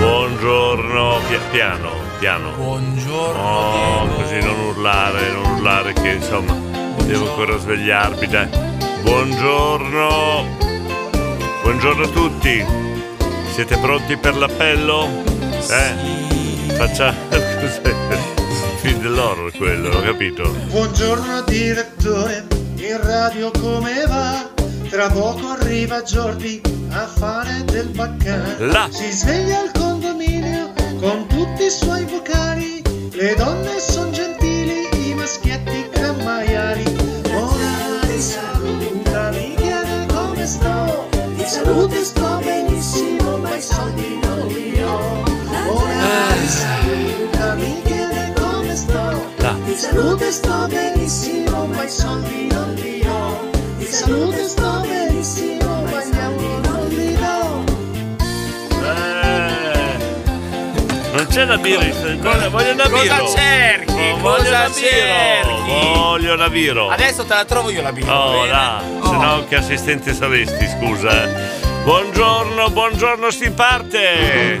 Buongiorno, pia- piano, piano. Buongiorno. No, così non urlare, non urlare che insomma devo ancora svegliarmi, dai. Buongiorno. Buongiorno a tutti. Siete pronti per l'appello? Eh? Faccia cos'è? Fin dell'horror quello, ho capito. Buongiorno direttore, in radio come va? Tra poco arriva Jordi a fare del baccano. Là. Si sveglia al condominio con tutti i suoi vocali. Eh, Le donne son gentili, i maschietti cammaiali. Morali saluta, mi chiede come sto. Di salute sto benissimo, ma i soldi non li ho. Morali saluta, mi chiede come sto. Là. Di salute sto benissimo, ma i soldi non li ho. Di salute sto benissimo, ma gli anni non li do. Eh, non c'è da birra, voglio, voglio da cosa birra. cerchi? voglio Cosa da birra, cerchi? voglio da birra. Adesso te la trovo io la birra. Oh, bene? là, Oh. se no che assistente saresti, scusa. eh. Buongiorno, buongiorno, si parte.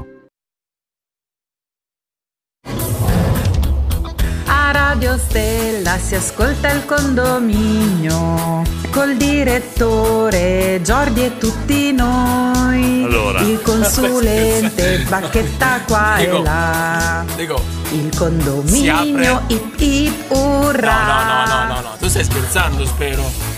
A Radio Stella si ascolta il condominio col direttore Giordi e tutti noi. Allora. il consulente Bacchetta qua Dico. e là. Dico. Il Si condominio apre. ip ip No, urra. no, no, no, no, no, tu stai scherzando, spero.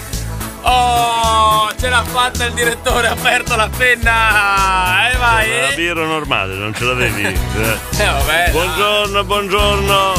Oh, ce l'ha fatta il direttore, ha aperto la penna! E vai! Era La birra normale, non ce l'avevi. Eh. Eh, vabbè. Buongiorno, buongiorno.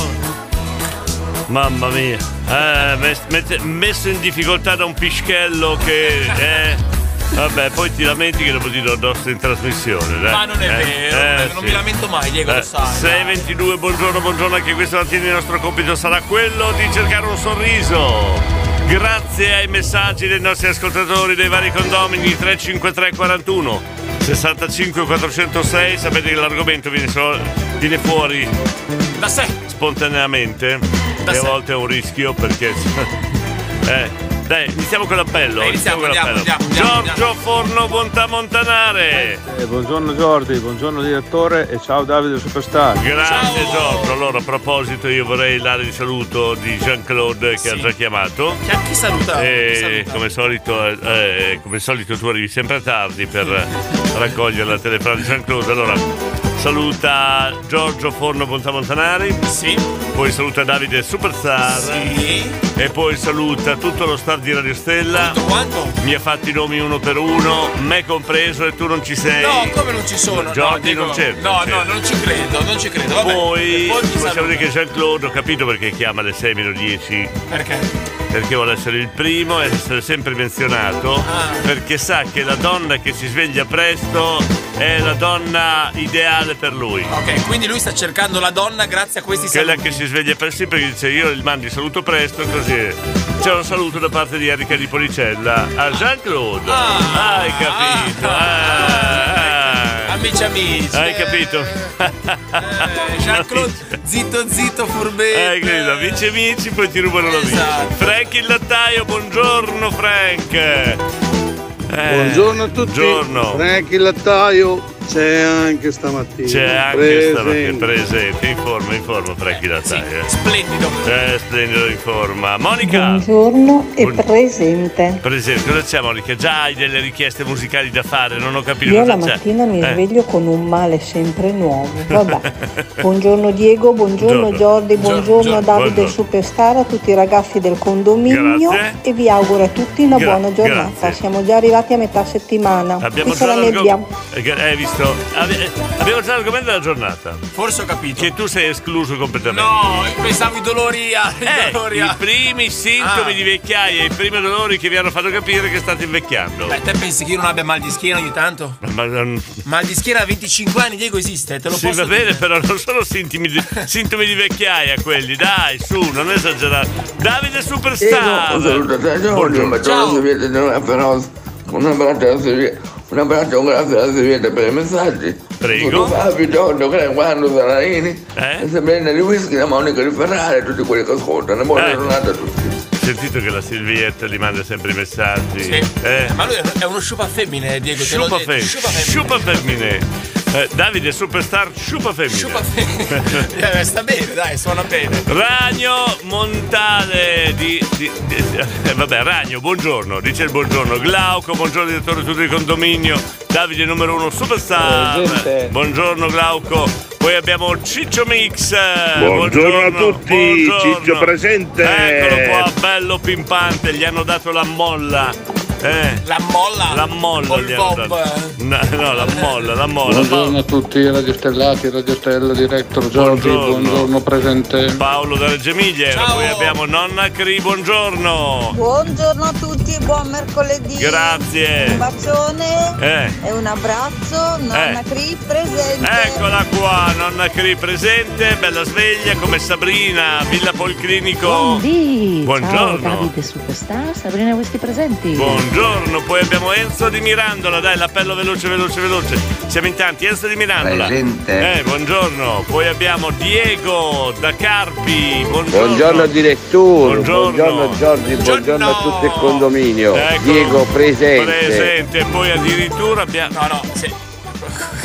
Mamma mia. Eh, mes- mette- messo in difficoltà da un pischello che... Eh. Vabbè, poi ti lamenti che dopo ti do addosso in trasmissione. dai. Ma non è Eh, vero, eh, non sì. mi lamento mai, Diego, lo Eh, sai. 6.22, buongiorno, buongiorno, anche questa mattina il nostro compito sarà quello di cercare un sorriso. Grazie ai messaggi dei nostri ascoltatori dei vari condomini 35341 65 406, sapete che l'argomento viene, solo- viene fuori Da sé! spontaneamente Da e a sé. volte è un rischio perché... eh, dai, iniziamo con l'appello. Dai, iniziamo, con andiamo, l'appello. andiamo, andiamo, Giorgio Forno Montamontanare. Eh, buongiorno Jordi, buongiorno direttore e ciao Davide Superstar. Grazie Ciao. Giorgio. Ah, esatto. Allora, a proposito, io vorrei dare il saluto di Jean-Claude che ha Sì. già chiamato. Chi, chi saluta? Chi E saluta? come solito, eh, eh, come solito tu arrivi sempre tardi per eh, raccogliere la telefona di Jean-Claude. Allora, saluta Giorgio Forno Montamontanari, Sì. poi saluta Davide Superstar Sì. e poi saluta tutto lo staff di Radio Stella. Tutto quanto? Mi ha fatto i nomi uno per uno, me compreso e tu non ci sei. No, come non ci sono? no, Jordi Diego, non c'è, No, non c'è. no, non ci credo, non ci credo. Vabbè. Poi chi saluta? possiamo dire che Jean-Claude, ho capito perché chiama alle 6 meno 10, Perché? perché vuole essere il primo e essere sempre menzionato, Ah. perché sa che la donna che si sveglia presto è la donna ideale per lui. Ok, quindi lui sta cercando la donna grazie a questi Quella saluti. che si sveglia presto sì, perché dice io il mandi saluto presto così. C'è un saluto da parte di Erika di Policella a Jean-Claude. Ah. Hai capito? Ah. Amici amici. Hai eh, capito? eh, Jean-Claude, zitto zitto furbetto. Eh, credo, amici amici, poi ti rubano la vita. Esatto. Frank il lattaio, buongiorno Frank. Eh, Buongiorno a tutti. Buongiorno. Franchi Lattaio. C'è anche stamattina. C'è anche stamattina presente, in forma, in forma, Franchi da taglia. Splendido. Eh, splendido in forma. Monica, Buongiorno e presente. presente, cosa c'è Monica? Già hai delle richieste musicali da fare, non ho capito Io la cosa c'è. mattina mi Eh. sveglio con un male sempre nuovo. Vabbè. Buongiorno Diego, buongiorno Buongiorno. Jordi, buongiorno Buongiorno. a Davide Buongiorno. Superstar, a tutti i ragazzi del condominio Grazie. e vi auguro a tutti una Gra- buona giornata. Siamo già arrivati a metà settimana. Abbiamo Qui c'è già, la nebbia. l'argom- eh, hai visto? Ave- eh, Abbiamo già l'argomento della giornata. Forse ho capito. Che tu sei escluso completamente. Eh, No, pensavo i dolori a... i dolori I a... primi sintomi Ah. di vecchiaia, i primi dolori che vi hanno fatto capire che state invecchiando. Beh, te pensi che io non abbia mal di schiena ogni tanto? Ma, non- Mal di schiena a 25 anni, Diego, esiste, te lo sì, posso va bene, dire. però non sono sintomi di, sintomi di vecchiaia quelli, dai, su, non esagerare. Davide Superstar! Eh, Un saluto a te, Giorgio, un bacione alla Silvietta, non è feroce. Un abbraccio alla Silvietta, un abbraccio, un grazie alla Silvietta per i messaggi. Prego. Eh? Tutto Fabio, Giorgio, Cre, Guardo, Salarini, e Sabrina di Whisky, la Monica di Ferrari, tutti quelli che ascoltano. Buona Eh. giornata a tutti. Sentito che la Silvietta gli manda sempre i messaggi. Sì. Eh. Ma lui è uno sciupa femmine, Diego, te l'ho Sciupa detto. femmine. Sciupa femmine. Eh, Davide Superstar Sciupa femmine. Eh, sta bene, dai, suona bene. Ragno Montale di, di- di- eh, vabbè Ragno buongiorno dice il buongiorno Glauco buongiorno direttore di tutto il condominio Davide numero uno superstar Presente. buongiorno Glauco poi abbiamo Ciccio Mix eh, Buongiorno, a tutti, buongiorno. Ciccio presente. eccolo qua bello pimpante gli hanno dato la molla eh. la molla eh? la molla gli bob. hanno dato. no, no la molla la molla Buongiorno a tutti, Radio Stellati, Radio Stella, Director Giorgi, Buongiorno. buongiorno, presente. Paolo da Reggio Emilia poi abbiamo Nonna Cri buongiorno Buongiorno a tutti, buon mercoledì. Grazie. Un bacione Eh. e un abbraccio. Nonna Eh. Cri presente. Eccola qua, nonna Cri presente, bella sveglia come Sabrina, Villa Polclinico. Buondì! Buongiorno. Ciao Davide Superstar, Sabrina questi presenti. Buongiorno, poi abbiamo Enzo di Mirandola, dai l'appello veloce, veloce, veloce. Siamo in tanti, Enzo di Mirandola. Presente. Eh, buongiorno. Poi abbiamo Diego da Carpi, buongiorno. Buongiorno direttore, Buongiorno. buongiorno Giorgi, buongiorno a tutto il condominio. Ecco. Diego presente. Presente, Eh, poi addirittura abbiamo... No, no, sì.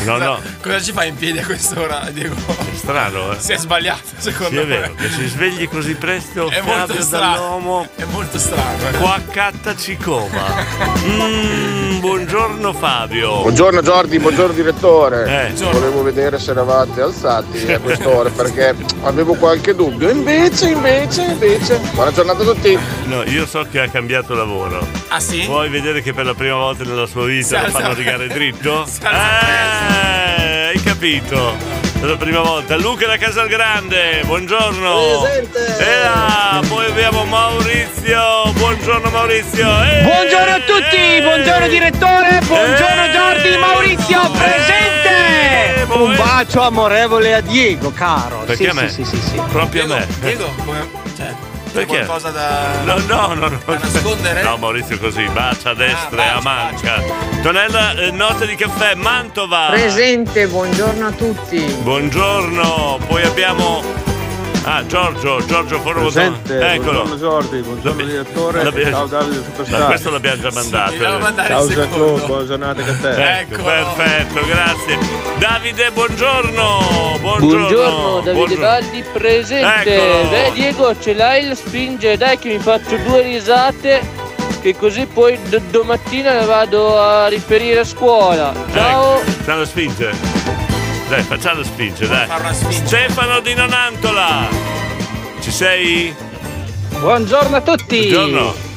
No, no, Cosa ci fai in piedi a quest'ora, Diego? è strano, eh. Si è sbagliato, Sì, secondo è me. vero, che si svegli così presto È Fabio molto strano. È molto strano. eh. Qua catta cicoma. Mm, buongiorno Fabio. Buongiorno Giordi, buongiorno direttore. Eh, Buongiorno. Volevo vedere se eravate alzati a quest'ora perché avevo qualche dubbio. Invece, invece, invece. Buona giornata a tutti. No, io so che ha cambiato lavoro. Ah sì? Vuoi vedere che per la prima volta nella sua Si vita lo alza- fanno rigare dritto? si Eh, hai capito? Per la prima volta. Luca da Casalgrande, buongiorno. Presente. E là, poi abbiamo Maurizio. Buongiorno Maurizio. Eh, Buongiorno a tutti, buongiorno direttore, buongiorno Eh. Jordi, Maurizio presente! Un bacio amorevole a Diego, caro. Perché Sì, a me? sì, sì, sì. Proprio a me. Diego, come. Cioè, c'è Perché? qualcosa da. No, no, no, no. nascondere? Ah, No, Maurizio così, bacia a destra e a manca. Tonella, eh, notte di caffè, Mantova. Presente, buongiorno a tutti. Buongiorno, poi abbiamo. Ah, Giorgio, Giorgio Formosa. Presente, Eccolo. buongiorno Giordi, buongiorno direttore, l'abbiamo- ciao Davide Ma Superstar. questo l'abbiamo già mandato. ciao Giacomo, buona giornata anche a te. Ecco, perfetto, grazie. Davide, buongiorno. Buongiorno. Buongiorno Davide buongiorno. Baldi presente Eccolo. Dai Diego ce l'hai il spinge Dai che mi faccio due risate Che così poi d- domattina la vado a riferire a scuola Ciao Ecco, Facciamo spinge. Dai, facciamo spinge, dai. Stefano di Nonantola. Ci sei? Buongiorno a tutti! Buongiorno.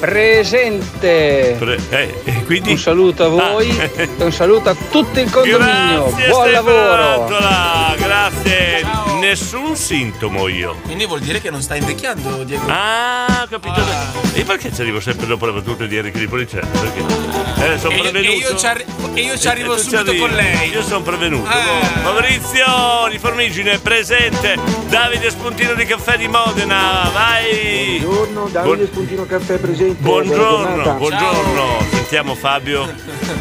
Presente! eh, Un saluto a voi e un saluto a tutto il condominio. Ah. Grazie, Buon Stefano lavoro! Antola, grazie. Nessun sintomo io. Quindi vuol dire che non stai invecchiando, Diego. Ah, ho capito. E perché ci arrivo sempre dopo le battute di Enrico di Policella? Perché? Eh, sono E io- prevenuto. e io ci arri- e io ci E- arrivo e tu subito con lei. Eh. Io sono prevenuto. Maurizio di Formigine presente. Davide Spuntino di Caffè di Modena. Vai. Buongiorno, Davide Spuntino Caffè presente. Buongiorno, buongiorno. Sentiamo Fabio.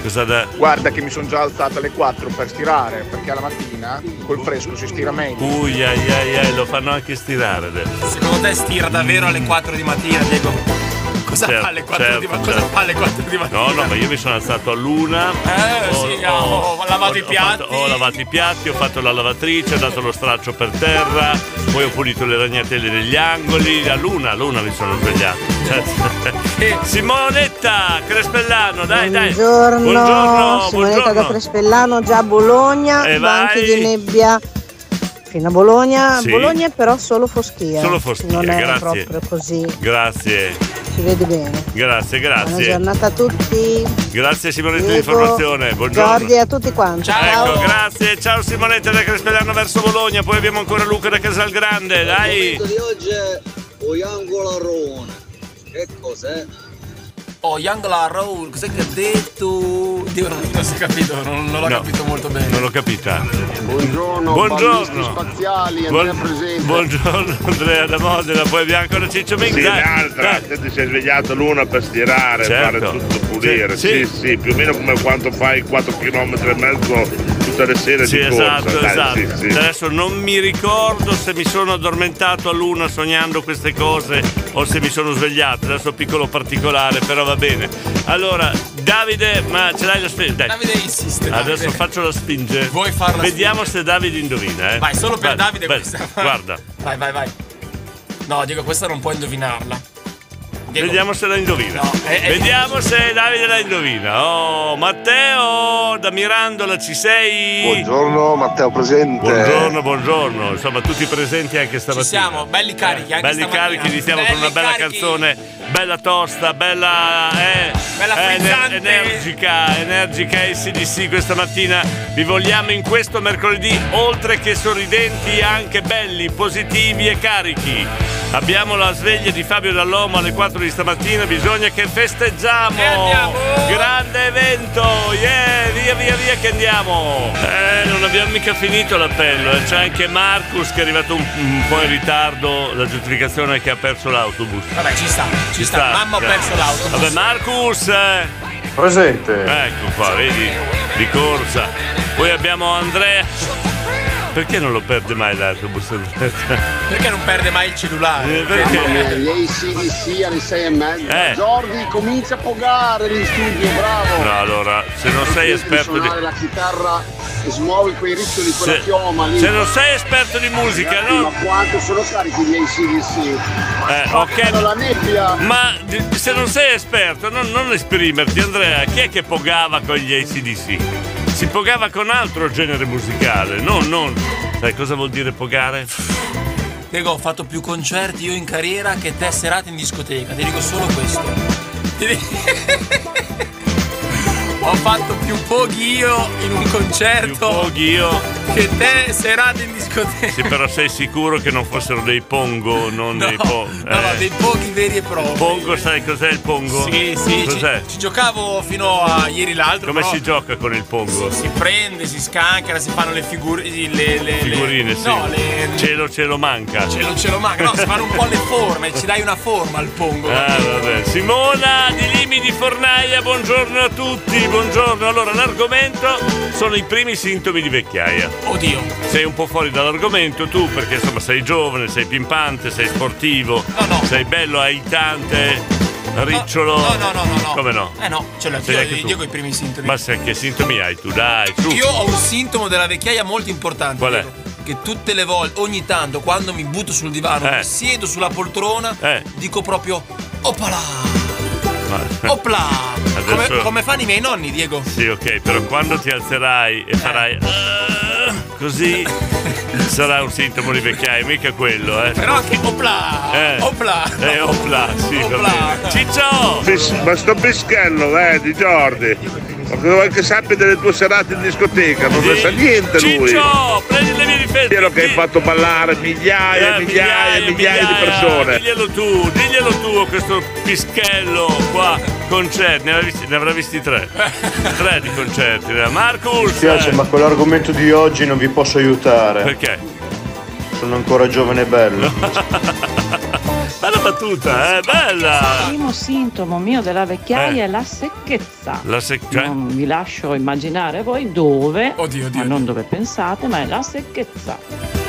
Cosa da... Guarda che mi sono già alzata alle 4 per stirare, perché alla mattina col fresco si stira meglio. Ui, ai, ai, ai, lo fanno anche stirare adesso. Secondo te stira davvero alle 4 di mattina, Diego? Cosa fa alle 4 di mattina? Cosa fa alle 4 di mattina? Certo, No, no, ma io mi sono alzato a luna. certo. Eh, sì, Oh, ho lavato i piatti. Ho lavato i piatti, ho fatto la lavatrice, ho dato lo straccio per terra, poi ho pulito le ragnatele negli angoli. A luna, a luna mi sono svegliato. Cioè, Eh, Simonetta Crespellano, dai, dai. Buongiorno, buongiorno. Simonetta da buongiorno. Crespellano, già a Bologna, E banchi vai. di nebbia fino a Bologna, Sì. Bologna però solo foschia. Solo foschia, Non è grazie. proprio così, Grazie, si vede bene. grazie, Buona grazie. giornata a tutti. Grazie Simonetta Diego, di Informazione, buongiorno. Giorgi e a tutti quanti. Ecco, grazie. Ciao Simonetta da Crespellano verso Bologna, poi abbiamo ancora Luca da Casalgrande, Eh, dai. L'argomento di oggi è Oiangolarone. Che cos'è? Oh, Young La Roll, cos'è che ha detto? Dio, non, non si è capito, non, non l'ho capito molto bene. Non l'ho capita. Buongiorno. Buongiorno. ballisti spaziali, Buon- Andrea presente. buongiorno Andrea da Modena, poi abbiamo ancora Ciccio Ming. Sì, dai, l'altra, dai. te ti sei svegliato l'una per stirare, Certo. fare tutto, pulire. Sì, Sì, sì. sì, più o meno come quanto fai 4 km e mezzo tutte le sere Sì, di corsa. esatto, dai, esatto. sì, sì. Adesso non mi ricordo se mi sono addormentato a luna sognando queste cose o se mi sono svegliato. Adesso piccolo particolare, però va bene. Allora, Davide, ma ce l'hai la spinge? Dai. Davide insiste. Davide. Adesso faccio la spinge. Vuoi farla Vediamo se Davide indovina, eh. Vai, solo per Vai, Davide vai, questa. Guarda. Vai, vai, vai. No, Diego, questa non puoi indovinarla. Vediamo se la indovina. No, è- è- Vediamo se Davide la indovina. Oh, Matteo da Mirandola ci sei? Buongiorno Matteo presente. Buongiorno, buongiorno. Insomma, tutti presenti anche stamattina. siamo, belli carichi anche Belli stamattina. carichi, iniziamo con una Belli bella carichi. canzone, bella tosta, bella, eh, Bella eh, frizzante. energica, energica SDC questa mattina. Vi vogliamo in questo mercoledì, oltre che sorridenti, anche belli, positivi e carichi. Abbiamo la sveglia di Fabio Dall'Omo alle 4 di stamattina, bisogna che festeggiamo! Grande evento! Yeah, via via via che andiamo! Eh, non abbiamo mica finito l'appello, eh. c'è anche Marcus che è arrivato un, un po' in ritardo, la giustificazione è che ha perso l'autobus. Vabbè, ci sta, ci, sta. Mamma ho eh. perso l'autobus. Vabbè, Marcus! eh. Presente! Ecco qua, vedi, di corsa. Poi abbiamo Andrea. Perché non lo perde mai l'autobus? Perché non perde mai il cellulare? Eh, perché? Mamma mia, Gli ACDC alle 6 e mezza. Eh. Jordi comincia a pogare in studio, bravo. No, allora, se non sei Smetti di esperto di... Eh, suonare la chitarra e smuovi quei riccioli con la Se- chioma lì. se non sei esperto di musica, Ragazzi, no? Ma quanto sono carichi gli ACDC? Eh, ok. la nebbia. Ma d- se non sei esperto, non, non esprimerti, Andrea. Chi è che pogava con gli ACDC? Si pogava con altro genere musicale, non, non. Sai cosa vuol dire pogare? Diego, ho fatto più concerti io in carriera che te serate in discoteca, ti dico solo questo. Ti dico- ho fatto più pochi io in un concerto. Che te serate in discoteca. Sì, però sei sicuro che non fossero dei pongo, non dei pongo. No, no, dei pochi veri e propri. Pongo, sai cos'è il pongo? Sì, sì, ci, Cos'è? ci giocavo fino a ieri l'altro. Come però si gioca con il pongo? Si prende, si scancara, si fanno le figure. Le, le- le- Figurine, sì. No, le. Cielo, cielo manca. Cielo, cielo manca. No, si fanno un po' le forme, ci dai una forma al pongo. Ah, vabbè. Simona di Limi di Fornaia, buongiorno a tutti, buongiorno. Allora, l'argomento sono i primi sintomi di vecchiaia. Oddio. Sei un po' fuori dall'argomento tu perché insomma sei giovane, sei pimpante, sei sportivo, sei bello, aitante, ricciolo. No, no, no, no, no. Come no? Eh no, ce l'ho Sei io, anche io tu. con i primi sintomi. Ma sai che sintomi hai tu? Dai, su. Io ho un sintomo della vecchiaia molto importante. Qual è? Diego, Che tutte le volte, ogni tanto, quando mi butto sul divano, Eh. mi siedo sulla poltrona, Eh. dico proprio opala, Ma- opla. Come, Adesso- come fanno i miei nonni, Diego. Eh. Sì, ok, però quando ti alzerai e farai "Ah", così sarà un sintomo di vecchiaia, mica quello, eh. Però anche opla, Eh. opla. Eh, opla, sì, va bene. Ciccio! Pes- ma sto pischello, eh, di Jordi. Ma cosa vuoi che sappia delle tue serate in discoteca? Non ne sa niente lui. Ciccio, prendi le mie difese. Vero che hai fatto ballare migliaia, Eh, migliaia, migliaia, di persone. Diglielo tu, diglielo tu a questo pischello qua. Concerti, ne, avrà visti- ne avrà visti tre. tre di concerti. ne ha- Marcus! Mi spiace, ma con l'argomento di oggi non vi posso aiutare. Perché? Sono ancora giovane e bello. Bella battuta, eh, Il bella! primo sintomo mio della vecchiaia Eh. è la secchezza. La secca. Non vi lascio immaginare voi dove, ma non dove pensate, ma è la secchezza.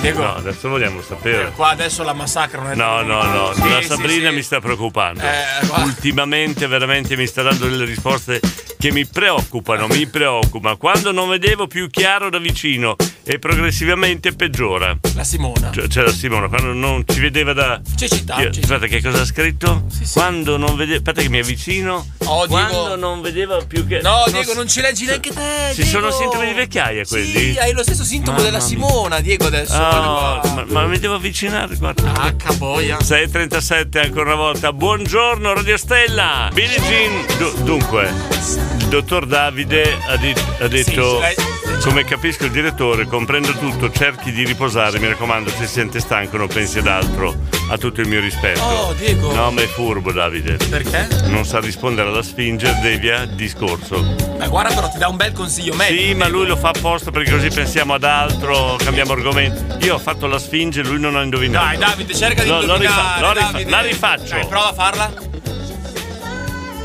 Diego. No, adesso vogliamo sapere. Qua adesso la massacrano. eh. No, no, no, Sì, la sì, Sabrina sì. mi sta preoccupando. Eh, guarda. Ultimamente veramente mi sta dando delle risposte che mi preoccupano, mi preoccupa. Quando non vedevo più chiaro da vicino e progressivamente peggiora. La Simona. Cioè, c'era Simona, quando non ci vedeva da. Cecità, Io- cecità. Aspetta, che cosa ha scritto? Quando non vedevo. Aspetta, che mi avvicino. Oh, Diego. Quando non vedeva più che. No, non Diego, s- non ci leggi neanche te. Ci sono Diego. sintomi di vecchiaia quelli. Sì, hai lo stesso sintomo Mamma della mia. Simona, Diego, adesso. Ah, ma, ma mi devo avvicinare, guarda. Ah, boia. 6.37 ancora una volta. Buongiorno Radio Stella. Billie Jean. Du- dunque, il dottor Davide ha, di- ha detto... Come capisco il direttore, comprendo tutto, cerchi di riposare, mi raccomando, se si sente stanco non pensi ad altro. Ha tutto il mio rispetto. Oh, Diego. No, ma è furbo Davide. Perché? Non sa rispondere alla Sfinge, devia il discorso. Ma guarda, però ti dà un bel consiglio medico. Sì, ma lui lo fa apposta perché così pensiamo ad altro, cambiamo argomento. Io ho fatto la Sfinge, lui non ha indovinato. Dai, Davide, cerca di Lo- lo indovinare. rifa- lo rifa- Davide. la rifaccio. Dai, prova a farla.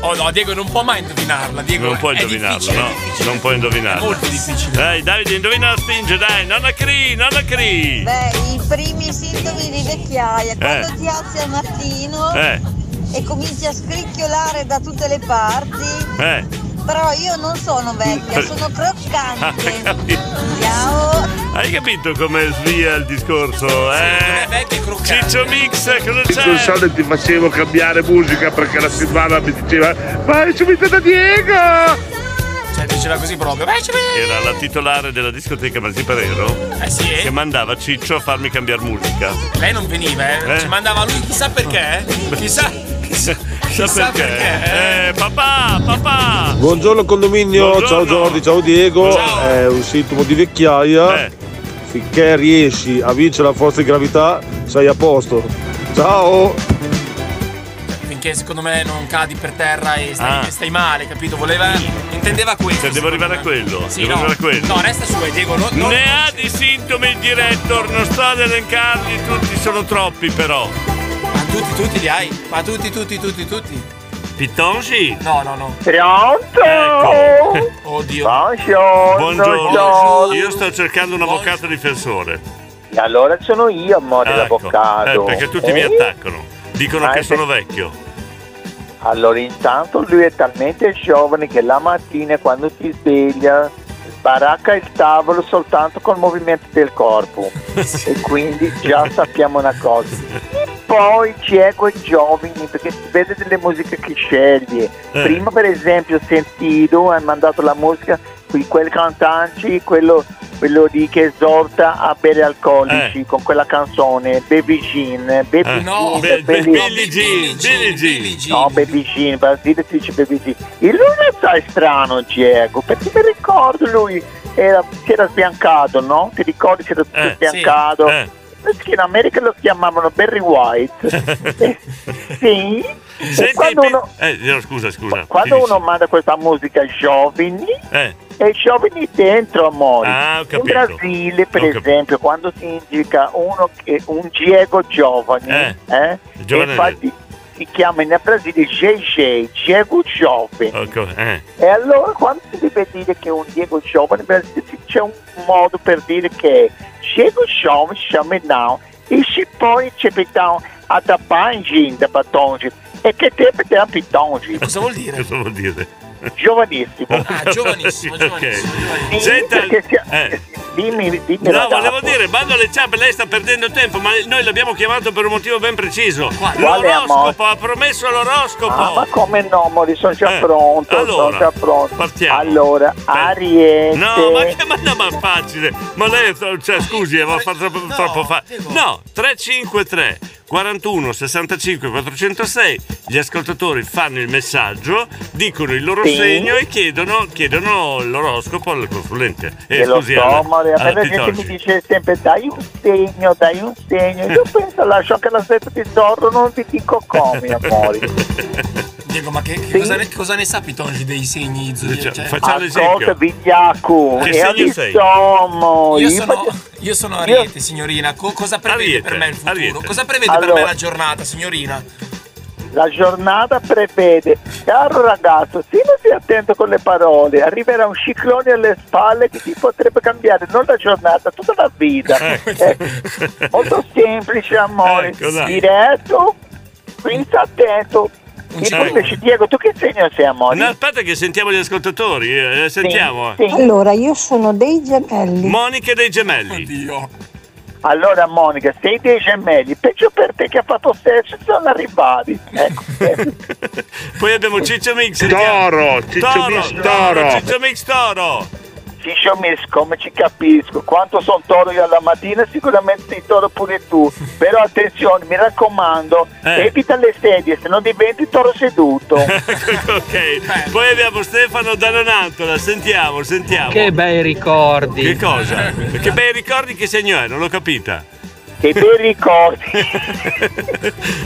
Oh no, Diego non può mai indovinarla. Diego, Non puoi è indovinarlo, difficile, no? Non puoi È indovinarlo. molto difficile. Dai, Davide, indovina la spinge, dai, nonna Cri, nonna Cri. Beh, i primi sintomi di vecchiaia, quando Eh. ti alzi al mattino Eh, e cominci a scricchiolare da tutte le parti, eh. però io non sono vecchia, sono oh. Ah, croccante. capi- Ciao! Hai capito come svia il discorso? Eh? Ciccio Mix, cosa Sul c'è? solito ti facevo cambiare musica perché la Silvana mi diceva vai subito da Diego! Cioè, diceva così proprio. Vai, ci vedi. Era la titolare della discoteca Masiparero Eh sì. che mandava Ciccio a farmi cambiare musica. Lei non veniva, eh. Eh? Ci mandava lui chissà perché. eh. Chissà. Chissà, Chissà perché. Eh, papà, papà. Buongiorno condominio, ciao Giordi, ciao Diego. È un sintomo di vecchiaia. Finché riesci a vincere la forza di gravità, sei a posto. Ciao! Finché secondo me non cadi per terra e stai, Ah. stai male, capito? Voleva. Intendeva questo. Cioè, devo arrivare a quello. Sì, devo no. arrivare a quello. No, resta su, eh, Diego. No, no. Ne ha di sintomi il director, non sto ad elencarli tutti, sono troppi però. Ma tutti, tutti li hai? Ma tutti, tutti, tutti, tutti. Pittonci? No, no, no. Pronto? Ecco. Oddio. Buongiorno. Io sto cercando un avvocato difensore. E allora sono io a morire Ecco. l'avvocato. Eh, perché tutti mi Eh? attaccano. Dicono Ah, che eh, sono per- vecchio. Allora intanto lui è talmente giovane che la mattina quando si sveglia sbaracca il tavolo soltanto col movimento del corpo. e quindi già sappiamo una cosa. Poi c'è quei giovani perché si vede delle musiche che sceglie. Eh. Prima per esempio ho sentito, hai mandato la musica di quel cantante, quello, quello di che esorta a bere alcolici con quella canzone Baby Jean, Baby Eh. Jean, No, Be- Be- Billie Jean, Billie Jean. No, Baby Jean, Basile si dice Baby Jean. E lui non sai strano, Diego, perché mi ricordo lui era, si era sbiancato, no? Ti ricordi si era tutto Eh, sbiancato? sì, eh. Perché in America lo chiamavano Barry White. Eh, sì. E Senti, quando Pi- uno, eh, no, scusa, scusa. quando finisci. uno manda questa musica ai giovani, Eh, e i giovani dentro, amore. Ah, ho In capito. Brasile, per Ho cap- esempio, quando si indica uno che, un Diego giovane, Eh, eh, giovane- infatti si chiama in Brasile JJ, Diego giovane. ecco, eh. E allora quando si deve dire che un Diego Giovane beh, c'è un modo per dire che Diego Giovane siamo now e si poi c'è Pitongi a da Bangi da Batongi e che tempo da Pitongi cosa vuol dire? Cosa vuol dire? giovanissimo ah giovanissimo giovanissimo Sì, perché sia- dimmi dimmi eh. No, ragazzo. volevo dire, bando alle ciabatte, lei sta perdendo tempo, ma noi l'abbiamo chiamato per un motivo ben preciso. Quale, L'oroscopo, ha promesso Ah, l'oroscopo. ma come no, Mori, sono già pronto, ecco Eh, sono allora, già pronto. Allora, Ariete. No, ma che ma, no, ma è facile. Ma lei, cioè, scusi, ma fa troppo, troppo fa. No, 353 41 65 406. Gli ascoltatori fanno il messaggio, dicono il loro Sì. segno e chiedono, chiedono l'oroscopo al consulente. E Che lo scusi, Ah, so, alla- amore, a me alla la gente Pitongi. mi dice sempre dai un segno, dai un segno. Io penso lascio che la setta di Zorro non ti dico come, amore. Diego ma che, che cosa, ne, cosa ne sa Pitongi dei segni zodiaci? Cioè, Ah, Ascolta, vigliacco, Che e segno ogni sei? sommo, Io io sono, faccio- io sono Ariete, signorina. Co- cosa prevede per me il futuro? Cosa prevede per Allora- me la giornata, signorina? La giornata prevede, caro ragazzo, sii attento con le parole, arriverà un ciclone alle spalle che ti potrebbe cambiare non la giornata, tutta la vita. Eh, molto semplice, amore, Ecco, dai. diretto, quindi sta attento. E Ecco. poi invece, Diego, tu che segno sei, amore? No, aspetta che sentiamo gli ascoltatori, eh, eh, sentiamo. Allora, io sono dei gemelli. Monica dei gemelli. Oddio. Allora Monica, sei dei gemelli, peggio per te che ha fatto sesso, sono arrivati. Ecco. Poi abbiamo Ciccio Mix. sentiamo. Toro, Oh, Ciccio toro, Mix, toro. Ciccio Mix Toro. Ciccio Mix, come ci capisco, quanto sono toro io alla mattina sicuramente sei toro pure tu, però attenzione, mi raccomando, Eh. evita le sedie, se no diventi toro seduto. ok, poi abbiamo Stefano Danonantola, sentiamo, sentiamo. Che bei ricordi. Che cosa? Che bei ricordi che segno è? Non l'ho capita. Che bei ricordi.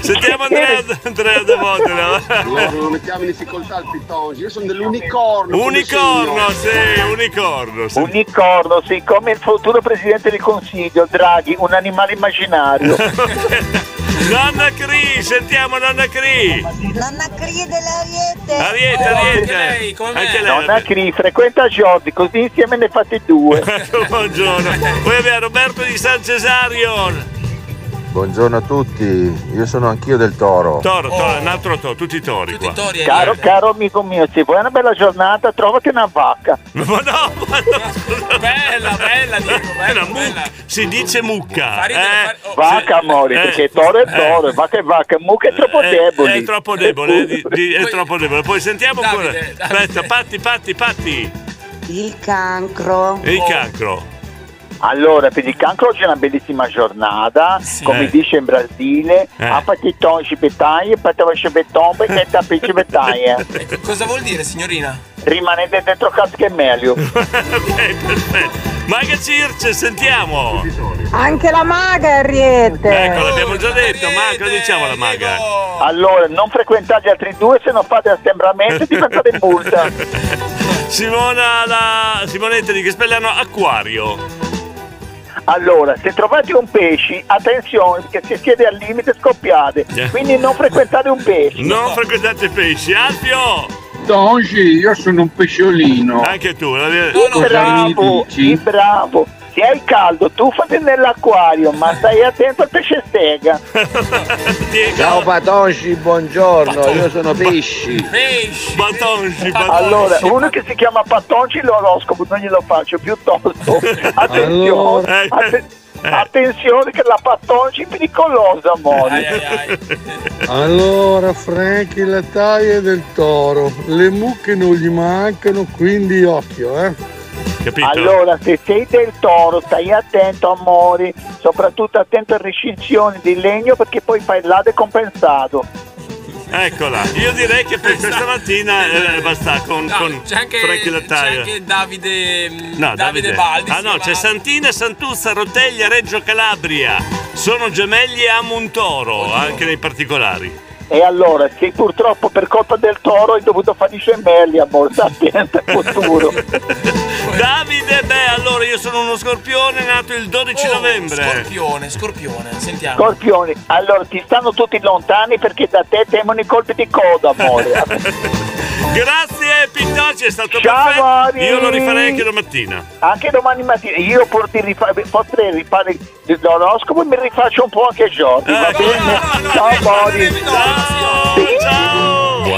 sentiamo Andrea, Andrea De Modena. non mettiamo in difficoltà il pitongi, io sono dell'unicorno. come Unicorno, segno. sì, unicorno. sì. Unicorno, sei come il futuro presidente del Consiglio, Draghi, un animale immaginario. Eh, Nonna Cri, sentiamo Nonna Cri. Nonna Crie dell'Ariete. Ariete, Ariete. Anche lei. Nonna Cri, frequenta Jordi, così insieme ne fate due. Buongiorno. Poi abbiamo Roberto di San Cesario. Buongiorno a tutti, io sono anch'io del toro. Toro, toro, un altro toro, Oh. tutti i tori qua. Caro, caro amico mio, se vuoi una bella giornata, trovati una vacca. Ma no, ma no. Bella, bella, Diego, bella, Si dice mucca. eh? Vacca, amore, Eh. perché toro è toro, vacca è vacca, mucca è troppo Eh, debole. È troppo debole, eh, di- di- è troppo debole. Poi sentiamo ancora. Aspetta, patti, patti, patti. Il cancro. E il cancro. Allora, per il cancro oggi è una bellissima giornata, come Eh. dice in Brasile, Eh. a patiton cipetaie, patava cipetombe e tappi cipetaie. Cosa vuol dire, signorina? Rimanete dentro cazzo che è meglio. ok, perfetto. Maga Circe, Cioè, sentiamo. Anche la maga è ariete. Ecco, l'abbiamo già detto, ma cosa diciamo alla maga? Allora, non frequentate gli altri due, se non fate assembramento diventate multa. Simona la Simonetta di Castellano Acquario. Allora, se trovate un pesce, attenzione, che se siete al limite scoppiate, quindi non frequentate un pesce. Eh. Non frequentate pesci, Alfio! Pitongi, io sono un pesciolino. Anche tu, la Il bravo, il bravo. Se hai caldo, tuffati nell'acquario, ma stai attento al pesce stega. Ciao Patonci, buongiorno, io sono Pesci. Pesci! Batonci, batonci. Allora, uno che si chiama Pattonci l'oroscopo non glielo faccio piuttosto. Eh, Attenzione, atten- attenzione che la Pattonci è pericolosa, amore. Allora, Franchi, la taglia è del toro. Le mucche non gli mancano, quindi occhio, eh. Capito? Allora, se sei del toro, stai attento, amore, soprattutto attento a rescissioni di legno perché poi fai là compensato. Eccola, io direi che per questa mattina eh, basta con, con C'è anche, Franchi c'è Lattaio. anche Davide, mm, No, Davide. Baldi. Ah no, c'è Santina, Santuzza, Roteglia, Reggio Calabria. Sono gemelli a Montoro, anche nei particolari. E allora, se purtroppo per colpa del toro hai dovuto fare i gemelli, amore, sta attento al futuro. Davide, beh, allora io sono uno scorpione nato il 12 novembre. Oh, Scorpione, scorpione, sentiamo. Scorpioni, allora ti stanno tutti lontani perché da te temono i colpi di coda, amore. Grazie Pintocci, è stato Ciao, perfetto. Mari. Io lo rifarei anche domattina. Anche domani mattina io porti rifa- potrei rifare l'oroscopo e mi rifaccio un po' anche Eh, Jordi, va bene? Ciao, Boris.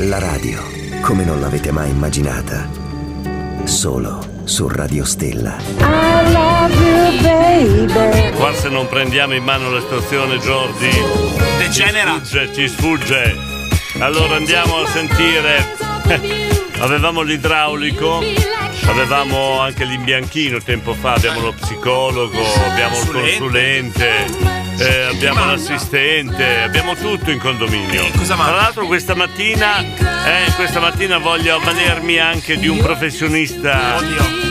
La radio, come non l'avete mai immaginata. Solo su Radio Stella. I love you, baby. Qua se non prendiamo in mano la situazione, Jordi. Degenera. Ci sfugge, ci sfugge. Allora andiamo a sentire. Avevamo l'idraulico, avevamo anche l'imbianchino tempo fa, abbiamo lo psicologo, abbiamo il consulente. eh, abbiamo l'assistente, abbiamo tutto in condominio. Tra l'altro questa mattina, eh, questa mattina voglio avvalermi anche di un professionista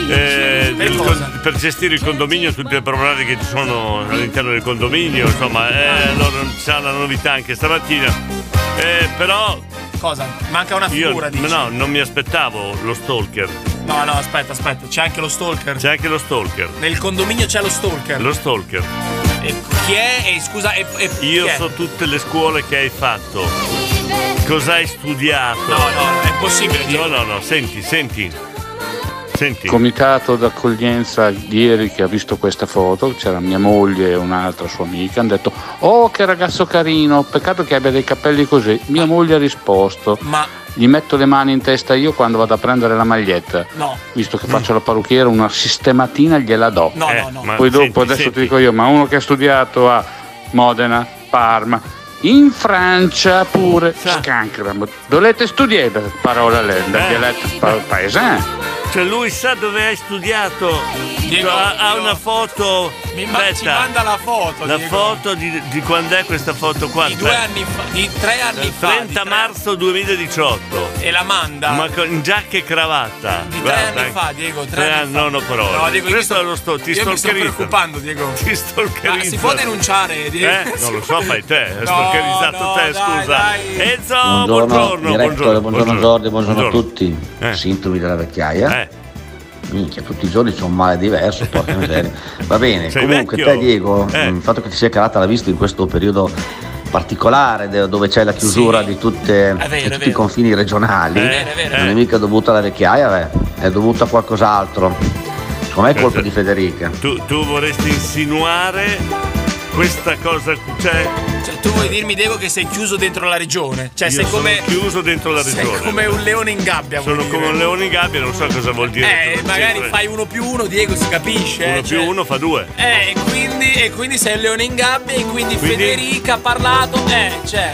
eh, del con- per gestire il condominio, tutte le problematiche che ci sono all'interno del condominio, insomma, Ah. eh, allora c'è una novità anche stamattina. Eh, però. Cosa? Manca una figura, io, dici? No, non mi aspettavo lo stalker. No, no, aspetta, aspetta, c'è anche lo stalker. C'è anche lo stalker. Nel condominio c'è lo stalker. Lo stalker. E chi è? E scusa, e, e chi Io è? so tutte le scuole che hai fatto. Cosa hai studiato? No, no, è possibile. No, no, no, senti, senti. Senti. Comitato d'accoglienza ieri che ha visto questa foto, c'era mia moglie e un'altra sua amica, hanno detto oh che ragazzo carino, peccato che abbia dei capelli così. Mia moglie ha risposto ma gli metto le mani in testa io quando vado a prendere la maglietta. No. Mm. Visto che faccio la parrucchiera, una sistematina gliela do. No, no, no. Ma Poi dopo Eh, senti, adesso senti. ti dico io, ma uno che ha studiato a Modena, Parma, in Francia pure scancra. ma Dovete studiare per parola Eh. lenta, Eh. dialetto parola paesano. Cioè lui sa dove hai studiato. Diego, ha, ha io- una foto. Mi ma- ci manda la foto. La Diego. foto di, di quando è questa foto qua? Di due anni fa, di tre anni Del fa. 30 marzo 2018. E la manda. Ma con giacca e cravatta. Di tre Guarda, eh. anni fa, Diego, tre, tre anni anni- fa. no, no, però. io Questo sto- lo sto- ti io mi sto stalkerizzo. preoccupando, Diego. Ti Ma si può denunciare, Diego? Eh? Non lo so, fai te. È No, stalkerizzato no, te, dai, scusa. dai. Enzo, buongiorno, buongiorno. direttore, buongiorno, Jordi, buongiorno, Buongiorno. a tutti. Eh. Sintomi della vecchiaia. Minchia, tutti i giorni c'è un male diverso, porca miseria. Va bene, Sei comunque vecchio? Eh. te Diego, mh, il fatto che ti sia calata la vista in questo periodo particolare de- dove c'è la chiusura di, tutte- È vero, di è tutti vero. Eh, i confini regionali È vero, è vero. non è mica dovuta alla vecchiaia, beh, è dovuta a qualcos'altro. Secondo me è colpa di Federica. Tu, tu vorresti insinuare questa cosa qui? Cioè, Cioè, tu vuoi dirmi, Diego, che sei chiuso dentro la regione? Cioè, Io sei sono come. chiuso dentro la Sei regione. come un leone in gabbia. vuol sono dire. come un leone in gabbia, non so cosa vuol dire. Eh, Tu magari sempre- fai uno più uno, Diego, si capisce. eh, uno cioè- più uno fa due. Eh, e quindi, e quindi sei il leone in gabbia, e quindi, Quindi- Federica ha parlato. Eh, cioè,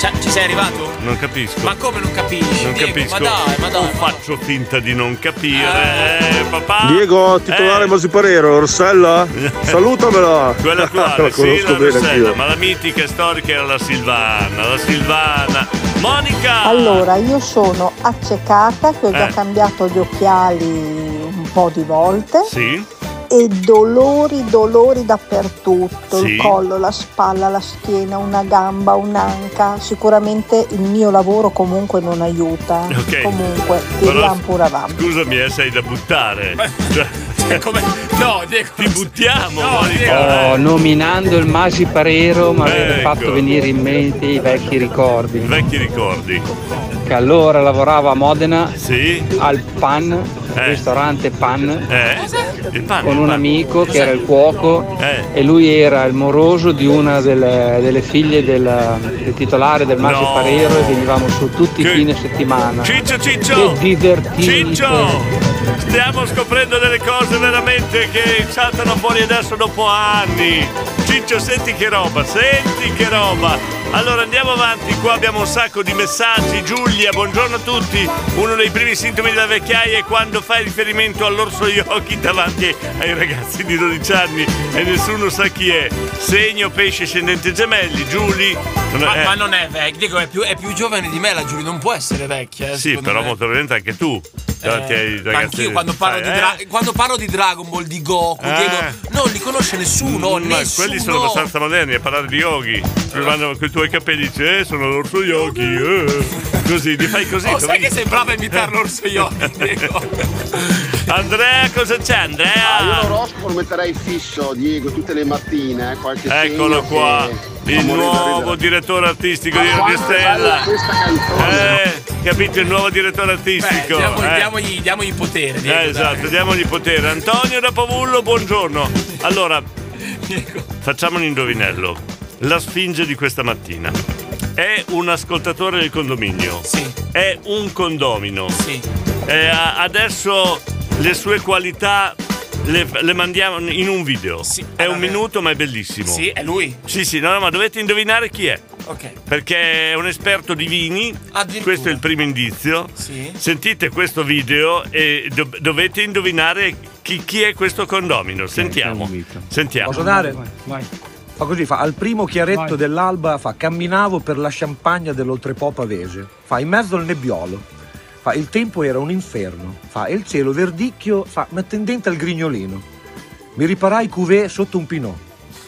cioè, ci sei arrivato? Non capisco. Ma come non capisci? non Diego? capisco. Ma dai, ma o dai. Ah. faccio finta di non capire. Eh, papà. Diego, titolare Masiparero, Rossella? Salutamela! Eh. Quella tua, la sì, la conosco bene Rossella, anch'io. ma la mitica e storica era la Silvana, la Silvana. Monica! Allora, io sono accecata, che ho già Eh. cambiato gli occhiali un po' di volte. Sì? E dolori, dolori dappertutto, Sì. il collo, la spalla, la schiena, una gamba, un'anca. Sicuramente il mio lavoro comunque non aiuta. Ok. Comunque, Però- tiriamo pure avanti. Scusami, eh, sei da buttare. Cioè, come... No, Diego. Ti buttiamo, No, Monica. Oh, nominando il Masi Parero mi avete Ecco. fatto venire in mente i vecchi ricordi. Vecchi ricordi. Che allora lavorava a Modena al Pan, ristorante Pan, Eh, il pane, con il un pane. amico che era il cuoco Eh. e lui era il moroso di una delle, delle figlie del, del titolare del Masi No. Parero e venivamo su tutti i fine settimana. Ciccio Ciccio! Che divertente! Ciccio! Stiamo scoprendo delle cose veramente che saltano fuori adesso dopo anni. Ciccio, senti che roba, senti che roba. Allora andiamo avanti, qua abbiamo un sacco di messaggi. Giulia, buongiorno a tutti. Uno dei primi sintomi della vecchiaia è quando fai riferimento all'orso Yogi davanti ai ragazzi di 12 anni e nessuno sa chi è. Segno, pesce, scendente gemelli, Giulia. Ma, eh. ma non è vecchia, Diego, è più, è più giovane di me la Giulia, non può essere vecchia. eh, Sì, secondo però me. molto probabilmente anche tu. davanti Eh, ai ma ragazzi anch'io quando parlo, di Eh, dra- quando parlo di Dragon Ball, di Goku, Eh. Diego, non li conosce nessuno, Ma nessuno. quelli sono abbastanza moderni a parlare di yogi. Mi vanno con i tuoi capelli e dice, eh, sono l'orso yogi. eh." Così, li fai così. Oh, sai così. che sei bravo a imitare l'orso Yogi, Diego? Andrea, cosa c'è Andrea? Ah, io l'oroscopo lo metterei fisso, Diego, tutte le mattine, eh, qualche Eccolo segno qua, che- il Amore, nuovo direttore artistico di Radio Stella. Eh, capito, il nuovo direttore artistico. Diamo- eh. diamogli, diamogli potere, Diego, Eh, dai. esatto, diamogli potere. Antonio da Pavullo, buongiorno. Allora, facciamo un indovinello. La sfinge di questa mattina è un ascoltatore del condominio. È un condomino. Eh, a- adesso le sue qualità le, le mandiamo in un video. è un minuto, ma è bellissimo. Sì, è lui. Sì, sì, no, no, ma dovete indovinare chi è. Ok. Perché è un esperto di vini. Questo è il primo indizio. Sentite questo video e do- dovete indovinare chi, chi è questo condomino. Sentiamo. Sentiamo. Posso dare? Vai. Fa così, fa al primo chiaretto Vai. dell'alba, fa camminavo per la champagne dell'oltrepo pavese, fa in mezzo al nebbiolo, fa il tempo era un inferno, fa e il cielo verdicchio, fa ma tendente al grignolino. Mi riparai cuvée sotto un pinot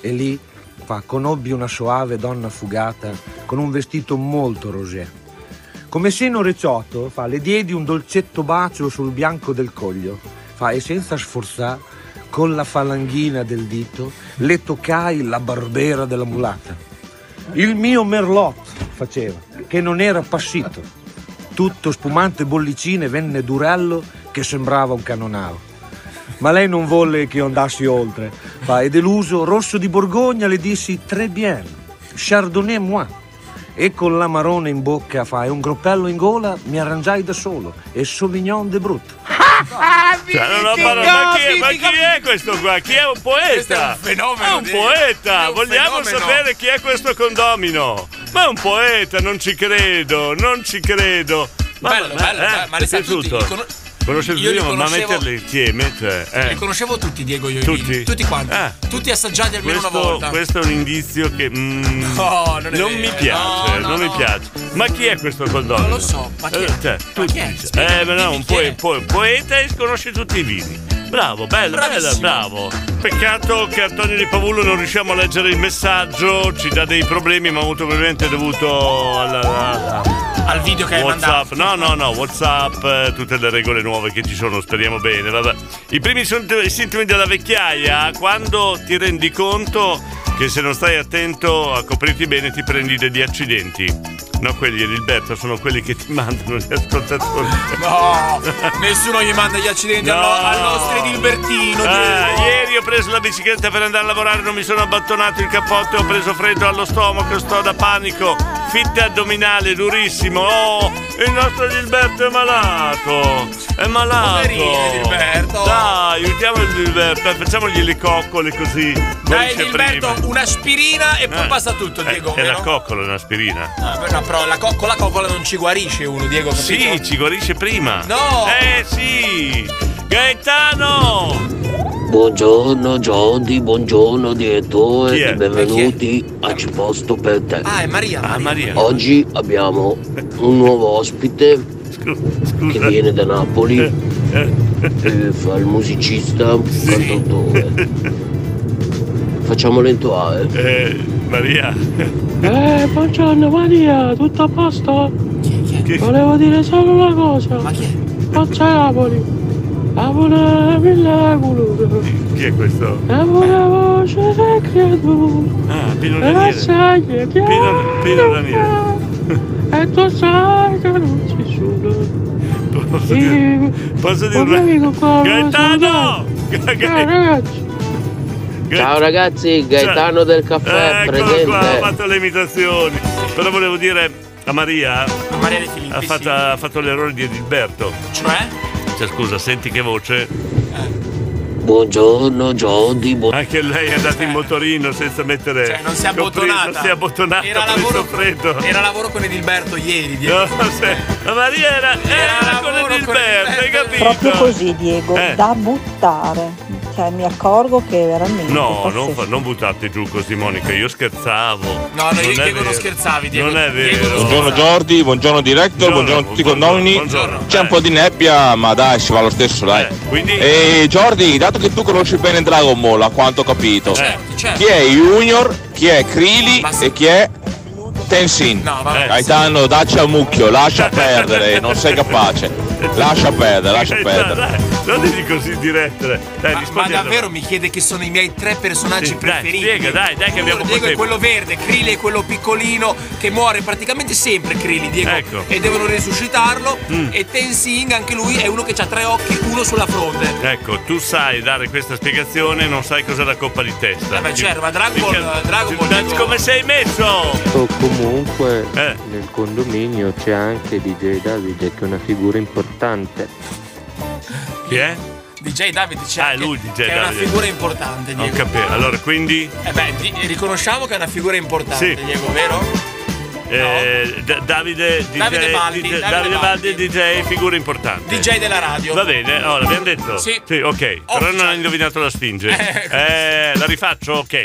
e lì fa conobbi una soave donna fugata con un vestito molto rosé. Come seno recioto, fa, le diedi un dolcetto bacio sul bianco del coglio, fa, e senza sforzar, con la falanghina del dito, le toccai la barbera della mulata. Il mio merlot faceva, che non era passito. Tutto spumante e bollicine venne durello che sembrava un canonaro. Ma lei non volle che io andassi oltre, fa, e deluso, rosso di Borgogna, le dissi très bien, chardonnay moi e con l'amarone in bocca fai un groppello in gola mi arrangiai da solo e Sauvignon de Brut Ah, Cioè, non ho parole- ma, chi è, ma chi è questo qua? Chi è un poeta? Questo è un fenomeno, È un dì. poeta. È un Vogliamo fenomeno. sapere chi è questo condomino. Ma è un poeta, non ci credo, non ci credo. Ma, Bello, bello, bello, ti ma li è sa tutti, piaciuto? li cono- Conoscevi io li prima, ma conoscevo- metterli insieme, cioè, eh. Li conoscevo tutti, Diego, io e Tutti? Eh. Emilio. Tutti quanti. Tutti assaggiati almeno questo, una volta. questo è un indizio che mm, No, non è vero. mi piace, No, no, non mi piace. Ma chi è questo condomino? Non lo so, ma chi è? Eh, cioè, tu dici- eh, ma no, un poe- poe- poeta e sconosce tutti i vini. Bravo, bello, bello, Bravissimo. bravo. Peccato che Antonio Di Pavullo non riusciamo a leggere il messaggio, ci dà dei problemi, ma molto probabilmente è dovuto alla- alla- Al video che hai WhatsApp, mandato. no, no, no, WhatsApp, eh, tutte le regole nuove che ci sono, speriamo bene. Vabbè. I primi sunt- sintomi della vecchiaia, quando ti rendi conto che se non stai attento a coprirti bene ti prendi degli accidenti. No, quelli Gilberto sono quelli che ti mandano gli ascoltatori. Oh, No, nessuno gli manda gli accidenti al, No. no- al nostro Edilbertino. Ah, Diego. ieri ho preso la bicicletta per andare a lavorare, non mi sono abbottonato il cappotto, ho preso freddo allo stomaco, sto da panico, fitte addominale, durissimo. Oh, il nostro Gilberto è malato, è malato. Poverino Gilberto. Dai, aiutiamo il Gilberto, eh, facciamogli le coccole così. Dai dice Edilberto, prima. un'aspirina e poi Eh, passa tutto, Diego. È la vero? coccola, è un'aspirina. Ah, beh, no, però la co- con la coccola non ci guarisce uno, Diego, capito? Sì, ci guarisce prima. No! Eh sì! Gaetano! Buongiorno Giordi, buongiorno direttore, benvenuti a Ciposto per te. Ah, è Maria. Oggi abbiamo un nuovo ospite che viene da Napoli, eh, fa il musicista, cantautore. Facciamolo entrare. Eh, Maria. Eh, buongiorno Maria, tutto a posto? Volevo dire solo una cosa. Ma chi è? Forza Napoli. Avone mille culo. Chi è questo? Avone voce vecchia tu. Ah, Pino E Daniele. sai che ti Pino, Pino Daniele. E tu sai che non ci sono. Posso dire, posso dire una- Gaetano! Ga- Ciao Ga- ragazzi. Ciao ragazzi, Gaetano Cioè, del caffè, Eccolo Ecco qua, presente. ho fatto le imitazioni. Però volevo dire a Maria. ha, fatto, ha fatto l'errore di Edilberto. Cioè? Eh. Cioè, scusa, senti che voce. Buongiorno Giordi, buongiorno. Anche lei è andata in motorino senza mettere. Cioè, Eh. Non si è abbottonata. Non si è abbottonata. Era ha preso lavoro, freddo. era lavoro con Edilberto ieri, Diego. No, se- Ma Maria era, era con Edilberto, hai capito? Proprio così, Diego, Eh. da buttare. Cioè, mi accorgo che è veramente. No, non, pazzesco. fa- non buttate giù così, Monica. Io scherzavo. No, no, io è e Diego non vero. scherzavi, Diego. Non è vero. Buongiorno Jordi, buongiorno Director, buongiorno, a tutti i condomini. C'è un po' di nebbia, ma dai, ci va lo stesso, dai. Eh, E Jordi, dato che tu conosci bene Dragon Ball, a quanto ho capito, Certo, chi è Junior, chi è Krili e chi è Tenzin? Gaetano, dacci al mucchio, lascia perdere, non sei capace. Lascia perdere, lascia Eh, perdere. dai, Non devi così in diretta. Dai, Ma rispondi alla- davvero mi chiede che sono i miei tre personaggi Sì, dai, preferiti? spiega, dai, dai che abbiamo Uno, Diego è tempo. quello verde, Krili è quello piccolino che muore praticamente sempre Krili, Diego. Ecco. Mm. E devono resuscitarlo. E Tenzing, anche lui, è uno che ha tre occhi, uno sulla fronte. Ecco, tu sai dare questa spiegazione, non sai cos'è la coppa di testa. Ma certo, ma Dragon Ball, Dragon Ball. Diego. Come sei messo? Comunque Eh. nel condominio c'è anche DJ Davide che è una figura importante. Chi è? DJ Davide c'è. Ah, è lui DJ È una Davide. figura importante, Non Diego. capire. Allora, quindi. Eh beh, di- riconosciamo che è una figura importante, Sì. Diego, vero? eh, Da- Davide, DJ, Davide Baldi, DJ, Davide Davide Baldi, DJ, figura importante. DJ della radio. Va bene, oh, l'abbiamo detto? Sì. cioè. Eh, ok. Però non ha indovinato la sfinge. Eh, la rifaccio? Ok.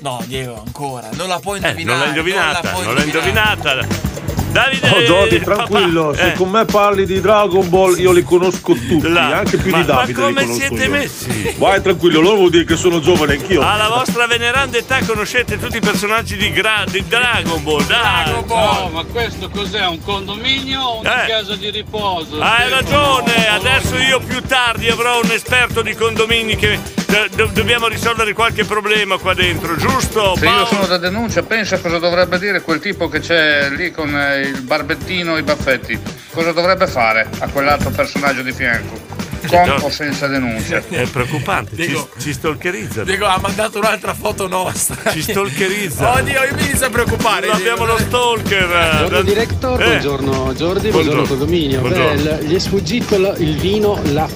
No, Diego, ancora. Non la puoi Eh, non l'ha indovinare. indovinata, puoi non l'ha indovinata. Davide! Oh Jordi, tranquillo, se eh. con me parli di Dragon Ball io li conosco tutti, anche più ma- di ma Davide come li conosco siete io. messi? Vai tranquillo, loro vuol dire che sono giovane anch'io. Alla vostra veneranda età conoscete tutti i personaggi di, Gra- di Dragon Ball, dai! Eh. No, ma questo cos'è? Un condominio o una casa di riposo? Ah, Hai ragione, adesso io più tardi avrò un esperto di condomini che do- do- dobbiamo risolvere qualche problema qua dentro, giusto? Se io sono da denuncia, pensa cosa dovrebbe dire quel tipo che c'è lì con eh, il barbettino e i baffetti. Cosa dovrebbe fare a quell'altro personaggio di fianco? Con o senza denuncia? È preoccupante, ci, ci stalkerizzano. Diego ha mandato un'altra foto nostra. Ci stalkerizza. Oddio, io mi inizio a preoccupare. Non abbiamo lo stalker. Buongiorno director, Eh. buongiorno Jordi, buongiorno, Buongiorno. condominio. Beh, Buongiorno. l- gli è sfuggito la- il vino La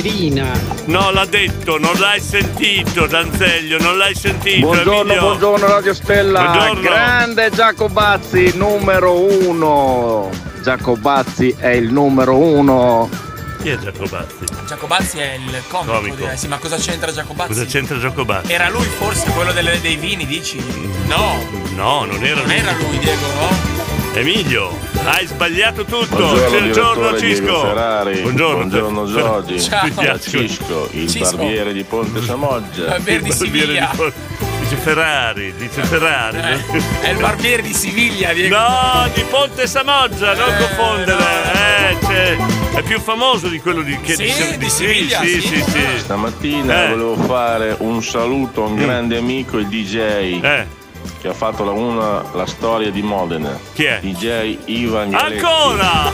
Passerina. No, l'ha detto, non l'hai sentito, Danzeglio, non l'hai sentito. Buongiorno, Emilio. buongiorno Radio Stella. Buongiorno. Grande Giacobazzi, numero uno. Giacobazzi è il numero uno. Chi è Giacobazzi? Giacobazzi è il comico. Comico. direi. Sì, ma cosa c'entra Giacobazzi? Cosa c'entra Giacobazzi? Era lui forse quello delle- dei vini, dici? No, No, non era non lui. era lui, Diego, no? Emilio, hai sbagliato tutto. Buongiorno, Buongiorno direttore Diego Cisco. Ferrari. Buongiorno, Buongiorno Giorgi. Ciao. Ciao. Cisco, il Cisco. barbiere di Ponte Samoggia. Il barbiere di Pol- Dice Ferrari, dice Ferrari. Eh, È il barbiere di Siviglia, Diego. No, di Ponte Samoggia, non confondere. Eh, c'è- è più famoso di quello di, che Sì, di Siviglia, Sì, sì. sì, sì. Stamattina Eh. Mm. volevo fare un saluto a un grande amico, il DJ, Eh. che ha fatto la, una, la storia di Modena. Chi è? DJ Ivan Ialetti. Ancora!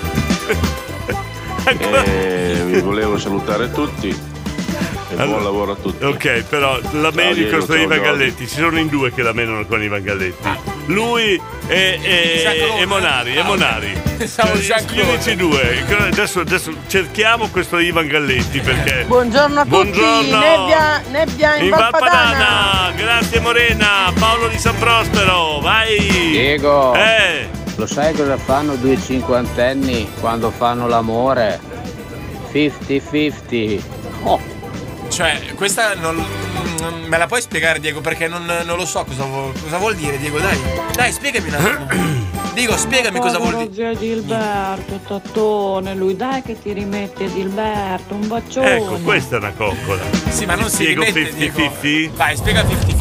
E Eh, vi volevo salutare tutti e buon lavoro a tutti. Ok, però la meni Diego, contro ciao, Ivan Giorgio. Galletti, ci sono in due che la menano con Ivan Galletti. Lui e, e- e Monari, Ah. e Monari. Pensavo Gli unici due. Adesso, adesso cerchiamo questo Ivan Galletti perché. Buongiorno a tutti, Buongiorno. nebbia, nebbia in, In Val Valpadana. Padana, grazie Morena, Paolo di San Prospero, vai! Diego, Eh. lo sai cosa fanno due cinquantenni quando fanno l'amore? 50-50. Oh. Cioè, questa non. mm, Me la puoi spiegare, Diego? Perché non, non lo so cosa, vuol- cosa vuol dire, Diego. Dai, dai, spiegami un attimo. Diego, spiegami cosa vuol dire. Povero zio Gilberto, Tattone, lui dai che ti rimette Gilberto, un bacione. Ecco, questa è una coccola. Sì, ma non si spiego rimette, 50-50. Vai, spiega 50-50.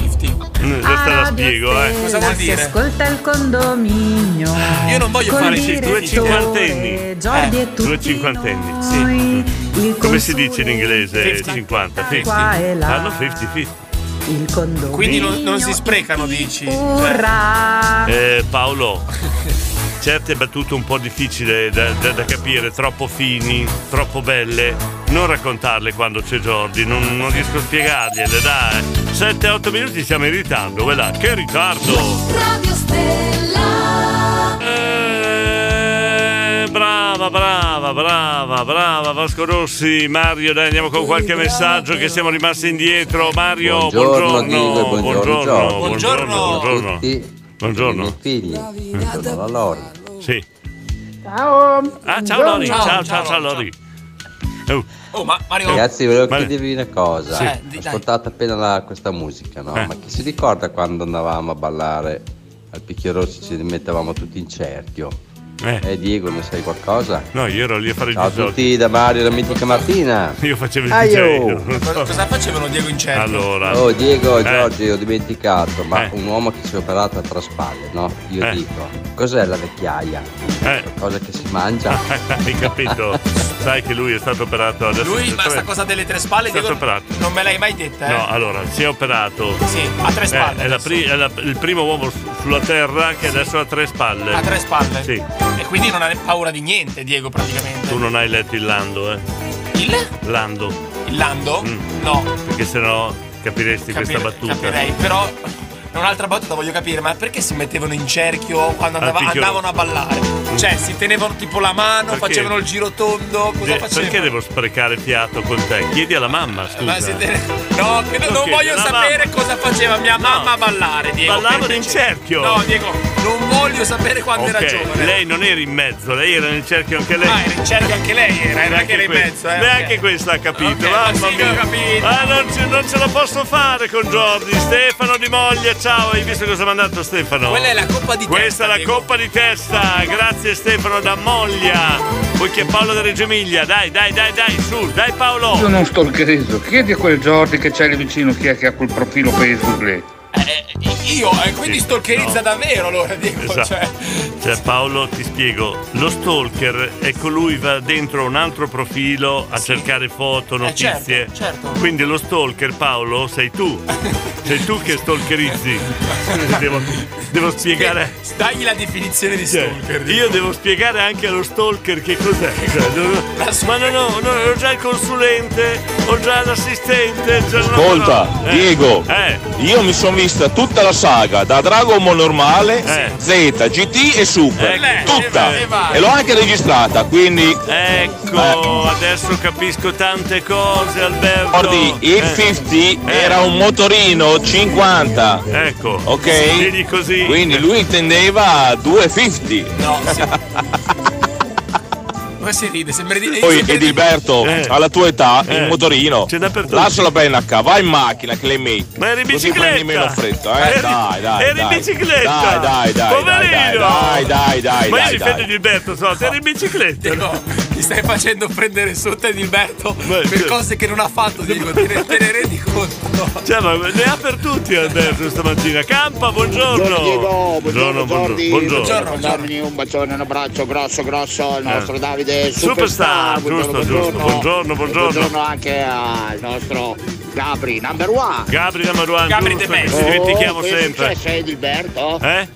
Questa Ah, la spiego, eh. Cosa vuol dire? Ascolta il condominio. Io non voglio Col fare direttore due cinquantenni. Giordi Eh, e tutti due cinquantenni. noi. Il Come si dice in inglese 50. 50? Qua e là. Fanno 50-50. Il condominio. Quindi non, non si sprecano, dici? Urrà. Eh, Paolo, certe battute un po' difficili da, da- da capire, troppo fini, troppo belle. Non raccontarle quando c'è Jordi, non, non riesco a spiegargliele, dai. 7-8 minuti siamo in ritardo, quella. Che ritardo! Radio Stella. Eh, Brava, brava, brava, brava Vasco Rossi, Mario, dai andiamo con qualche messaggio che siamo rimasti indietro. Mario, Buongiorno, buongiorno. Diego, e buongiorno, Giorgio. buongiorno, buongiorno. Buongiorno a tutti. Buongiorno. I miei figli. Buongiorno alla Lori. Sì. Ciao. Ah, ciao Lori, ciao, ciao, ciao, ciao. Lori. Oh, ma Mario. Ragazzi, volevo Mario. chiedervi una cosa. Sì. Eh, di- Ho dai. ascoltato appena la- questa musica, no? Eh. Ma chi si ricorda quando andavamo a ballare al Picchio Rossi ci mettevamo tutti in cerchio? Eh, Diego, ne sai qualcosa? No, io ero lì a fare il Ciao a DJ. tutti da Mario la mitica mattina. Io facevo il DJ. Oh. Cosa cosa facevano Diego in cerchio? Oh Diego, Eh. Giorgio, ho dimenticato, ma un uomo che si è operato a traspalle, no? Io Eh. dico, cos'è la vecchiaia? Qualcosa che si mangia? Hai capito? Sai che lui è stato operato adesso. Lui, ma sta cosa delle tre spalle, Stato Diego, operato. non me l'hai mai detta, eh? No, allora, si è operato. Sì, a tre spalle Eh, è, la adesso. pri- è la- il primo uomo su- sulla terra che adesso ha tre spalle. A tre spalle? Sì. E quindi non ha paura di niente, Diego, praticamente. Tu non hai letto il Lando, eh? Il? Lando. Il Lando? No. Mm. Perché sennò capiresti questa battuta. Capirei, però è un'altra battuta voglio capire, ma perché si mettevano in cerchio quando Al andava- picchio- andavano a ballare? Cioè, si tenevano tipo la mano, Perché? facevano il giro tondo, cosa Eh, facevano? Eh, perché devo sprecare fiato con te? Chiedi alla mamma, scusa. Ma si te- No, che no- non Ok, voglio la sapere cosa faceva mia mamma a ballare, Diego. Ballavano per in piacere. cerchio. No, Diego, non voglio sapere quando Ok, era giovane. lei non era in mezzo, lei era nel cerchio anche lei. Ah, era in cerchio anche lei, era, era Neanche che era in que- mezzo, eh. Neanche questa ha capito, Ok, ma mamma sì che mia. ho capito. Ah, non ce, non ce la posso fare con Jordi. Stefano di moglie, ciao, hai visto cosa ha mandato Stefano? Quella è la coppa di Questa testa, è la Diego. coppa di testa, grazie Stefano da Moglia, poi che Paolo da Reggio Emilia, dai, dai, dai, dai, su, dai Paolo. Io non stalkerizzo, chiedi a quel Jordi che c'è lì vicino chi è che ha quel profilo Facebook lì. Io, e quindi Sì, stalkerizza no. davvero allora, Diego. Esatto. Cioè, Cioè, Paolo, ti spiego, lo stalker è colui che va dentro un altro profilo a cercare foto, notizie. certo, certo. Quindi lo stalker, Paolo, sei tu. Sei tu che stalkerizzi. devo, devo spiegare. Cioè, dagli la definizione di stalker. Io devo spiegare anche allo stalker che cos'è. Cioè, non- ma no, no, no, ho già il consulente, ho già l'assistente. c'è una- Ascolta, Eh, Diego, eh. io mi sono vista tutta la saga da Dragon Ball normale, Z, GT e Super, tutta, eh, vai. e l'ho anche registrata, quindi eh, Ecco, adesso capisco tante cose, Alberto. ricordi, Eh. il 50 era un motorino 50, ecco, ok? Vedi così. Quindi lui intendeva 250. No, Ma si ride, sembra di Poi Edilberto, alla tua età, Eh. il motorino, C'è dappertutto. lascia la penacca, vai in macchina che le metti. Ma eri in Così bicicletta! prendi meno fretta, eh? Eri- dai, dai. eri in dai. bicicletta! Dai, dai, dai, dai, dai, Poverino! dai, dai, dai, Ma io dai, difendo dai. Edilberto, so, sei in bicicletta. No, ti stai facendo prendere sotto Edilberto per cose che non ha fatto, Diego. Te ne, te ne rendi conto? Cioè, ma ne ha per tutti Alberto stamattina. Campa, buongiorno. Diego, buongiorno, Buongiorno, Jordi, buongiorno. buongiorno, Giorni, un bacione, un abbraccio grosso grosso al Eh. nostro Davide Superstar, Superstar, buongiorno, giusto, giusto. Buongiorno, buongiorno. E buongiorno anche al nostro Gabri, number one. Gabri da Maruan, giusto, che ci dimentichiamo Oh, sempre. Che successo Edilberto? Eh?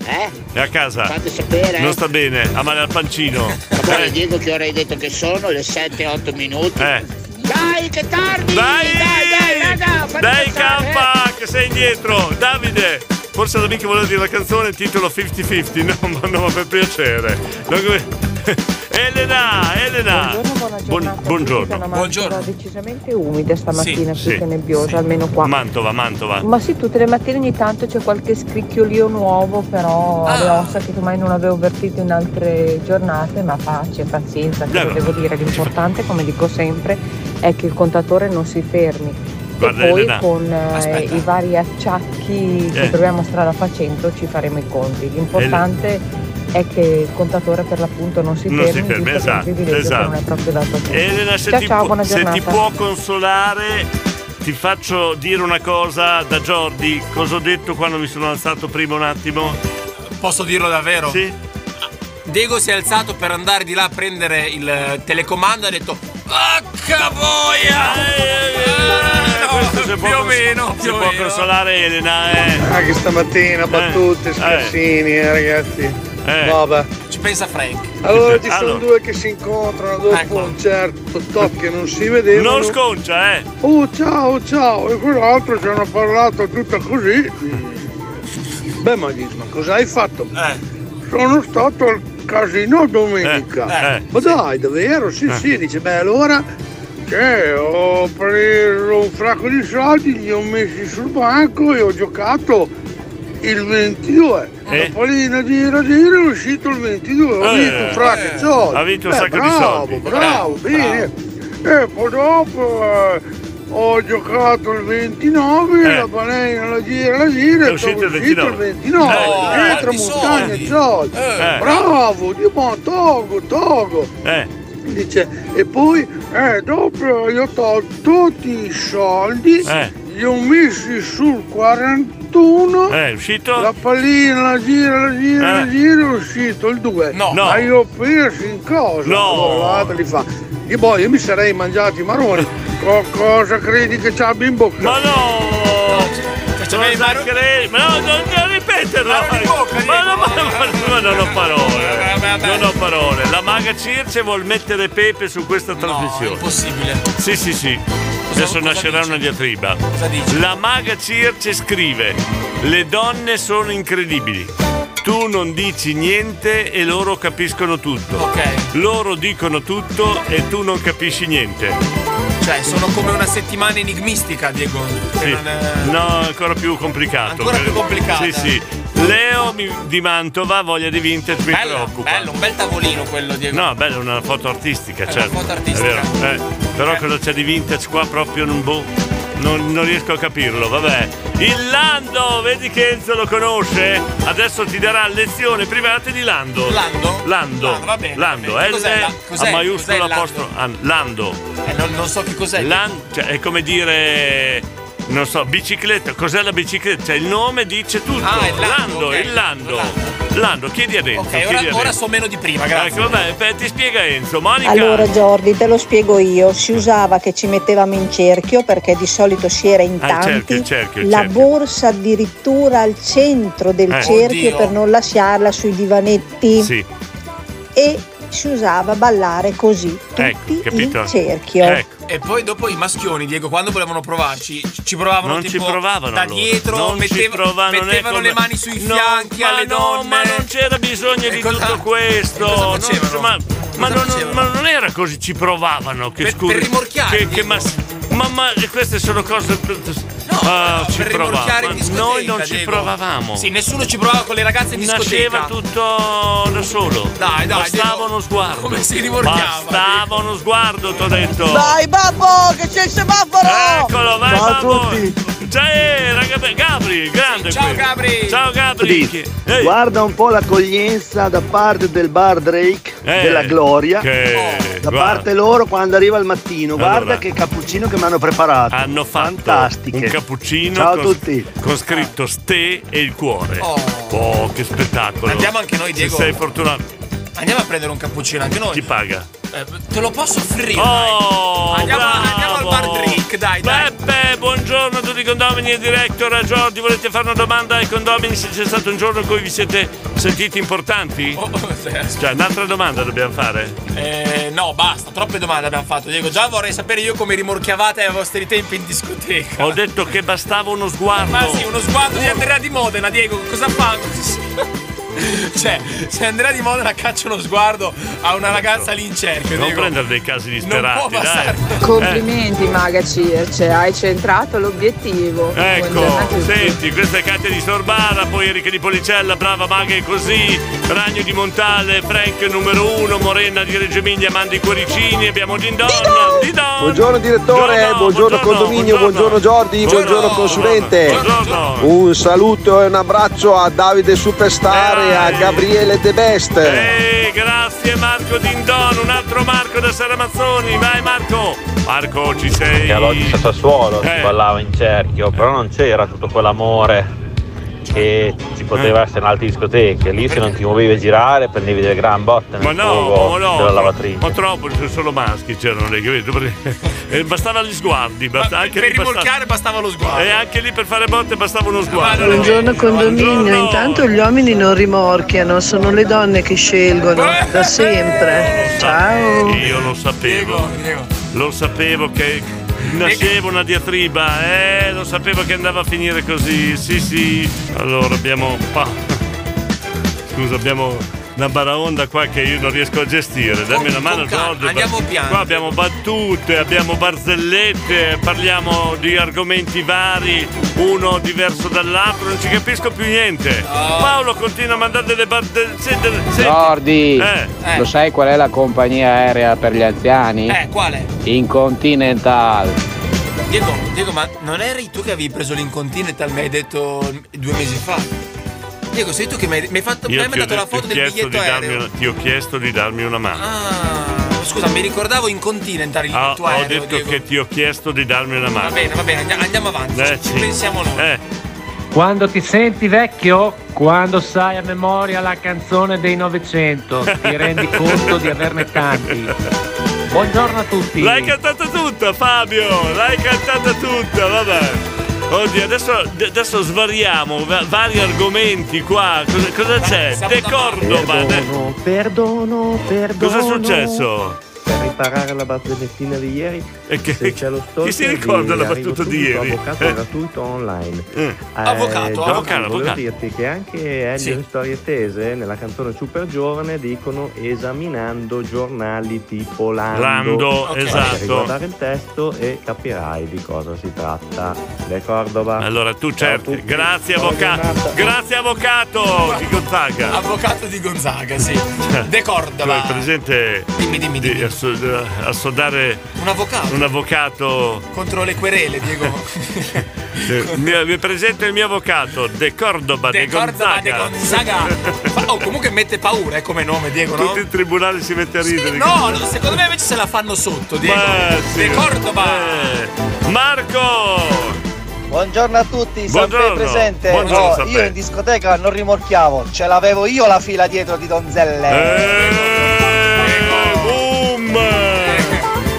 È a casa. Fate sapere. Non sta bene, ha male al pancino. Poi Diego che ora hai detto che sono le 7-8 minuti. Eh. Dai che tardi! Dai! dai, dai, raga, fate Dai pensare, K che sei indietro Davide Forse la mica voleva dire la canzone titolo 50-50 No ma no ma per piacere Non come- Elena Elena Buon- Buongiorno Buongiorno. decisamente umida stamattina, Sì, sì, sì, nebbiosa, almeno qua. Mantova Mantova Ma sì, tutte le mattine ogni tanto c'è qualche scricchiolio nuovo, però alle ossa che ormai non avevo avvertito in altre giornate, ma pace, pazienza, cosa devo dire? L'importante, come dico sempre, è che il contatore non si fermi. Guarda, e poi Elena, con eh, aspetta. i vari acciacchi Eh. che troviamo strada facendo ci faremo i conti. L'importante è che il contatore per l'appunto non si Non fermi, si fermi, giusto per esatto, un privilegio che non è esatto. proprio dato a tutti. Elena se, ciao, ti, ciao, pu- buona se giornata. ti può consolare Ti faccio dire una cosa da Jordi Cosa ho detto quando mi sono alzato prima un attimo Posso dirlo davvero? Sì Diego si è alzato per andare di là a prendere il eh, telecomando e ha detto Vacca boia! Eh, Ah, più o meno, Si più o può meno. consolare Elena eh. Anche stamattina battute, scherzini, eh, ragazzi. Eh. Vabbè. Ci pensa Frank. Allora ci sono Allora. due che si incontrano dopo un certo top che non si vedevano. Non sconcia eh Oh ciao ciao! E quell'altro ci hanno parlato tutta così. Beh ma dici, ma cosa hai fatto? Eh. Sono stato al casino domenica. Eh, eh, ma dai, davvero? Sì, Eh. sì, dice, beh allora. Che ho preso un fracco di soldi, li ho messi sul banco e ho giocato il 22. Eh. Topolino gira gira è uscito il 22, ho Eh. vinto un fracco di soldi. Ha vinto un Beh, sacco di bravo, soldi. Bravo, Eh, bene. E Eh, poi dopo eh, ho giocato il 29, Eh. la panena la gira la gira È e uscito sono il uscito 29. il 29. Eh, Dentro tanti montagna soldi. di soldi. Eh. Bravo, di buon Togo, Togo. Eh. Dice, e poi eh, dopo io ho tolto tutti i soldi, Eh. li ho messi sul 41. Eh, è uscito? La pallina la gira, la gira, Eh. la gira, è uscito il 2. No. No. Ma io ho perso in cosa? No. Allora, li fa. Io, boh, io mi sarei mangiato i maroni. Co- cosa credi che c'abbia in bocca? Ma no! Cosa credi? Ma no, non, non ripeterlo! Ma no, ma, ma- ma non ho parole! Non ho parole! La maga Circe vuol mettere pepe su questa trasmissione. No, impossibile! Sì, sì, sì. Adesso nascerà una diatriba. La maga Circe scrive: Le donne sono incredibili. Tu non dici niente e loro capiscono tutto. Ok. Loro dicono tutto e tu non capisci niente. Cioè, sono come una settimana enigmistica, Diego. che Sì. non è- No, ancora più complicato. Ancora più complicata. Sì, sì. Leo mi- di Mantova, voglia di vintage, mi preoccupa. Bello, un bel tavolino quello, Diego. No, bello, una foto artistica, certo. foto artistica. Eh. È vero. eh. Però cosa c'è di vintage qua proprio non boh. Non, non riesco a capirlo, vabbè. Il Lando, vedi che Enzo lo conosce? Adesso ti darà lezione private di Lando. Lando? Lando. Ah, va bene, Lando, va bene. L Cos'è la- cos'è- a maiuscolo cos'è Lando? apostrofo ah, Lando. Eh, non, non so che cos'è. Lan- cioè, è come dire. Non so, bicicletta, cos'è la bicicicletta? Cioè, il nome dice tutto. Ah, è Lando, Lando, ok. il Lando. Lando, chiedi a Enzo. Ok, chiedi ora, a ora Enzo. so meno di prima, grazie. Ecco, vabbè, beh, ti spiega Enzo. Monica. Ah, Allora Jordi, te lo spiego io, si usava che ci mettevamo in cerchio perché di solito si era in Ah, il tanti, cerchio, il cerchio, il la cerchio. borsa addirittura al centro del Eh. cerchio Oddio. per non lasciarla sui divanetti Sì, e si usava ballare così, ecco, capito? Ecco. in cerchio. E poi dopo i maschioni, Diego, quando volevano provarci, ci provavano Non tipo ci provavano da allora. dietro, Non ci mettev- provavano, non è mettevano come- le mani sui No, fianchi ma alle no, donne. ma non c'era bisogno di tutto questo. Non- ma, ma non, ma non era così, ci provavano. Che Per- scusi. per rimorchiare, Che, che mas- ma, ma queste sono cose. Ah, ci per rimorchiare provavano. in Ma discoteca. Noi non ci Diego. provavamo. Sì, nessuno ci provava con le ragazze in discoteca. Nasceva tutto da solo. Dai, dai, Bastava Diego. uno sguardo. Come si rimorchiava, Bastava uno sguardo, ti ho detto. Dai babbo, che c'è il semaforo! Eccolo, vai Ciao a babbo. Ciao, eh, raga, beh, Gabri, grande ciao, qui. Gabri. Ciao Gabri. Che- eh, Guarda un po' l'accoglienza da parte del bar Drake eh, della Gloria. che- Oh. Da guarda, parte loro quando arriva il mattino, Allora. guarda che cappuccino che mi hanno preparato. hanno fatto un cappuccino Ciao a con, tutti. con scritto ste e il cuore. Oh, che spettacolo. Andiamo anche noi, Diego. Se sei fortunato. Andiamo a prendere un cappuccino anche noi. Chi paga? Eh, te lo posso offrire. Oh, dai. andiamo, bravo. andiamo al bar drink, dai, dai. Beppe, buongiorno a tutti i condomini e director a Giordi. Volete fare una domanda ai condomini se c'è stato un giorno in cui vi siete sentiti importanti? Oh, Cioè, un'altra domanda dobbiamo fare. Eh, no, basta, troppe domande abbiamo fatto, Diego. Già vorrei sapere io come rimorchiavate ai vostri tempi in discoteca. Ho detto che bastava uno sguardo. Ma sì, uno sguardo di Andrea di Modena, Diego, cosa fa? Cioè, se Andrea di Modena caccia uno sguardo a una ragazza lì in cerchio, Certo. Non Diego. prendere dei casi disperati, può passare. dai. Eh. Complimenti Maga Circe, hai centrato l'obiettivo. Buongiorno a Ecco, tutti. senti, questa è Katia di Sorbara, poi Enrica di Policella, brava Maga è così, Ragno di Montale, Frank numero uno, Morena di Reggio Emilia, mandi i cuoricini, abbiamo Dindon, Dindon, Buongiorno direttore, buongiorno, condominio, buongiorno, Jordi, buongiorno, consulente. Un saluto e un abbraccio a Davide Superstar e a Gabriele De Best. Eh, grazie Marco Dindon, un altro Marco da Saramazzoni, vai Marco! Marco, Ecco, ci sei? E a Loggia Sassuolo si Eh. ballava in cerchio, però non c'era tutto quell'amore che ci poteva Eh. essere in altre discoteche. Lì se non ti muovevi a girare prendevi delle gran botte nel Ma no, fuoco ma no, della ma, lavatrice. troppo, sono solo maschi, c'erano lei, capito? Perché- eh, Bastava gli sguardi, bast- anche per lì bastava- rimorchiare bastava lo sguardo. E anche lì per fare botte bastava uno sguardo. Buongiorno condominio, intanto gli uomini non rimorchiano, sono le donne che scelgono Eh. da sempre. Ciao. Io lo sapevo. Lo sapevo che nasceva una diatriba, eh, lo sapevo che andava a finire così. Sì, sì. Allora abbiamo pa. Scusa, abbiamo una baraonda qua che io non riesco a gestire. Dammi una mano, Giorgio. Andiamo piano. Qua abbiamo battute, abbiamo barzellette, parliamo di argomenti vari, uno diverso dall'altro, non ci capisco più niente. Paolo continua a mandare delle barzellette. Jordi, Eh. Eh. lo sai qual è la compagnia aerea per gli anziani? Eh, quale? Incontinental. Eh. Diego, Diego, ma non eri tu che avevi preso l'Incontinental, mi hai detto due mesi fa? Diego, sei tu che mi hai, mi hai fatto, mi hai ti ho mandato la de- ti ho foto del chiesto biglietto di darmi aereo. una- ti ho chiesto di darmi una mano. Scusa, mi ricordavo Incontinental, il Ah, tuo ho aereo, detto Diego. che ti ho chiesto di darmi una mano. Va bene, va bene, andia- andiamo avanti. Eh, ci sì. pensiamo noi. Quando ti senti vecchio, quando sai a memoria la canzone dei Novecento, ti rendi conto di averne tanti. Buongiorno a tutti. L'hai cantata tutta, Fabio! L'hai cantata tutta, vabbè. Oddio, adesso, adesso svariamo va- vari argomenti qua. Cosa, cosa c'è? De Cordoba. de- Perdono, perdono, perdono. Cosa è successo? Per riparare la battutina di ieri, se c'è lo stalker chi si ricorda vi la arrivo battuta di subito, ieri? Avvocato Eh. gratuito online. Eh, Avvocato, Giorgio, avvocato, volevo avvocato. dirti che anche Elio Sì. in Storie Tese, nella canzone Super Giovane, dicono esaminando giornali tipo Lando. Lando, Ok. esatto. Vai a guardare il testo e capirai di cosa si tratta. De Cordoba. Allora tu certo. Grazie avvocato. Grazie avvocato di Gonzaga. Avvocato di Gonzaga, sì. De Tu hai Cordova. presente dimmi, dimmi, dimmi. ass- eh, assodare un avvocato. un avvocato. Contro le querele, Diego. Eh, mi- Vi presento il mio avvocato, De Cordoba De, Cordova de Gonzaga. Gonzaga. Fa- Oh, comunque mette paura, eh, come nome, Diego, no? Tutti in tribunale si mette a ridere. di No, questo. no, secondo me invece se la fanno sotto, Diego. Beh, sì. De Cordoba. Eh, Marco! Buongiorno a tutti, Buongiorno. sempre presente. Buongiorno, No, San io Pe. in discoteca non rimorchiavo, ce l'avevo io la fila dietro di Eh, donzelle. Boom!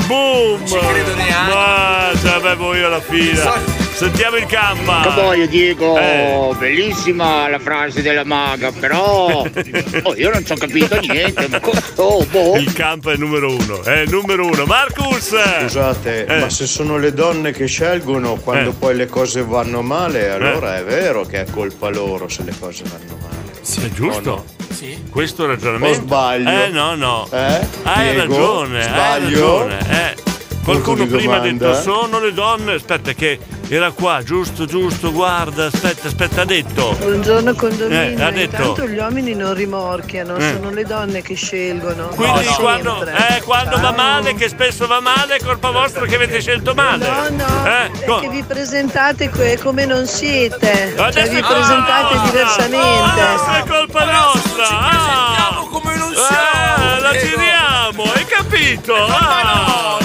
Boom! Ci credo neanche. Ma ce l'avevo io la fila. Sentiamo il campa. Cavoglio Diego, Eh. bellissima la frase della maga, però oh, io non ci ho capito niente. ma co- oh, boh. Il campo è numero uno, è il numero uno. Marcus! Scusate, Eh. ma se sono le donne che scelgono quando Eh. poi le cose vanno male, allora Eh. è vero che è colpa loro se le cose vanno male. È giusto? O Sì. Questo ragionamento. O sbaglio? Eh no, no. Eh? Hai Diego? ragione, Sbaglio? hai ragione. eh. Qualcuno Punto di prima ha detto domanda. sono le donne. Aspetta che era qua, giusto, giusto, guarda, aspetta, aspetta, ha detto. Buongiorno condominio, Eh, ha detto. intanto gli uomini non rimorchiano, Eh. sono le donne che scelgono. Quindi Da quando, sempre. Ah. eh, quando va male, che spesso va male, è colpa vostra che avete scelto male. No, no, Eh, co- Che vi presentate que- come non siete, cioè Adesso- vi presentate Ah! diversamente. Ah, è colpa nostra! Ah, come non siamo! la giriamo, hai capito? Ah, ah,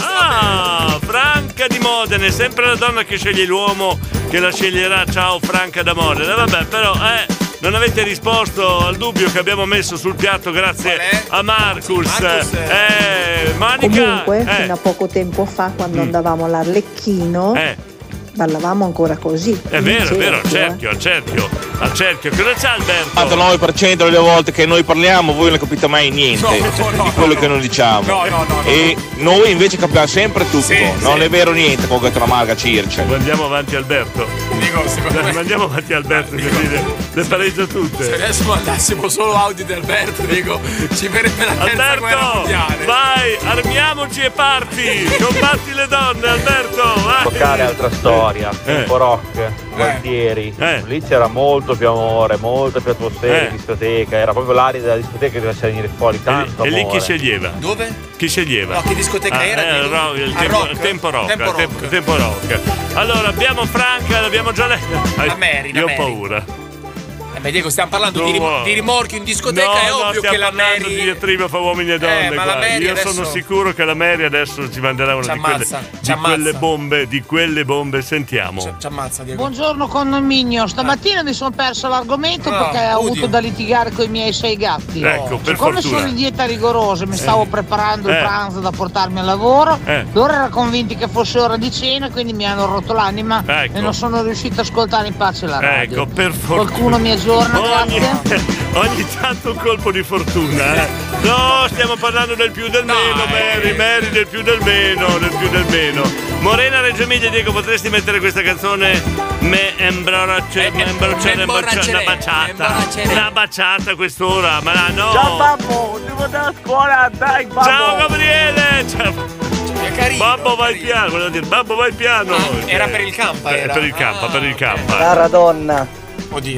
Franca di Modena, è sempre la donna che sceglie l'uomo che la sceglierà. Ciao Franca da Modena. Vabbè, però eh, non avete risposto al dubbio che abbiamo messo sul piatto grazie a Marcus. eh, Manica, Comunque, eh, Mm. fino a poco tempo fa, quando andavamo all'Arlecchino, Eh. parlavamo ancora così. è in vero, è vero, al cerchio, eh. cerchio, al cerchio, al cerchio. Cosa c'è Alberto? 99% delle volte che noi parliamo voi non capite mai niente di quello che noi diciamo e noi invece capiamo sempre tutto non è vero niente con questa marca Circe andiamo avanti Alberto Dai, Mandiamo avanti Alberto così le, le pareggio Se tutte. adesso mandassimo solo audio di Alberto, Diego, ci verrebbe la terza guerra mondiale. Alberto, vai, armiamoci e parti! Combatti le donne, Alberto! Vai. Locale è altra storia, Eh. Tempo Rock, Gualtieri, lì c'era molto più amore, molto più atmosfera Eh. in discoteca, era proprio l'aria della discoteca che doveva venire fuori tanto E lì chi amore. sceglieva? Dove? Chi sceglieva? No, che discoteca era, eh, Diego? ro- il A tempo, Rock? tempo rock. Tempo al tempo- tempo rock. Allora, abbiamo Franca, l'abbiamo già letta. La Mary, la Io ho Mary. paura. Eh beh, Diego, stiamo parlando di, rim- No. di rimorchio in discoteca, no, è no, ovvio stiamo che la parlando Mary... Eh, di diatriba fra uomini e donne. ma la guarda. Mary Io adesso- sono sicuro che la Mary adesso ci manderà una Ci di, quelle, ammazza, ci di ammazza. quelle bombe. Di quelle bombe, sentiamo. Ci ammazza, Diego. Buongiorno condominio, stamattina mi sono perso l'argomento Ah, perché ho odio. avuto da litigare con i miei sei gatti. Ecco, per Siccome fortuna. sono in dieta rigorosa, mi stavo preparando il Eh. pranzo da portarmi al lavoro, Eh. loro erano convinti che fosse ora di cena, quindi mi hanno rotto l'anima Ecco. e non sono riuscito a ascoltare in pace la radio. Ecco, per fortuna. Qualcuno mi aggiorna, ogni, grazie. ogni tanto un colpo di fortuna. eh. No, stiamo parlando del più del meno, Mary, Mary, del più del meno, del più del meno. Morena Reggio Emilia, Diego, potresti mettere questa canzone? Me embroracce, Eh, me embroracce, emborracere, una baciata. Una baciata a quest'ora, ma no. Ciao babbo, devo andare a scuola, dai babbo! Ciao Gabriele! Ciao. babbo vai piano, volevo dire, babbo vai piano! Ah, era per il campa, Eh, era. Ah, Per il campa, per il campa. Cara donna,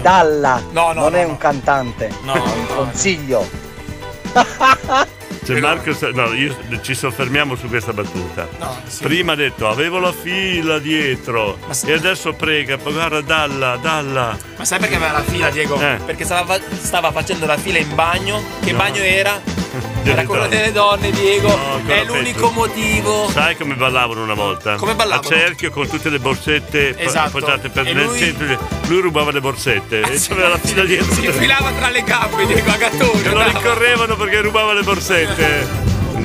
Dalla non è no, un cantante, no, no. consiglio. Cioè Marco, sa- no, io- ci soffermiamo su questa battuta. Prima ha detto avevo la fila dietro e adesso prega, ma guarda dalla, dalla. Ma sai perché aveva la fila, Diego? Eh. Perché stava, stava facendo la fila in bagno. Che No. bagno era? Era quello donne. delle donne, Diego. No, ancora è l'unico peggio. motivo. Sai come ballavano una volta? Come ballavano? A cerchio con tutte le borsette pa- Esatto. appoggiate per E nel lui- centro. Lui rubava le borsette e c'aveva la fila dietro. Si infilava tra le gambe, Diego, a gattone. Che lo ricorrevano perché rubava le borsette.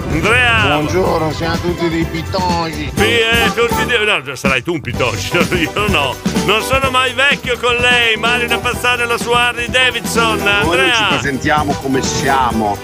Andrea! Buongiorno, siamo tutti dei pitoni. Sì, eh, tutti di- no, sarai tu un pitoccio, io no. Non sono mai vecchio con lei, Mario da passare la sua Harley Davidson, Noi non ci Andrea. presentiamo come siamo,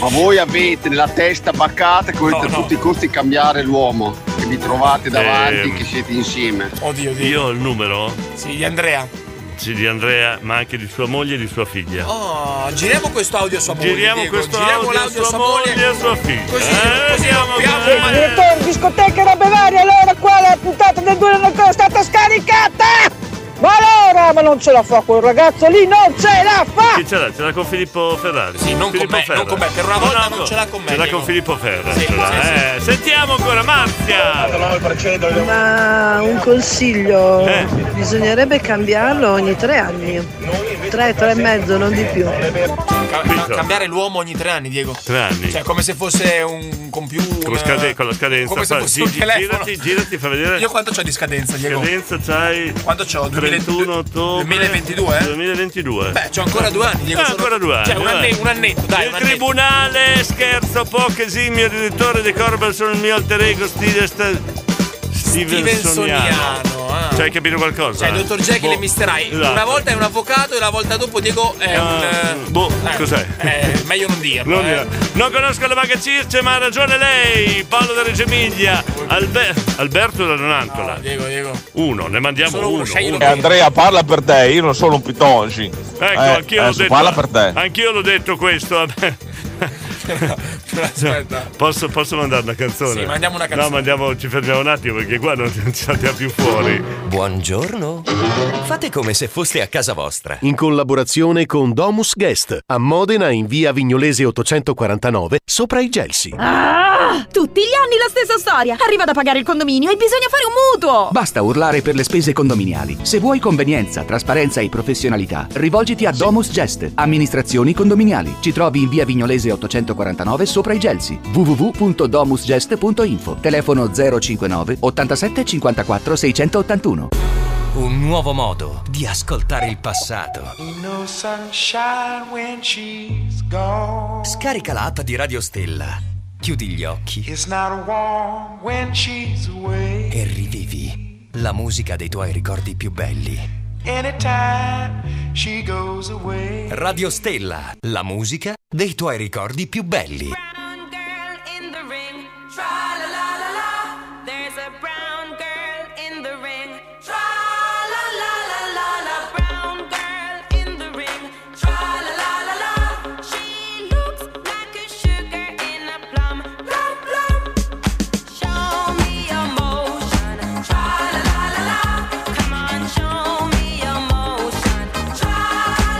ma voi avete nella testa baccata che volete a tutti i costi cambiare l'uomo che vi trovate davanti, Ehm. che siete insieme. Oddio, Io ho il numero? Sì, di Andrea. Sì, di Andrea, ma anche di sua moglie e di sua figlia. Oh, giriamo questo audio a sua moglie. Giriamo Diego. questo Giriamo audio a l'audio a sua sua moglie. e a sua figlia. Così, Eh, così andiamo rompiamo bene. il Direttore, discoteca da Bavaria, allora qua la puntata del 2 non è ancora stata scaricata! Ma allora, ma non ce la fa quel ragazzo lì, non ce la fa! Chi ce l'ha? Ce l'ha con Filippo Ferrari. Sì, non con me, non con me, per una volta non ce l'ha con me. Ce l'ha Diego. con Filippo Ferrari. Sì, ce l'ha, sì, eh. Sentiamo ancora Marzia. Ma un consiglio, Eh. bisognerebbe cambiarlo ogni tre anni. Tre, tre e mezzo, non di più. Ca- ca- cambiare l'uomo ogni tre anni, Diego. Tre anni. Cioè, come se fosse un computer. Con, scade- con la scadenza. Come se fa- fosse gi- un gi- telefono. girati, girati, fa vedere. Io quanto c'ho di scadenza, Diego? Scadenza c'hai? Quanto c'ho? 31 ottobre Esatto. 2022? 2022. Beh, c'ho ancora due anni, Diego. Eh, sono- ancora due anni. Cioè, un, dai. anne- un annetto, dai. Il tribunale, scherzo poco, esimio direttore di Corberson, il mio alter ego, stile sta- Stevensoniano. Stevensoniano, ah. Cioè, hai capito qualcosa? Cioè, il dottor Jekyll Boh. e Mr. Hyde. Esatto. Una volta è un avvocato e la volta dopo Diego è un. eh, Boh, cos'è? eh, meglio non dirlo. Non, eh. dirà. Non conosco la maga Circe, ma ha ragione lei. Paolo da Reggio Emilia, Albe- Alberto da Donantola. Diego, Diego. Uno, ne mandiamo uno. uno. E Andrea parla per te, io non sono un pitonci. Ecco, Eh, anch'io l'ho adesso detto. Parla per te. Anch'io l'ho detto questo. vabbè. Posso, posso mandare una canzone? Sì, mandiamo una canzone. No, mandiamo, ci fermiamo un attimo perché qua non, non ci andiamo più fuori. Buongiorno. Fate come se foste a casa vostra. In collaborazione con Domus Guest a Modena in via Vignolese 849 sopra i Gelsi. Ah! Tutti gli anni la stessa storia. Arriva da pagare il condominio e bisogna fare un mutuo. Basta urlare per le spese condominiali. Se vuoi convenienza, trasparenza e professionalità, rivolgiti a Domus Gest, amministrazioni condominiali. Ci trovi in via Vignolese 849 sopra i Gelsi. www.domusgest.info. Telefono 059 87 54 681. Un nuovo modo di ascoltare il passato. No sunshine when she's gone. Scarica l'app di Radio Stella. Chiudi gli occhi It's not warm when she's away. e rivivi la musica dei tuoi ricordi più belli. Anytime she goes away. Radio Stella, la musica dei tuoi ricordi più belli. There's a brown girl in the ring. Tra la la la la la. Brown girl in the ring. Tra la la la la. She looks like a sugar in a plum. Plum plum. Show me emotion. Tra la la la la. Come on, show me emotion. Tra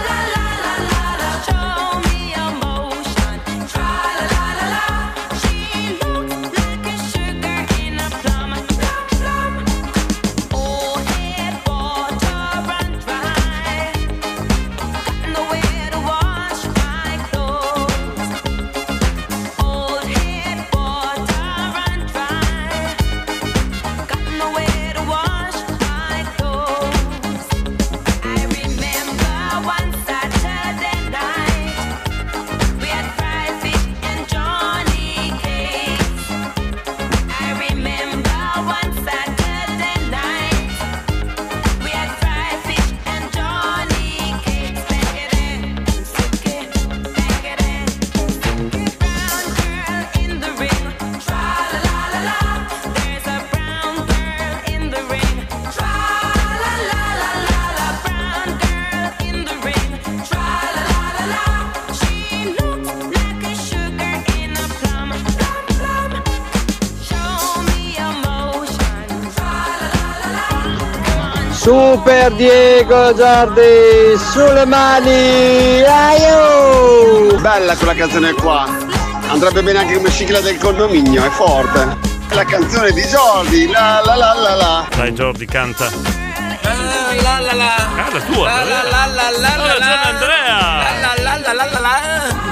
la la la la la. Show me emotion. Tra la la la la. She looks like a sugar in a plum. Plum plum. Oh, head water run dry. Got nowhere to wash my clothes. Old head water run dry. Got nowhere to wash my clothes. I remember one Saturday night. We had fried fish and Johnny cakes. I remember one Saturday night. We had fried fish and Johnny cakes. Back it in, stick it, back it in. Brown girl in the ring, tra la la la la. There's a brown girl in the ring, tra la la la la la. Brown girl in the ring, tra la la la la. She looks like a sugar in a plum, plum plum. Show me emotion, tra la la la la. Super Diego Giardi sulle mani! Aio! Bella quella canzone qua. Andrebbe bene anche come sigla del condominio, è forte. La canzone di Jordi, la la la la la. Dai Jordi, canta. Ah, la la la. Ah, la tua. Ah. La la la la la la Allora, la. Gian Andrea. La la la la la la la.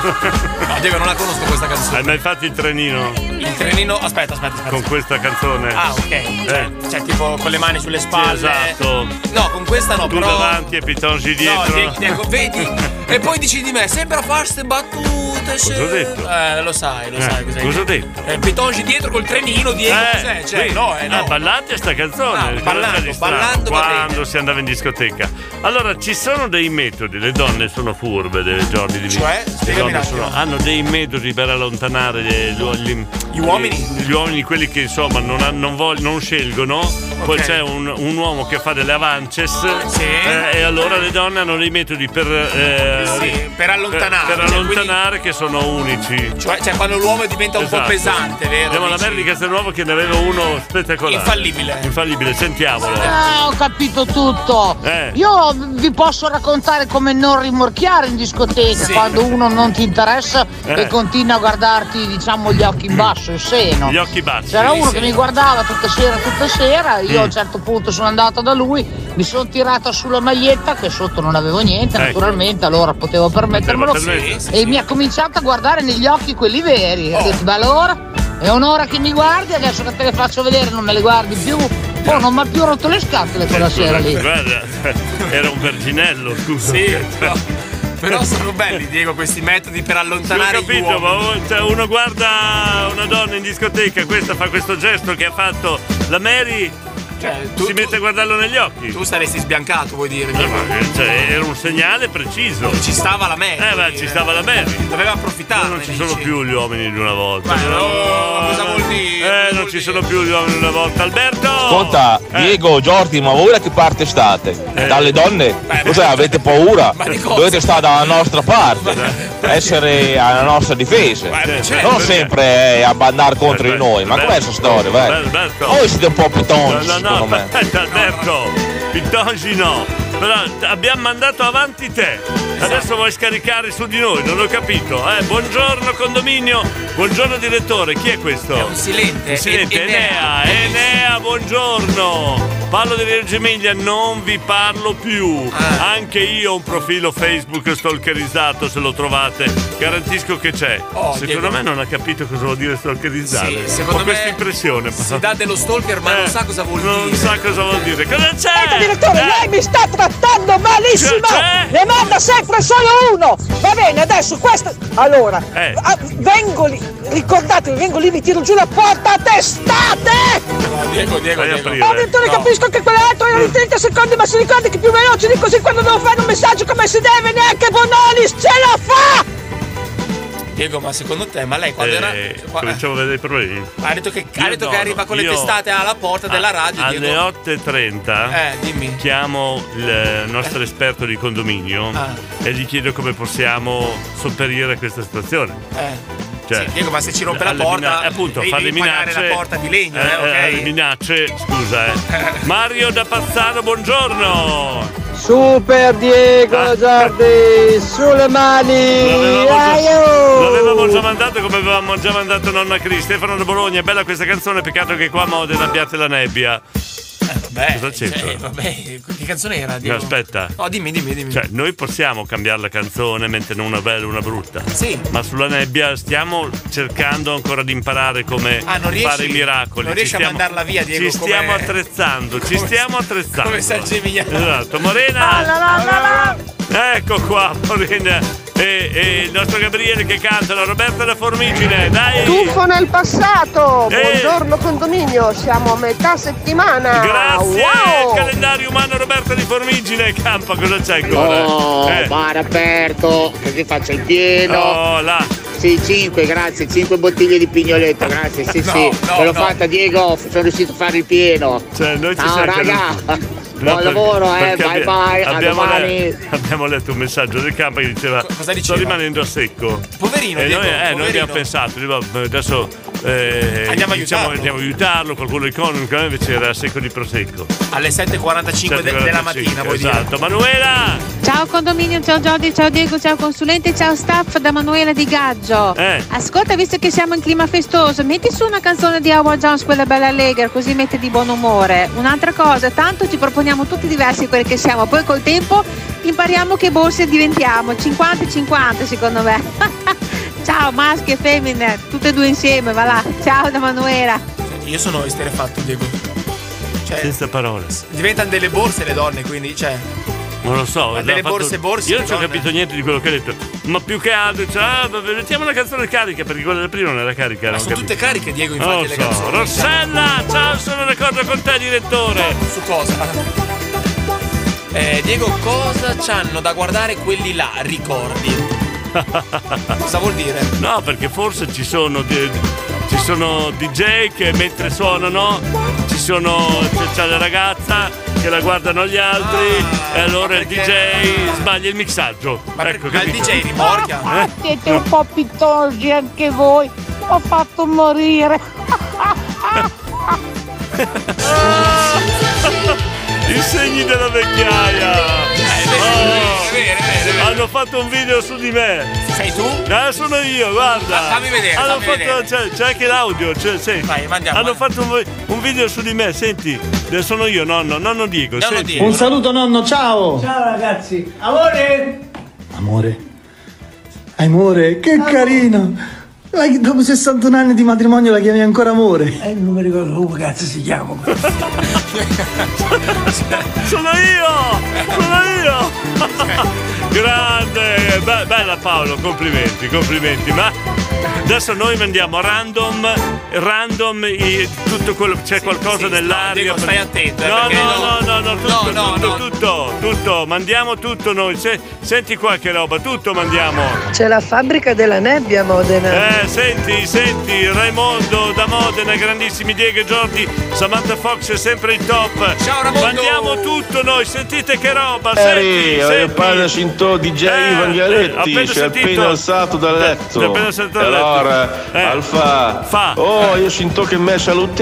No, Diego, non la conosco questa canzone. Hai mai fatto Ah, il trenino? Il trenino. Aspetta, aspetta, aspetta. Con questa canzone. Eh. Ah, ok. Cioè, cioè, tipo con le mani sulle spalle. esatto. No, con questa no, tu però. davanti e Pitongi dietro. No, Diego, Diego, vedi? e poi dici di me, sembra far ste battute. se- Cosa ho detto? Eh, lo sai, lo Eh, sai. cosa ho detto? Eh, Pitongi dietro col trenino, Diego, Eh, cos'è? Cioè, sì. no, eh, no. Ah, ballate sta canzone. Ah, ballando, Cosa di strano? ballando va Quando si andava in discoteca. Allora, ci sono dei metodi, le donne sono furbe, delle Jordi di Vito. Cioè? Le Spiegami un donne attimo. sono- hanno dei metodi per allontanare le- lo- gli, Eh, Gli uomini? Gli, uomini, quelli che insomma non, han- non vog- non scelgono. Poi Ok. c'è un, un uomo che fa delle avances. eh, e allora le donne hanno dei metodi per. eh, Sì, per allontanare, Per, per cioè, allontanare, che sono unici. Cioè, cioè, quando l'uomo diventa un po' pesante, vero, Esatto. Andiamo alla dici? Merli Castelnuovo che ne aveva uno spettacolare. Infallibile. Infallibile, sentiamolo. Ah, ho capito tutto. Eh. Io vi posso raccontare come non rimorchiare in discoteca quando uno non ti interessa Eh. Mm. e continua a guardarti, diciamo, gli occhi in basso, il seno. Gli occhi bassi. C'era uno Sì, che sì. mi guardava tutta sera, tutta sera, io Mm. a un certo punto sono andato da lui, mi sono tirata sulla maglietta che sotto non avevo niente, Ecco. naturalmente, allora potevo permettermelo. Poteva permettersi, e mi ha cominciato a guardare negli occhi quelli veri. Ho detto, ma allora è un'ora che mi guardi, adesso che te le faccio vedere non me le guardi più. Oh, non mi ha più rotto le scatole quella Scusa, sera lì. guarda, era un verginello, scusa. Sì, però, però sono belli, Diego, questi metodi per Non ho allontanare gli capito, ma uomini. o- cioè, uno guarda una donna in discoteca, questa fa questo gesto che ha fatto la Mary, Cioè, si mette a guardarlo negli occhi. Tu saresti sbiancato, vuoi dire? cioè, era un segnale preciso. Ci stava la Mary. Eh, ma ci stava la Mary. Doveva approfittare. oh, Non ci sono più gli uomini di una volta. cosa vuol dire? Eh, non ci sono più gli uomini di una volta. Alberto! Ascolta, Eh. Diego, Giordi, ma voi da che parte state? Dalle donne? Cos'è, avete paura? Dovete stare dalla nostra parte, essere alla nostra difesa. non sempre eh, abbandonare contro di noi, ma com'è questa storia, vai? Voi siete un po' pitonci, No, secondo no, no, me. aspetta Alberto, Pitongi no, però t- abbiamo mandato avanti te, adesso vuoi scaricare su di noi, non ho capito, eh, buongiorno condominio, buongiorno direttore, chi è questo? È un silente, un silente, E- Enea, Enea. Enea, buongiorno, parlo di Reggio Emilia, non vi parlo più, Ah. anche io ho un profilo Facebook stalkerizzato, se lo trovate, garantisco che c'è, Oh, secondo Diego. me non ha capito cosa vuol dire stalkerizzare, Sì, secondo ho questa me impressione. Eh, Si dà dello stalker, ma non sa cosa vuol dire. Non sa cosa vuol dire. Cosa c'è? Senta, eh. direttore, lei mi sta trattando malissimo! C'è- Ne manda sempre solo uno! Va bene, adesso questa. Allora, Eh. ah, vengo lì, ricordatevi, vengo lì, vi tiro giù la porta a testate! Diego, Diego, Diego. Oh, direttore, capisco che quell'altro era di 30 secondi, ma si ricordi che più veloce di così quando devo fare un messaggio come si deve, neanche Bonolis ce la fa! Diego, ma secondo te, ma lei quando Eh, era. qua- cominciamo a vedere i problemi. ha detto che, ha Io detto no, che arriva no, con le io- testate alla porta della a- radio. alle Diego. Eh, 8.30 chiamo il nostro esperto di condominio Ah. e gli chiedo come possiamo sopperire a questa situazione. Eh. Cioè, Sì, Diego, ma se ci rompe la alle porta, mina- appunto, devi fa le pagare minacce. la porta di legno, eh, ok? alle minacce, scusa, eh. Mario da Pazzano, buongiorno. Super Ah. Diego Giardi, sulle mani, aio! L'avevamo già mandato come avevamo già mandato nonna Cris. Stefano da Bologna, è bella questa canzone, peccato che qua a Modena abbiate la nebbia. Cosa c'entra? Eh, vabbè, che canzone era? No, Diego? aspetta. No, dimmi, dimmi, dimmi. Cioè, noi possiamo cambiare la canzone, mettere una bella e una brutta. Sì. Ma sulla nebbia stiamo cercando ancora di imparare come Ah, non riesci- fare i miracoli. Ci non riesci a stiamo- mandarla via, Diego, Ci stiamo come- attrezzando, ci stiamo attrezzando. come San Geminiano. Esatto, Morena. Ah, Ecco qua, Morena. E, e il nostro Gabriele che canta, la Roberta da Formigine, dai! Tuffo nel passato, Eh. buongiorno condominio, siamo a metà settimana. Grazie! Wow. Calendario umano Roberta di Formigine, campa, cosa c'è ancora? Oh, Eh. bar aperto, così faccio il pieno. Oh, là. Sì, 5, grazie, 5 bottiglie di pignoletto, grazie, sì, No, sì. no, Te no. l'ho fatta Diego, sono riuscito a fare il pieno. Ah, Cioè, noi ci Ciao siamo raga, caduti. No, buon per- lavoro, eh, perché bye abbia- bye, a abbiamo, domani. le- abbiamo letto un messaggio del campo che diceva, sto rimanendo a secco. Poverino, e Diego, noi, eh, noi poverino. abbiamo pensato, dico, "Beh, adesso eh, Andiamo diciamo, a aiutarlo." andiamo a aiutarlo, qualcuno economico, eh, invece era a secco di prosecco. Alle 7.45 de- 7:45, della mattina, vuoi dire? Esatto, Manuela! Ciao condominio, ciao Giordi, ciao Diego, ciao consulente, ciao staff da Manuela di Gaggio. Eh. Ascolta, visto che siamo in clima festoso, metti su una canzone di Howard Jones, quella bella allegra, così mette di buon umore. Un'altra cosa, tanto ci proponiamo tutti diversi quelli che siamo, poi col tempo impariamo che borse diventiamo, 50-50 secondo me. ciao maschi e femmine, tutte e due insieme, va là. Ciao da Manuela. Io sono esterefatto, Diego. Cioè, Senza parole. diventano delle borse le donne, quindi, cioè. Non lo so, Ma l'ha delle fatto- borse, borse, Io non ci ho donne. capito niente di quello che ha detto. Ma più che altro, dice, ah, ma mettiamo una canzone carica, perché quella del prima non era carica. Ma non sono capisco. tutte cariche, Diego, Non infatti, lo le so. canzoni. Rossella, ciao, sono d'accordo con te, direttore. Su cosa? Eh, Diego, cosa c'hanno da guardare quelli là? Ricordi. Cosa vuol dire? No, perché forse ci sono, di- ci sono DJ che mentre suonano ci sono c'è, c'è la ragazza che la guardano gli altri Ah, e allora il DJ sbaglia il mixaggio. ecco, ma il capito? DJ Eh? rimorchia? Ah, Siete un po' pittolgi anche voi. Ho fatto morire. I segni della vecchiaia! Eh, Oh. Hanno fatto un video su di me! Sei tu? No, sono io, guarda! Fa- fammi vedere, Hanno fammi fatto- vedere. C'è, c'è anche l'audio, c'è, senti. Hanno fatto un, un video su di me, senti, eh, sono io, nonno, nonno Diego, senti. Un saluto nonno, ciao! Ciao ragazzi, amore! Amore. Amore, che Amore. carino! La- dopo 61 anni di matrimonio la chiami ancora amore? Eh, non mi ricordo come cazzo si chiama. Sono io! Sono io! Grande! Be- bella Paolo, complimenti, complimenti. Ma adesso noi mandiamo random, random i- tutto quello. C'è qualcosa nell'aria. Diego, stai attento, eh, No, perché no, no, no, no, tutto, no, tutto, tutto, tutto, mandiamo tutto noi. Se- senti qua che roba, tutto mandiamo. C'è la fabbrica della nebbia a Modena. Eh, senti, senti, Raimondo da Modena, grandissimi Diego e Giordi, Samantha Fox è sempre in top. Ciao Raimondo! Mandiamo tutto noi, sentite che roba, senti, Eri, senti. Eh, eh, parla Shinto DJ Vangaletti, appena ci è sentito. appena alzato dal Eh, letto. si è appena alzato dal E letto. Allora, Eh. Alfa, oh, io Shinto che me saluté.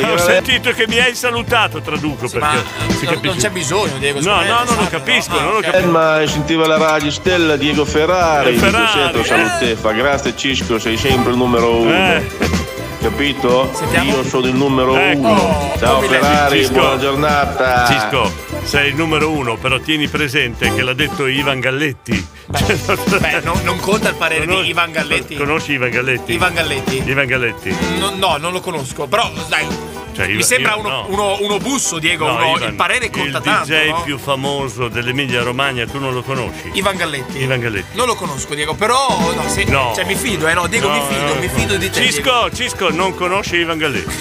Eh, Ho sentito che mi hai salutato, traduco perché si capisce. Non c'è bisogno, Diego. No, no, non lo capisco, non lo Eh, capisco. ma sentiva la radio Stella Diego Ferrari, Eh, Ferrari, Eh. Dico, salute, fa grazie Cisco, sei sempre il numero uno. Capito? Io sono il numero Oh, uno. Ciao Come l'hai detto, Ferrari, Ecco. Cisco? buona giornata. Cisco, sei il numero uno, però tieni presente che l'ha detto Ivan Galletti. Cioè, Beh, non, non conta il parere di Ivan Galletti. Conosci Ivan Galletti? Ivan Galletti? Ivan Galletti. No, no, non lo conosco, però dai. Cioè, mi Ivan- sembra Ivan uno, no. uno- uno busso, Diego. No, uno- Ivan, il parere conta il tanto. DJ no? più famoso dell'Emilia Romagna, tu non lo conosci? Ivan Galletti. Ivan Galletti. Non lo conosco, Diego, però no, se- No. cioè, mi fido, eh no, Diego, No, mi fido, no, mi no. fido di te. Diego. Cisco, Cisco, non conosci Ivan Galletti.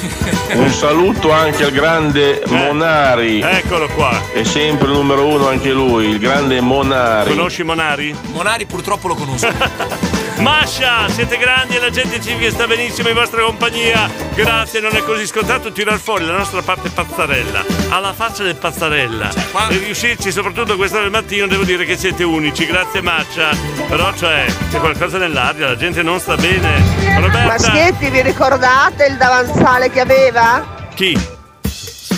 Un saluto anche al grande Monari. Eh, Eccolo qua. È sempre il numero uno anche lui, il grande Monari. Conosci Monari? Monari purtroppo lo conosco. Masha, siete grandi e la gente civica sta benissimo in vostra compagnia. Grazie, non è così scontato tirar fuori la nostra parte pazzarella. Alla faccia del pazzarella. Cioè, E riuscirci, soprattutto questa del mattino, devo dire che siete unici. Grazie Masha. Però cioè, c'è qualcosa nell'aria, la gente non sta bene. Ma Roberta, Schietti, vi ricordate il davanzale che aveva? chi?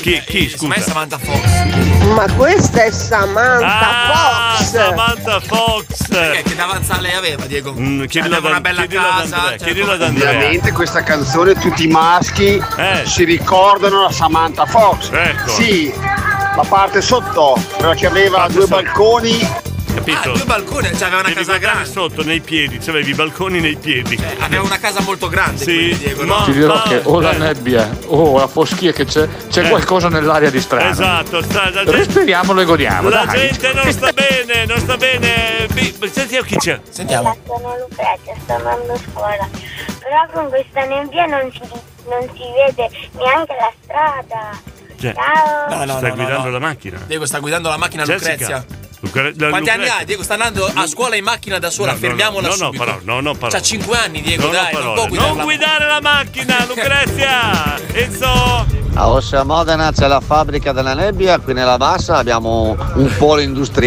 Chi, Eh, chi, scusa? Samantha Fox. Ma questa è Samantha Ah, Fox! Samantha Fox. Perché che davanzale aveva, Diego? Cioè, Mm, chiedilo aveva ad una An- bella chiedilo ad casa. Andrea, cioè, chiedilo ad Andrea. Eh. Veramente questa canzone tutti i maschi si ricordano la Samantha Fox. Ecco. Sì, la parte sotto, quella che aveva due balconi. Capito? due balconi, cioè aveva una Devi casa guardare grande. Cioè, sotto nei piedi, cioè avevi i balconi nei piedi. Aveva una casa molto grande, Sì, quindi, Diego, ma- no? Ti dirò che o la nebbia o la foschia che c'è, c'è Eh. qualcosa nell'aria di strano. Esatto, sta, la gente- Respiriamolo e godiamo, La dai. gente non sta bene, non sta bene. Bi- Sentiamo chi c'è. Sentiamo. Sono Lucrezia, sto andando a scuola. Però con questa nebbia non si, non si vede neanche la strada. Cioè, Ciao. No, no, sta no, guidando no. la macchina. Diego sta guidando la macchina Jessica. Lucrezia. Lucre- la Quanti anni Lucrezia. hai, Diego? Sta andando a scuola in macchina da sola, No, no, no, fermiamola no, subito. parole, no, no, parole. C'ha 5 anni, Diego, No, no, dai, non parole. può guidare. Non guidare la macchina, Lucrezia! Enzo! A Ossia Modena c'è la fabbrica della nebbia, qui nella bassa abbiamo un polo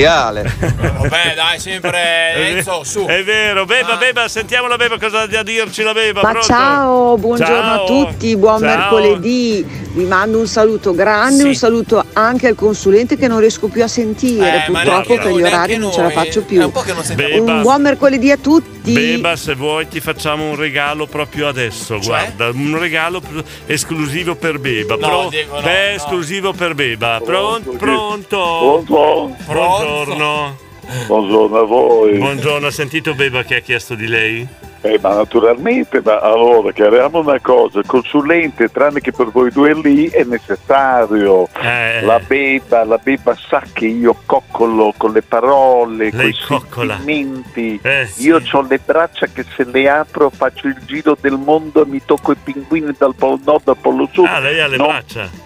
industriale. Vabbè, dai, sempre Enzo, su. Ah. È vero, Beba, Beba, sentiamo la Beba cosa ha da dirci la Beba. Ma pronto? ciao, buongiorno Ciao. a tutti, buon Ciao. mercoledì. Vi mando un saluto grande, un saluto anche al consulente che non riesco più a sentire, Eh, ma purtroppo neanche per gli noi, eh. orari non ce la faccio più. un po' che non sentiamo. Beba. Un buon mercoledì a tutti. Beba, se vuoi ti facciamo un regalo proprio adesso, guarda, un regalo pr- esclusivo per Beba. Cioè? No, Pro- Diego, no, beh, no. esclusivo per Beba. Pronto? Pronto? Pronto? Buongiorno. Buongiorno a voi. Buongiorno, ha sentito Beba che ha chiesto di lei? Eh, ma naturalmente, ma allora chiariamo una cosa, il consulente, tranne che per voi due lì, è necessario. Eh. La beba, la beba sa che io coccolo con le parole, Lei con coccola. Eh, sentimenti. Io ho le braccia che se le apro faccio il giro del mondo e mi tocco i pinguini dal polo nord al polo sud. Ah, lei ha le No, braccia.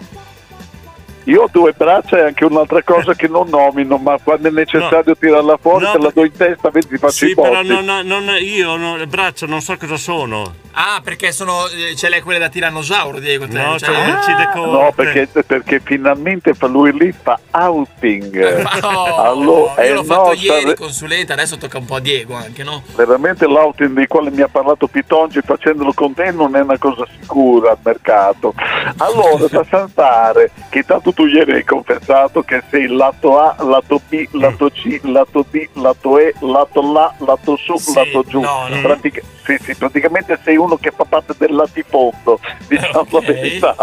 Io ho due braccia e anche un'altra cosa che non nomino, ma quando è necessario tirarla fuori Eh. No, te la do in testa, vedi ti faccio Sì, i botti. però non, non- io non- le braccia non so cosa sono. Ah, perché sono. eh, ce l'hai quelle da tirannosauro, Diego. Te, No, cioè- sono le cidecore. No, perché, perché finalmente fa lui lì fa outing. Allora, Io eh, l'ho fatto no, ieri, sta- consulente, adesso tocca un po' a Diego anche, no? veramente l'outing di quale mi ha parlato Pitongi facendolo con te non è una cosa sicura al mercato. Allora, da saltare, che tanto tu ieri hai confessato che sei lato A, lato B, lato C, lato D, lato E, lato là, lato su, lato giù. Pratica- sì, sì, praticamente sei uno che fa parte del latifondo, diciamo la verità.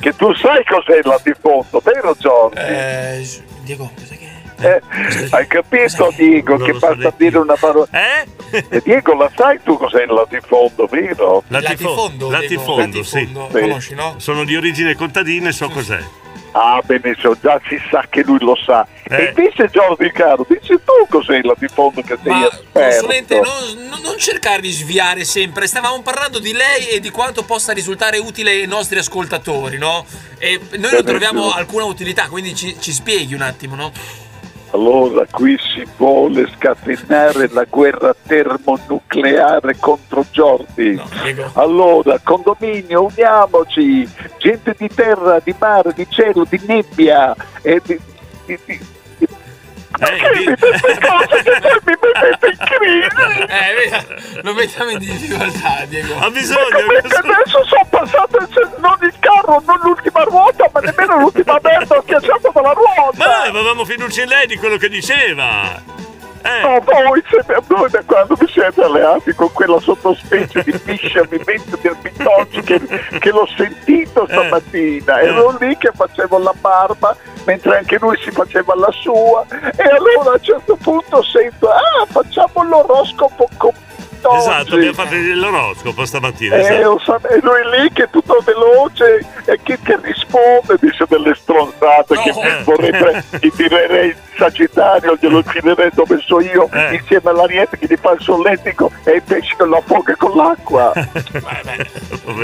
Che tu sai cos'è il latifondo, vero Giorgio? Diego, cos'è Eh, hai capito Diego che basta dire una parola eh? Diego la sai tu cos'è il latifondo vero? Latifondo, latifondo, sì. Sì. conosci, no? Sono di origine contadina e so cos'è. ah benissimo già si sa che lui lo sa Eh. e invece Giordi caro dici tu cos'è il latifondo che sei Consulente, esperto non, non- non cercare di sviare sempre. Stavamo parlando di lei e di quanto possa risultare utile ai nostri ascoltatori, no? E noi non troviamo alcuna utilità, quindi ci, ci spieghi un attimo, no? allora qui si vuole scatenare la guerra termonucleare contro Giordi Diego. allora condominio uniamoci gente di terra di mare di cielo di nebbia e di, di- di- Eh, lo mettiamo in difficoltà, Diego. Ha Ecco, mentre adesso sono passato il- non il carro, non l'ultima ruota, ma nemmeno l'ultima merda schiacciata dalla ruota. Ma noi avevamo fiducia in lei di quello che diceva. No, voi, siete- voi da quando vi siete alleati con quella sottospecie di pisciamento del Pitocci che, che l'ho sentito stamattina, ero lì che facevo la barba mentre anche lui si faceva la sua e allora a un certo punto sento, ah facciamo l'oroscopo con Pitocci. Esatto, abbiamo fatto l'oroscopo stamattina. Eh, esatto. lo sa- E lui lì che è tutto veloce e che, che risponde, dice delle stronzate che vorrei pre- gli tirerei il Sagittario, glielo tirerei dove so io, insieme all'ariete che gli fa il solletico e ai pesci che lo affoga con l'acqua.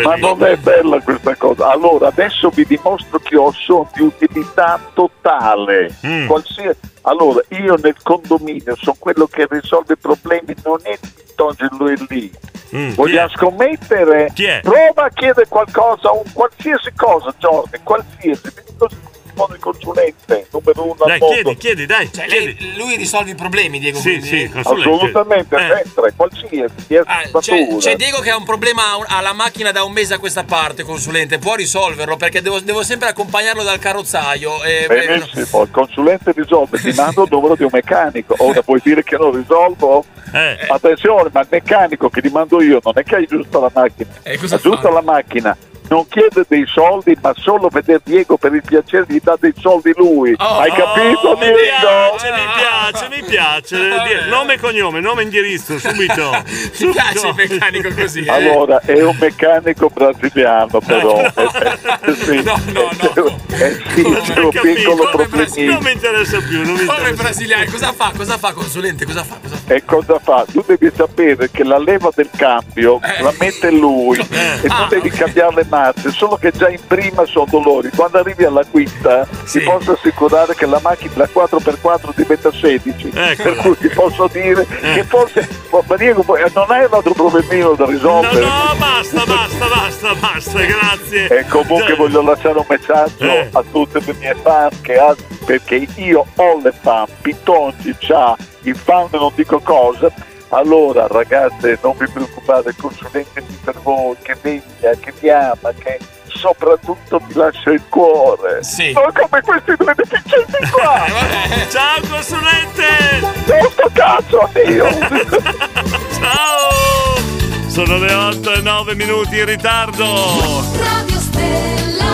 Ma non è bella questa cosa. Allora, adesso vi dimostro che io sono di utilità totale. Mm. Qualsiasi- Allora, io nel condominio sono quello che risolve i problemi, non è Tongelo lui lì. Mm. Vogliamo scommettere? Prova a chiedere qualcosa, un qualsiasi cosa, Giorgio, qualsiasi. Vedi così risponde il consulente, numero uno al Dai, mondo. chiedi, chiedi, dai. Cioè, lei- lui risolve i problemi, Diego. Sì, quindi- sì, Assolutamente, sempre, qualsiasi, qualsiasi Eh. Ah, C'è, fattura. c'è Cioè, Diego che ha un problema a un- alla macchina da un mese a questa parte, consulente. Può risolverlo perché devo, devo sempre accompagnarlo dal carrozzaio. eh, e- Eh, e- Benissimo, il consulente risolve, ti mando il numero di un meccanico. Ora puoi dire che non risolvo? Eh. Attenzione, ma il meccanico che ti mando io non è che aggiusta la macchina, aggiusta la macchina. Non chiede dei soldi, ma solo vedere Diego per il piacere gli dà dei soldi lui. Oh, Hai capito, mi Diego? piace, mi piace, mi piace. Di- Nome e cognome, nome e indirizzo, subito. Mi piace il meccanico così. eh. Allora, è un meccanico brasiliano, però. no, no, no. eh, un piccolo problemino. Non mi interessa più, non mi Povero interessa. brasiliano, cosa fa? Cosa fa, consulente? Cosa fa? Cosa fa? E cosa fa? Tu devi sapere che la leva del cambio Eh. la mette lui e Ah, tu devi cambiare le marce, solo che già in prima sono dolori. Quando arrivi alla quinta ti posso assicurare che la macchina da 4x4 diventa 16. Ecco. Per cui ti posso dire Eh. che forse oh, ma Diego, poi, non hai un altro problemino da risolvere. No, basta, basta, basta, basta, grazie. E comunque voglio lasciare un messaggio Eh. a tutte le mie fan che ha- perché io ho le fan, Pitongi c'ha, i fan non dico cosa. Allora ragazze non vi preoccupate, il consulente di per voi, che veglia, che vi ama, che soprattutto vi lascia il cuore. Non come questi due deficienti qua! Eh, Ciao consulente! Non sto cazzo io! Ciao! Sono le 8 e 9 minuti in ritardo! Radio Stella.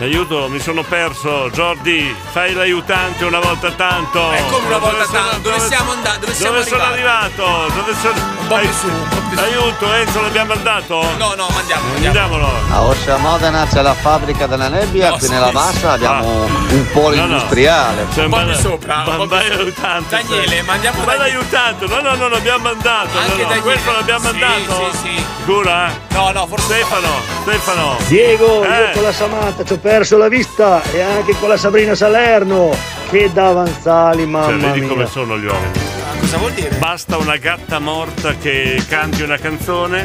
Aiuto, mi sono perso. Giordi, fai l'aiutante una volta tanto. Eh, È come una volta tanto. Dove siamo andati? Dove siamo Dove sono arrivati? arrivato? Dove sono... po' più su, un po' più su. Aiuto, Enzo, l'abbiamo mandato? No, no, mandiamo, mandiamolo. A Orsa Modena c'è la fabbrica della nebbia, qui nella Vassa Ah. abbiamo un polo No, no. industriale. C'è un po' di sopra. Ma vai aiutando. Daniele, mandiamo Ma l'aiutante. No, no, no, l'abbiamo mandato. no, no, Questo l'abbiamo mandato. Sì, sì. Sicura? No, no, forse. Stefano, Stefano. Diego, Eh. io con la Samantha ci ho perso la vista e anche con la Sabrina Salerno. Che davanzali, Cioè, mamma vedi mia. come sono gli uomini. Ah, cosa vuol dire? Basta una gatta morta che canti una canzone.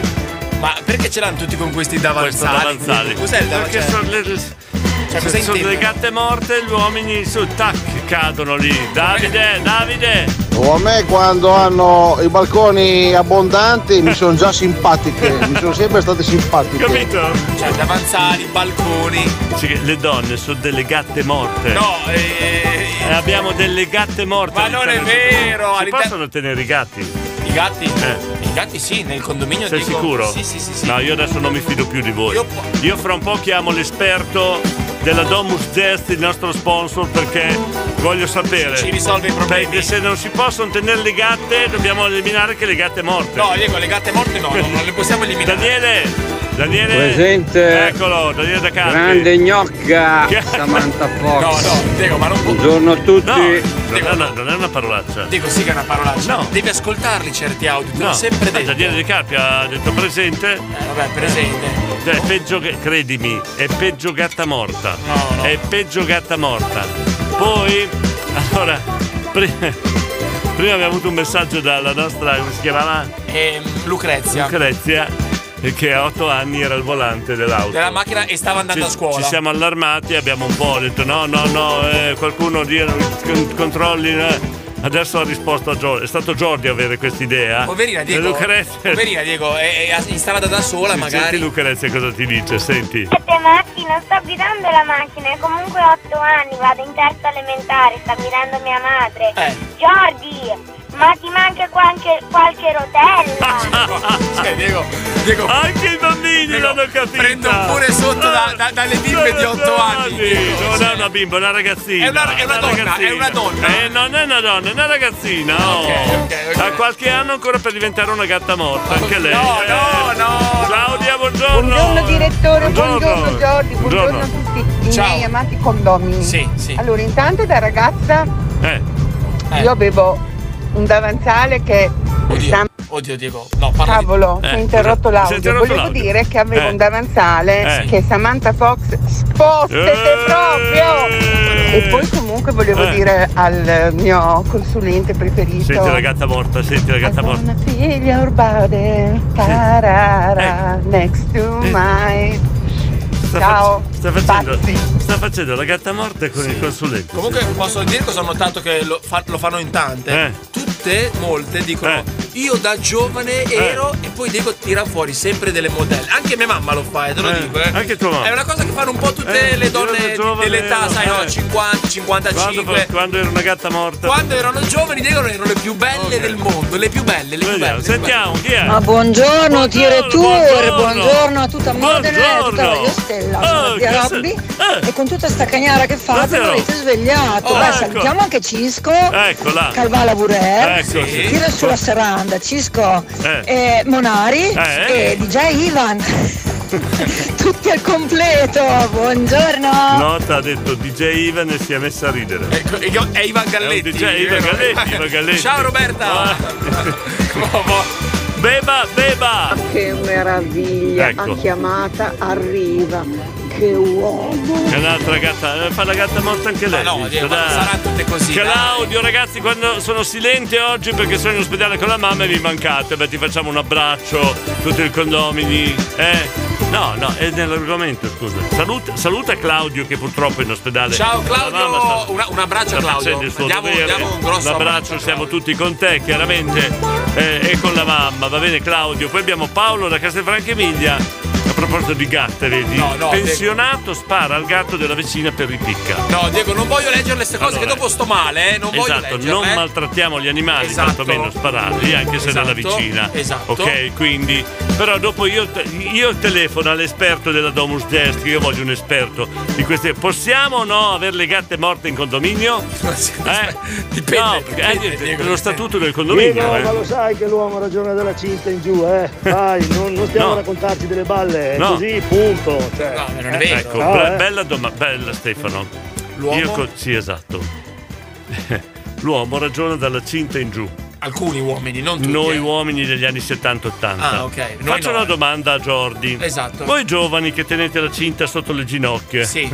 Ma perché ce l'hanno tutti con questi davanzali? Cos'è il davanzali? Perché sono le, Cioè, cosa se sono intende? le gatte morte, gli uomini su, tac, cadono lì. Davide, Davide. O a me quando hanno i balconi abbondanti mi sono già simpatiche, mi sono sempre state simpatiche. Capito? Cioè, davanzali, balconi. le donne sono delle gatte morte. No, eh, E abbiamo delle gatte morte. Ma non è all'interno di- vero, Si all'inter- possono tenere i gatti? Eh. I gatti? I gatti sì, nel condominio Sei dico- sicuro? Sì, sì, sì, sì. No, io adesso non mi fido più di voi. Io, fra un po' chiamo l'esperto della Domus Gest, il nostro sponsor, perché voglio sapere. Ci risolve i problemi. Perché se non si possono tenere le gatte, dobbiamo eliminare che le gatte morte. No, Diego, le gatte morte no, no, non le possiamo eliminare. Daniele! Daniele! Presente. Eccolo, Daniele da Campi. Grande gnocca, Che- Samantha Fox. No, no, Diego, ma non può. Buongiorno a tutti. Non è, una, non è una parolaccia. Dico sì che è una parolaccia. No. Devi ascoltarli certi audio, te l'ho No, sempre eh, detto. Daniele De Capi ha detto presente. vabbè, presente. Cioè, è peggio che- credimi, è peggio gatta morta. È peggio gatta morta. Poi, allora, pri- prima, abbiamo avuto un messaggio dalla nostra, come si chiamava? Ehm, Lucrezia. Lucrezia, eh, che a 8 anni era al volante dell'auto. Della macchina e stava andando Ci- a scuola. Ci siamo allarmati, abbiamo un po' detto no, no, no, eh, qualcuno dia- con- controlli. eh. Adesso ha risposto a Giorgio. È stato Giordi a avere quest'idea. Poverina E Diego. Lucrezia. Poverina Diego, è, è in strada da sola Senti magari. Lucrezia cosa ti dice, senti. Siete macchina, sto guidando la macchina, e comunque ho 8 anni, vado in terza elementare, sta guidando mia madre. Jordi, ma ti manca qualche, qualche rotella. Cioè, Diego, Diego. Anche i bambini l'hanno capito. Prendo pure sotto da- da- dalle bimbe di 8 anni. Diego. Non è una bimba, è una ragazzina. È una, donna, è una donna. Eh, non è una donna, è una ragazzina. oh. Ha qualche anno ancora per diventare una gatta morta, anche lei. Eh, No, no, no. Claudia, buongiorno. Buongiorno direttore, buongiorno Giordi, buongiorno, Buongiorno. a tutti i Ciao. miei amati condomini. Sì, sì. Allora, intanto da ragazza Eh. io avevo un davanzale che Oddio. Oddio Diego. No, parla Cavolo, Eh, si è scusa, interrotto si l'audio. è interrotto Volevo l'audio. dire che avevo Eh. un davanzale Eh. che Samantha Fox spostete proprio! E poi comunque volevo Eh. dire al mio consulente preferito. Senti la gatta morta, senti la gatta morta. Figlia Urbade, tarara, Eh. next to my. Ciao. Sta facendo, sta facendo la gatta morta con il consulente. Comunque posso dire cosa ho notato che lo, fa- lo fanno in tante. Eh. Tutte, molte dicono io da giovane Eh. ero e poi Diego tira fuori sempre delle modelle. Anche mia mamma lo fa, e te lo Eh, dico. eh. anche tua mamma. È una cosa che fanno un po' tutte Eh, le io donne da giovane dell'età, ero, sai, eh. no, 50, 55. Quando, quando era una gatta morta. Quando erano giovani Diego erano le più belle del mondo, le più belle, le più belle. Sentiamo, chi è? Ma Ah, buongiorno, Tire Tour, buongiorno a tutta Modena e a tutta Buongiorno. Radio Stella, sono Oh, zia che Eh. Robby e con tutta sta cagnara che fate Davvero? mi avete svegliato. Oh, Beh, ecco. salutiamo anche Cisco, Eccola. Calvala Burer, Ecco, sì. tira sulla seranda Cisco Eh. eh, Monari Eh. e DJ Ivan. Tutti al completo, buongiorno. Nota ha detto DJ Ivan e si è messa a ridere. Ah. Ecco, E io- è Ivan Galletti. È un DJ Ivan vero? Galletti, Ivan Galletti. Ah. Ciao Roberta! Beba, beba! Che meraviglia, Ecco. a chiamata arriva. Che uomo. È un'altra gatta, eh, fa la gatta morta anche lei. no, Diego, ma saranno tutte così, Claudio, ragazzi, quando sono silente oggi perché sono in ospedale con la mamma e vi mancate, beh, ti facciamo un abbraccio, tutto il condomini. Eh? No, no, è nell'argomento, scusa. Saluta, saluta Claudio che purtroppo è in ospedale. La Ciao mamma sta- Claudio, una- un abbraccio sta a Claudio. facendo il suo Diamo, dovere. diamo un grosso abbraccio. L'abbraccio, siamo tutti con te, chiaramente, eh, e con la mamma, va bene Claudio. Poi abbiamo Paolo da Castelfranco Emilia. proposito di gatte, vedi? No, no, Pensionato spara al gatto della vicina per ripicca. No, Diego, non voglio leggere queste cose Allora, che dopo sto male, eh. Non voglio esatto, leggerle. non eh. maltrattiamo gli animali, Esatto. tantomeno spararli, anche se dalla Esatto, vicina. esatto. Ok, quindi. Però dopo io, io telefono all'esperto della Domus Desk, io voglio un esperto di queste. Possiamo o no avere le gatte morte in condominio? Eh? Dipende, no, eh, lo statuto del Diego, condominio. eh. ma lo sai che l'uomo ragiona dalla cinta in giù, eh? Vai, non, non stiamo No. a raccontarci delle balle, è No. così, punto. Cioè, Ah, eh, Ecco, no, bra- eh. bella domanda, bella Stefano. L'uomo? Io co- sì, esatto. L'uomo ragiona dalla cinta in giù. Alcuni uomini, non tutti. Noi eh. uomini degli anni 70-80. Ah, ok. Noi Faccio no, una eh. domanda a Jordi. Esatto. Voi giovani che tenete la cinta sotto le ginocchia. Sì.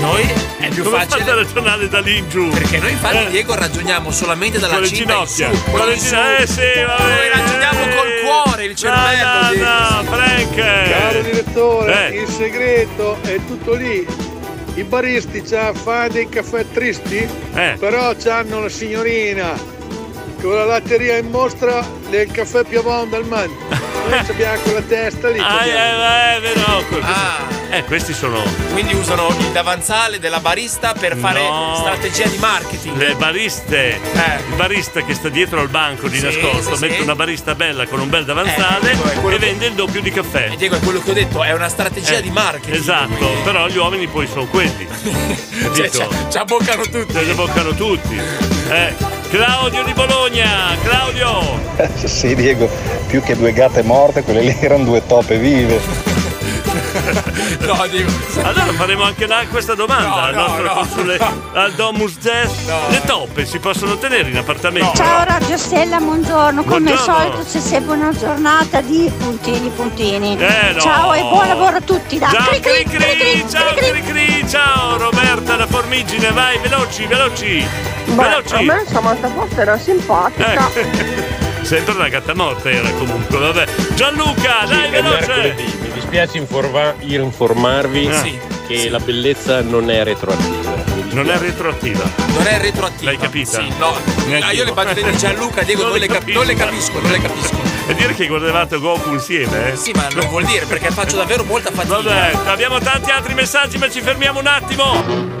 Noi è più Come facile- fate a ragionare da lì in giù? Perché noi infatti, Eh. Diego, ragioniamo solamente dalla Con le cinta in su. ginocchia. Con quello le in su. ginocchia, eh, sì, va Noi ragioniamo col cuore, il cervello. Diego. no, Frank! Caro direttore, Eh. il segreto è tutto lì. I baristi già fanno dei caffè tristi, Eh. però hanno la signorina con la latteria in mostra del caffè Piavon del Man. Noi ci abbiamo quella testa lì. Ah, eh, eh, vero. que- Eh, questi sono. Ah. Quindi usano il davanzale della barista per fare No. strategia di marketing. Le bariste, eh, il barista che sta dietro al banco di Sì, nascosto, sì, Eh, mette sì. una barista bella con un bel davanzale e vende il doppio di caffè. E Diego, è quello che ho detto, è una strategia Eh, di marketing. Esatto, però gli uomini poi sono quelli. Cioè, ci- ci abboccano tutti. Ci abboccano tutti. Eh, Claudio di Bologna, Claudio! Sì, Diego, più che due gatte morte, quelle lì erano due tope vive. No, Diego. Allora faremo anche la- questa domanda al nostro console, al Domus Desk. Le toppe si possono tenere in appartamento? Ciao Radio Stella, buongiorno. Come Buongiorno. al solito c'è sempre una giornata di puntini puntini. Eh, no. Ciao e buon lavoro a tutti da Ciao Cri Cri Cri Cri Cri. Cri, ciao Cri Cri, ciao Roberta la Formigine, vai veloci, veloci, Ma a veloci. Eh. Ecco. me Samantha Foster era simpatica. Sempre una gatta morta era comunque, vabbè. Gianluca, dai È veloce. mercoledì, mi dispiace informa- informarvi Ah. Sì, che la bellezza non è retroattiva. Non è retroattiva. Non è retroattiva. L'hai capita? Sì, no. Neanche Ah, io le io. battute di Gianluca, Diego, non, le cap- non le capisco, non le capisco. E dire che guardavate Goku insieme, eh? Sì, ma non vuol dire perché faccio davvero molta fatica. Vabbè, abbiamo tanti altri messaggi, ma ci fermiamo un attimo.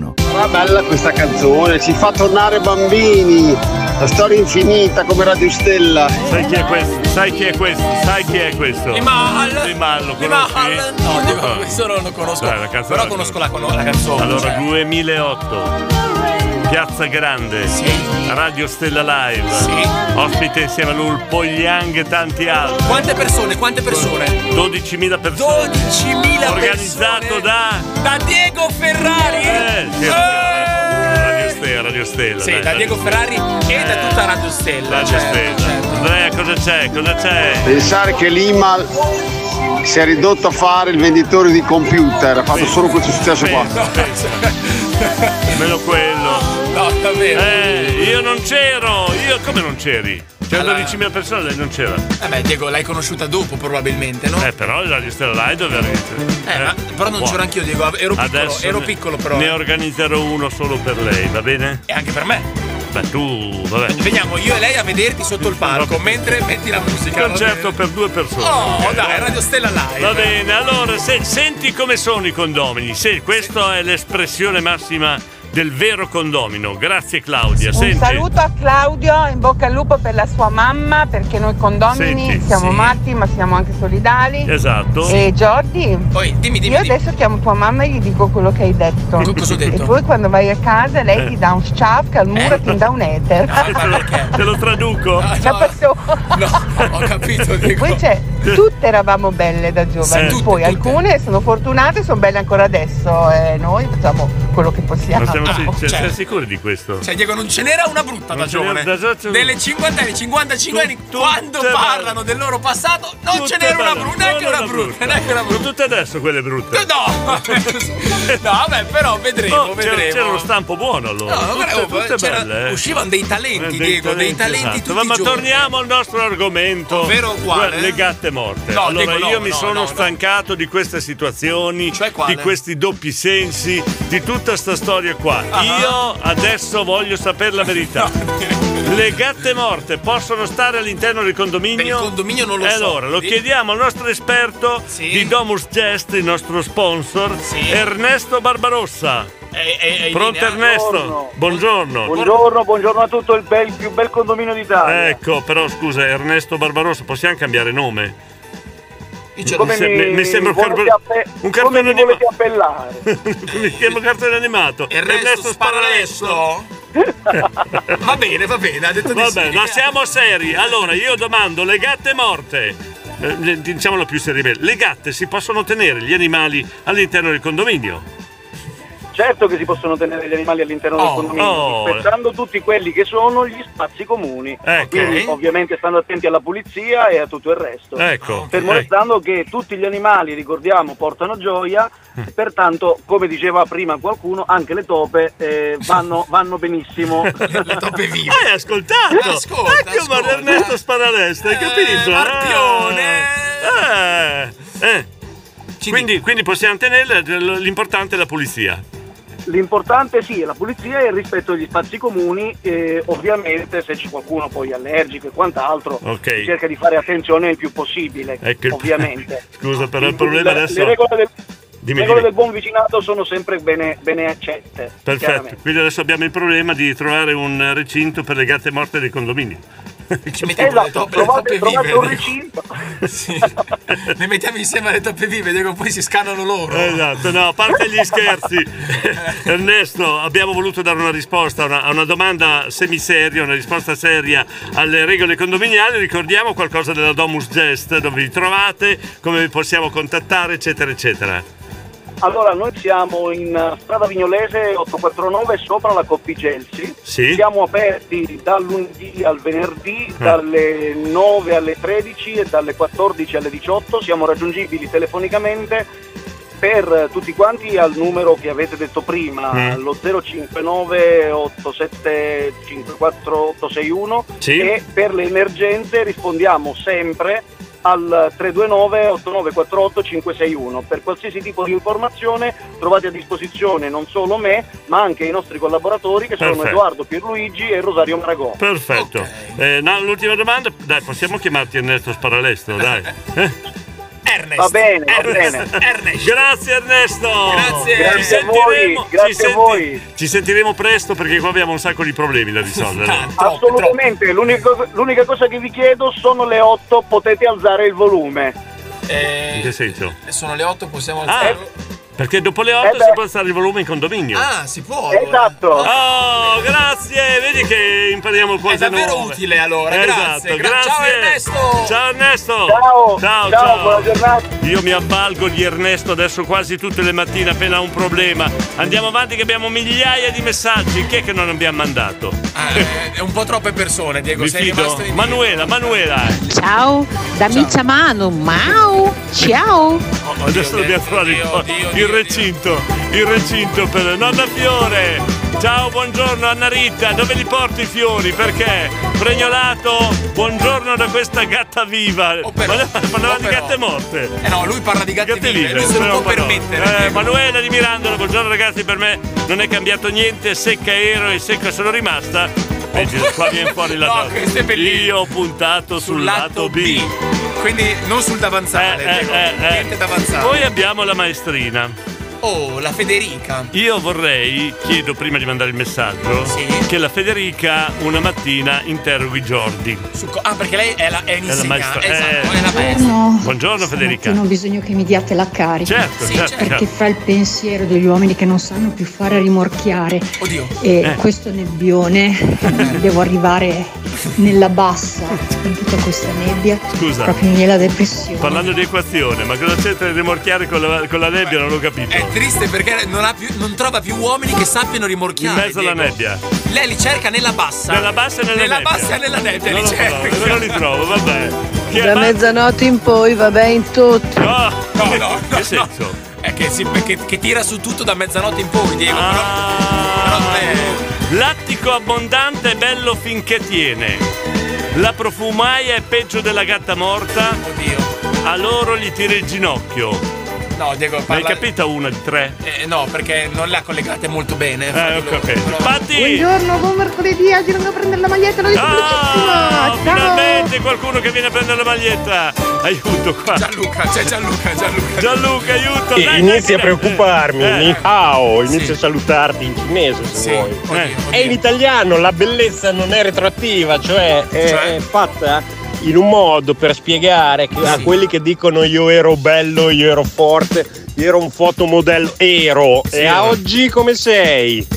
Ma bella questa canzone, ci fa tornare bambini. La storia infinita come Radio Stella. Sai chi è questo? Sai chi è questo? Sai chi è questo? Limal. Limal, lo conosci? Limal. No, Diego, questo non lo conosco. Dai, la canzone però la conosco la, la canzone. Allora, cioè. 2008, Piazza Grande, Radio Stella Live, ospite insieme a lui il Pogliang e tanti altri. Quante persone? Quante persone? 12.000 persone. 12.000 Organizzato da... Da Diego Ferrari. Eh, sì, Radio Stella, Radio Stella. Sì, dai, da Diego Ferrari e da tutta Radio Stella. certo, Radio Stella. Andrea, cosa c'è? Cosa c'è? Pensare che l'Imal si è ridotto a fare il venditore di computer, ha fatto solo questo successo qua. Almeno quello. No, davvero. Eh, io non c'ero. Io come non c'eri? C'erano 12.000 persone, lei non c'era. Eh beh, Diego, l'hai conosciuta dopo probabilmente, no? Eh, però la Stella Live doveva essere. Eh, ma- però non c'ero anch'io, Diego, ero piccolo, Adesso ero ne- piccolo però. eh. Ne organizzerò uno solo per lei, va bene? E anche per me. Beh, tu, vabbè. Veniamo io e lei a vederti sotto il palco mentre metti la musica. Concerto per due persone. Oh, Ok, dai, Radio Stella Live. Va bene, allora se- senti come sono i condomini. Sì, questa è l'espressione massima del vero condomino. Grazie Claudia. Un Senti. saluto a Claudio, in bocca al lupo per la sua mamma, perché noi condomini Senti, siamo sì. matti ma siamo anche solidali. Esatto. E Jordi, dimmi, io adesso chiamo tua mamma e gli dico quello che hai detto. Co- cosa ho detto? E poi quando vai a casa lei Eh. ti dà un shaft al muro e ti dà un Ah. ether. Te lo traduco? Ciao, Ah, ho capito. E poi c'è Tutte eravamo belle da giovani, Eh. Sì. poi alcune sono fortunate, sono belle ancora adesso e noi facciamo quello che possiamo. Ma siamo Ah, si- oh, cioè, certo. siamo sicuri di questo? Cioè, Diego, non ce n'era una brutta da ce n'era giovane. da giovane. Delle cinquantenni, 55 anni, quando tutte parlano del loro passato, non Tutte ce n'era una belle, brutta, neanche non una brutta, neanche una brutta. Tutte adesso quelle brutte. No, no, vabbè, però vedremo, Oh, c'era- vedremo. C'era uno stampo buono allora. No, no, tutte, bravo, tutte c'era- belle. eh. uscivano dei talenti, Eh, Diego, dei talenti esatto. tutti Ma, ma giovani. torniamo al nostro argomento. Ovvero quale? Cioè, Le gatte morte. No, allora Diego, no, io mi no, sono no, no. stancato di queste situazioni, quale? di questi doppi sensi, di tutta sta storia qua. Ah. Io adesso voglio sapere la verità. Le gatte morte possono stare all'interno del condominio? Per il condominio non lo E so. Allora, lo Sì. chiediamo al nostro esperto di Domus Gest, il nostro sponsor, Ernesto Barbarossa. Eh, Pronto Ernesto? Buongiorno. Buongiorno, buongiorno a tutto il, bel- il più bel condominio d'Italia. Ecco, però scusa, Ernesto Barbarossa, possiamo cambiare nome? Come Mi Cioè, se- mi- mi sembra un volete cartone- appe- un come cartone mi anima- volete appellare? Mi chiamo cartone animato. Ernesto Sparalesso? va bene, va bene, ha detto di Vabbè, sì. ma siamo seri. Allora, io domando, le gatte morte. Eh, le- diciamolo più seriamente, le gatte si possono tenere gli animali all'interno del condominio? Certo che si possono tenere gli animali all'interno del Oh, condominio, oh. rispettando tutti quelli che sono gli spazi comuni. Quindi ovviamente stando attenti alla pulizia e a tutto il resto. Ecco. Fermo restando che tutti gli animali, ricordiamo, portano gioia, Mm. e pertanto, come diceva prima qualcuno, anche le tope eh, vanno, vanno benissimo. Eh, le tope vive. Hai ascoltato? Ascolta, Eh, ecco, ma Ernesto Sparalesta, hai capito? Eh, eh. Quindi, quindi possiamo tenere l'importante è la pulizia. L'importante sì è la pulizia e il rispetto degli spazi comuni, e ovviamente se c'è qualcuno poi allergico e quant'altro Ok. si cerca di fare attenzione il più possibile, Ecco il- ovviamente. Scusa, però il problema Le- adesso. Le regole, del, Dimmi, le regole dimmi. del buon vicinato sono sempre bene, bene accette. Perfetto, chiaramente. quindi adesso abbiamo il problema di trovare un recinto per le gatte morte dei condomini. Esatto, trovate, trovate un recinto. Ne mettiamo insieme le toppe vive, Diego, poi si scannano loro. Esatto, no, a parte gli scherzi, Ernesto, abbiamo voluto dare una risposta a una, a una domanda semiseria, una risposta seria alle regole condominiali. Ricordiamo qualcosa della Domus Gest, dove vi trovate, come vi possiamo contattare, eccetera, eccetera. Allora, noi siamo in eh, strada Vignolese 849 sopra la Coppigelsi. Sì. Siamo aperti dal lunedì al venerdì, Ah. dalle 9 alle 13 e dalle 14 alle 18. Siamo raggiungibili telefonicamente per eh, tutti quanti al numero che avete detto prima, Mm. lo 059 87 54 861 Sì. e per le emergenze rispondiamo sempre al 329 8948 561. Per qualsiasi tipo di informazione trovate a disposizione non solo me, ma anche i nostri collaboratori che sono Perfetto. Edoardo Pierluigi e Rosario Maragò. Perfetto. Eh, no, l'ultima domanda, dai, possiamo chiamarti Ernesto Sparalesto, dai. Va bene, va bene. Grazie Ernesto. Grazie. Ci Grazie a voi, sentiremo, grazie ci a voi. Ci sentiremo presto perché qua abbiamo un sacco di problemi da Ah, risolvere. Assolutamente, l'unico- l'unica cosa che vi chiedo sono le 8, potete alzare il volume. In che senso? Sono le 8, eh, possiamo Ah, alzare. Eh Perché dopo le 8 si può alzare il volume in condominio. Ah, si può. Esatto. Oh, grazie, vedi che impariamo Esatto, qualcosa. È davvero utile allora, grazie, gra- ciao Ernesto. Ciao Ernesto. Ciao, ciao, ciao, buona giornata. Io mi avvalgo di Ernesto adesso quasi tutte le mattine appena ha un problema. Andiamo avanti che abbiamo migliaia di messaggi. Chi è che non abbiamo mandato? Eh, è un po' troppe persone, Diego, Mi sei fido. rimasto in Manuela, Manuela. Ciao, da Miciamano, mau, ciao. Adesso dobbiamo trovare il, il recinto, il recinto per Nonna Fiore. Ciao, buongiorno Anna Rita, dove li porti i fiori? Perché? Pregnolato, buongiorno da questa gatta viva. Oh, Ma parlava di gatte morte. Eh no, lui parla di gatte, vive, lui se lo però può parla- permettere, Eh, Manuela di Mirandola, buongiorno ragazzi, per me non è cambiato niente, secca ero e secca sono rimasta. Vedi, qua viene fuori la Oh. No, cosa. questo è bellissimo. Io ho puntato sul, Sul lato lato B. Quindi non sul davanzale, Eh, Diego, eh, eh. niente davanzale. Poi abbiamo la maestrina. Oh, la Federica. Io vorrei, chiedo prima di mandare il messaggio, che la Federica una mattina interroghi Jordi. Su co- ah, perché lei è la, è È la maestra. un'insegnante. Esatto, eh. è la maestra. Buongiorno Federica. Non ho bisogno che mi diate la carica. Cioè. Certo, Sì, certo. Perché certo. fra il pensiero degli uomini che non sanno più fare rimorchiare Oddio. e Eh. questo nebbione, devo arrivare nella bassa in tutta questa nebbia. Scusa. Proprio mi viene la depressione. Parlando di equazione, ma cosa c'entra il rimorchiare con la, con la nebbia? Non l'ho capito. È triste perché non, ha più- non trova più uomini che sappiano rimorchiare. In mezzo alla Diego. nebbia. Lei li cerca nella bassa. Nella bassa e nella nebbia. bassa e nella nebbia Non li lo cerca. trovo, non li trovo, vabbè. Da mezzanotte in poi va bene in tutto. No, no, no. Che senso? È che, si- che- che tira su tutto da mezzanotte in poi, Diego. però- però beh, Ah. Lattico abbondante è bello finché tiene. La profumaia è peggio della gatta morta. Oddio. A loro gli tira il ginocchio. No, Diego, parla... Ne hai capita una di tre? Eh, no, perché non le ha collegate molto bene. Eh, ho capito. Buongiorno, buon mercoledì, oggi vengo a prendere la maglietta, la Ah, distruggissima! Ciao! finalmente qualcuno che viene a prendere la maglietta. Aiuto qua. Gianluca, c'è Gianluca, Gianluca. Gianluca, aiuto. Eh, E dai, inizi dai, dai. a preoccuparmi, Eh, ni eh. hao, inizio a salutarti in cinese se vuoi. Eh. È in italiano, la bellezza non è retroattiva, cioè è, è fatta in un modo per spiegare che a quelli che dicono io ero bello, io ero forte, io ero un fotomodello, ero, Sì, e a eh. oggi come sei?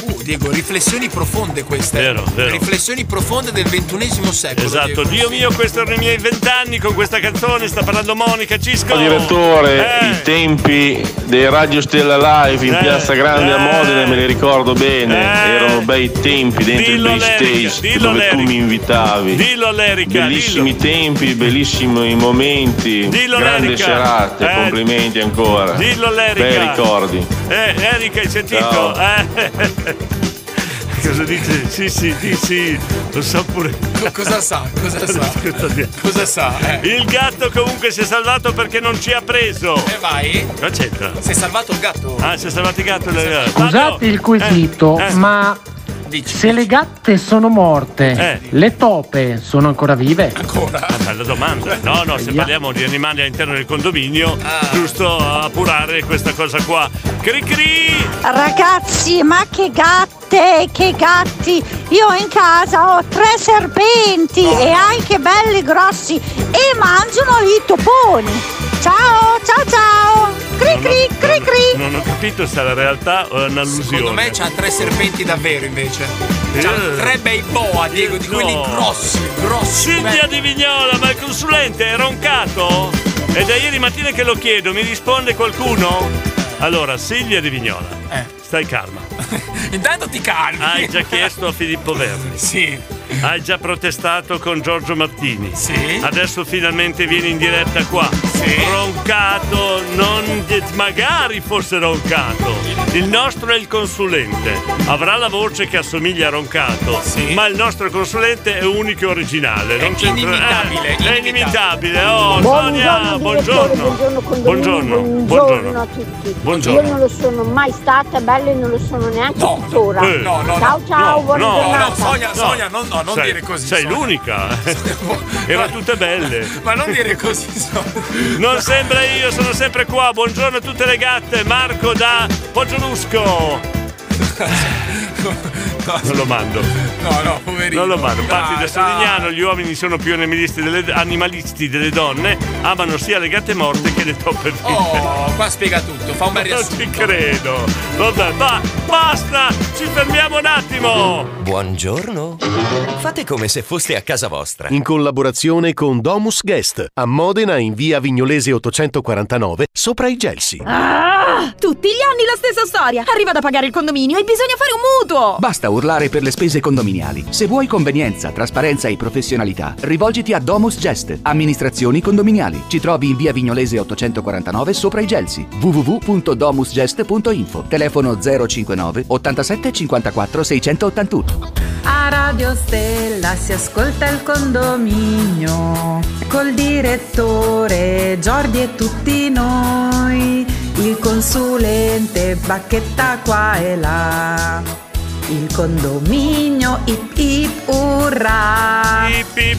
Uh, Diego, riflessioni profonde queste. Vero, vero. Riflessioni profonde del ventunesimo secolo. Esatto, Dio Diego. mio, questi erano i miei vent'anni con questa canzone, sta parlando Monica Cisco. Direttore, i tempi dei Radio Stella Live in Eh, Piazza Grande a Modena me li ricordo bene. Erano bei tempi dentro Dillo il backstage all'Erica, dillo dove tu all'Erica. mi invitavi. Dillo all'Erica, Bellissimi tempi, bellissimi momenti. Dillo grande all'Erica. serate, Eh. complimenti ancora. Dillo all'Erica. Bei ricordi. Eh, Erika, hai sentito? Ciao. Eh. Cosa dice? Sì, sì, sì, sì, lo so pure. cosa sa? Cosa sa? Cosa sa? eh? Il gatto comunque si è salvato perché non ci ha preso. E vai? Cosa c'entra? Si è salvato il gatto. Ah, si è salvato il gatto. eh. Scusate il quesito, ma se le gatte sono morte, Eh. le tope sono ancora vive? Ah, bella domanda. No, no, se parliamo di animali all'interno del condominio, Ah. giusto appurare questa cosa qua. Cri cri! Ragazzi, ma che gatte, che gatti! Io in casa ho tre serpenti e anche belli grossi e mangiano i toponi. Ciao, ciao, ciao! Cri cri cri cri! Non ho capito se la realtà o è Secondo un'allusione. me c'ha tre serpenti davvero invece. C'ha Eh. tre bei boa, Diego, di quelli grossi, grossi. Cinzia di Vignola, ma il consulente è roncato? È da ieri mattina che lo chiedo, mi risponde qualcuno? Allora, Silvia di Vignola, Eh. stai calma. Intanto ti calmi. Hai già chiesto a Filippo Verdi. Sì. Hai già protestato con Giorgio Martini. Sì. Adesso finalmente vieni in diretta qua. Sì. Roncato, non. magari fosse roncato. Il nostro è il consulente. Avrà la voce che assomiglia a roncato. Sì. Ma il nostro consulente è unico e originale. non c'entra- inimitabile, eh, è inimitabile. Oh, Sonia, Buongiorno, direttore, buongiorno. buongiorno condominio, Buongiorno, buongiorno buongiorno. a tutti. Buongiorno. Io non lo sono mai stata bella e non lo sono neanche tuttora. Eh, no, no, ciao no, ciao, no, buona no, giornata. no, Sonia, No. Sonia, non, no, non Sei- dire così. Sei Sonia. l'unica. Era tutte belle. Ma non dire così, Sonia. Non sembra io, sono sempre qua. Buongiorno a tutte le gatte. Marco da Poggiolus.co Non lo mando. No, no, poverino. Non lo mando. Parti Dai, da Solignano, gli uomini sono più animalisti delle, animalisti delle donne, amano sia le gatte morte che le toppe vive. Oh, qua spiega tutto, fa un bel riassunto. Non ci credo. Vabbè, va, basta, ci fermiamo un attimo. Buongiorno. Fate come se foste a casa vostra. In collaborazione con Domus Guest a Modena in via Vignolese 849 sopra i Gelsi. Ah! Tutti gli anni la stessa storia. Arriva da pagare il condominio e bisogna fare un mutuo. Basta urlare per le spese condominiali. Se vuoi convenienza, trasparenza e professionalità, rivolgiti a Domus Gest, amministrazioni condominiali. Ci trovi in via Vignolese 849 sopra i Gelsi. www.domusgest.info. Telefono 059 87 54 681. A Radio Stella si ascolta il condominio col direttore Giordi e tutti noi, il consulente Bacchetta qua e là. Il condominio condominio, ip ip urra.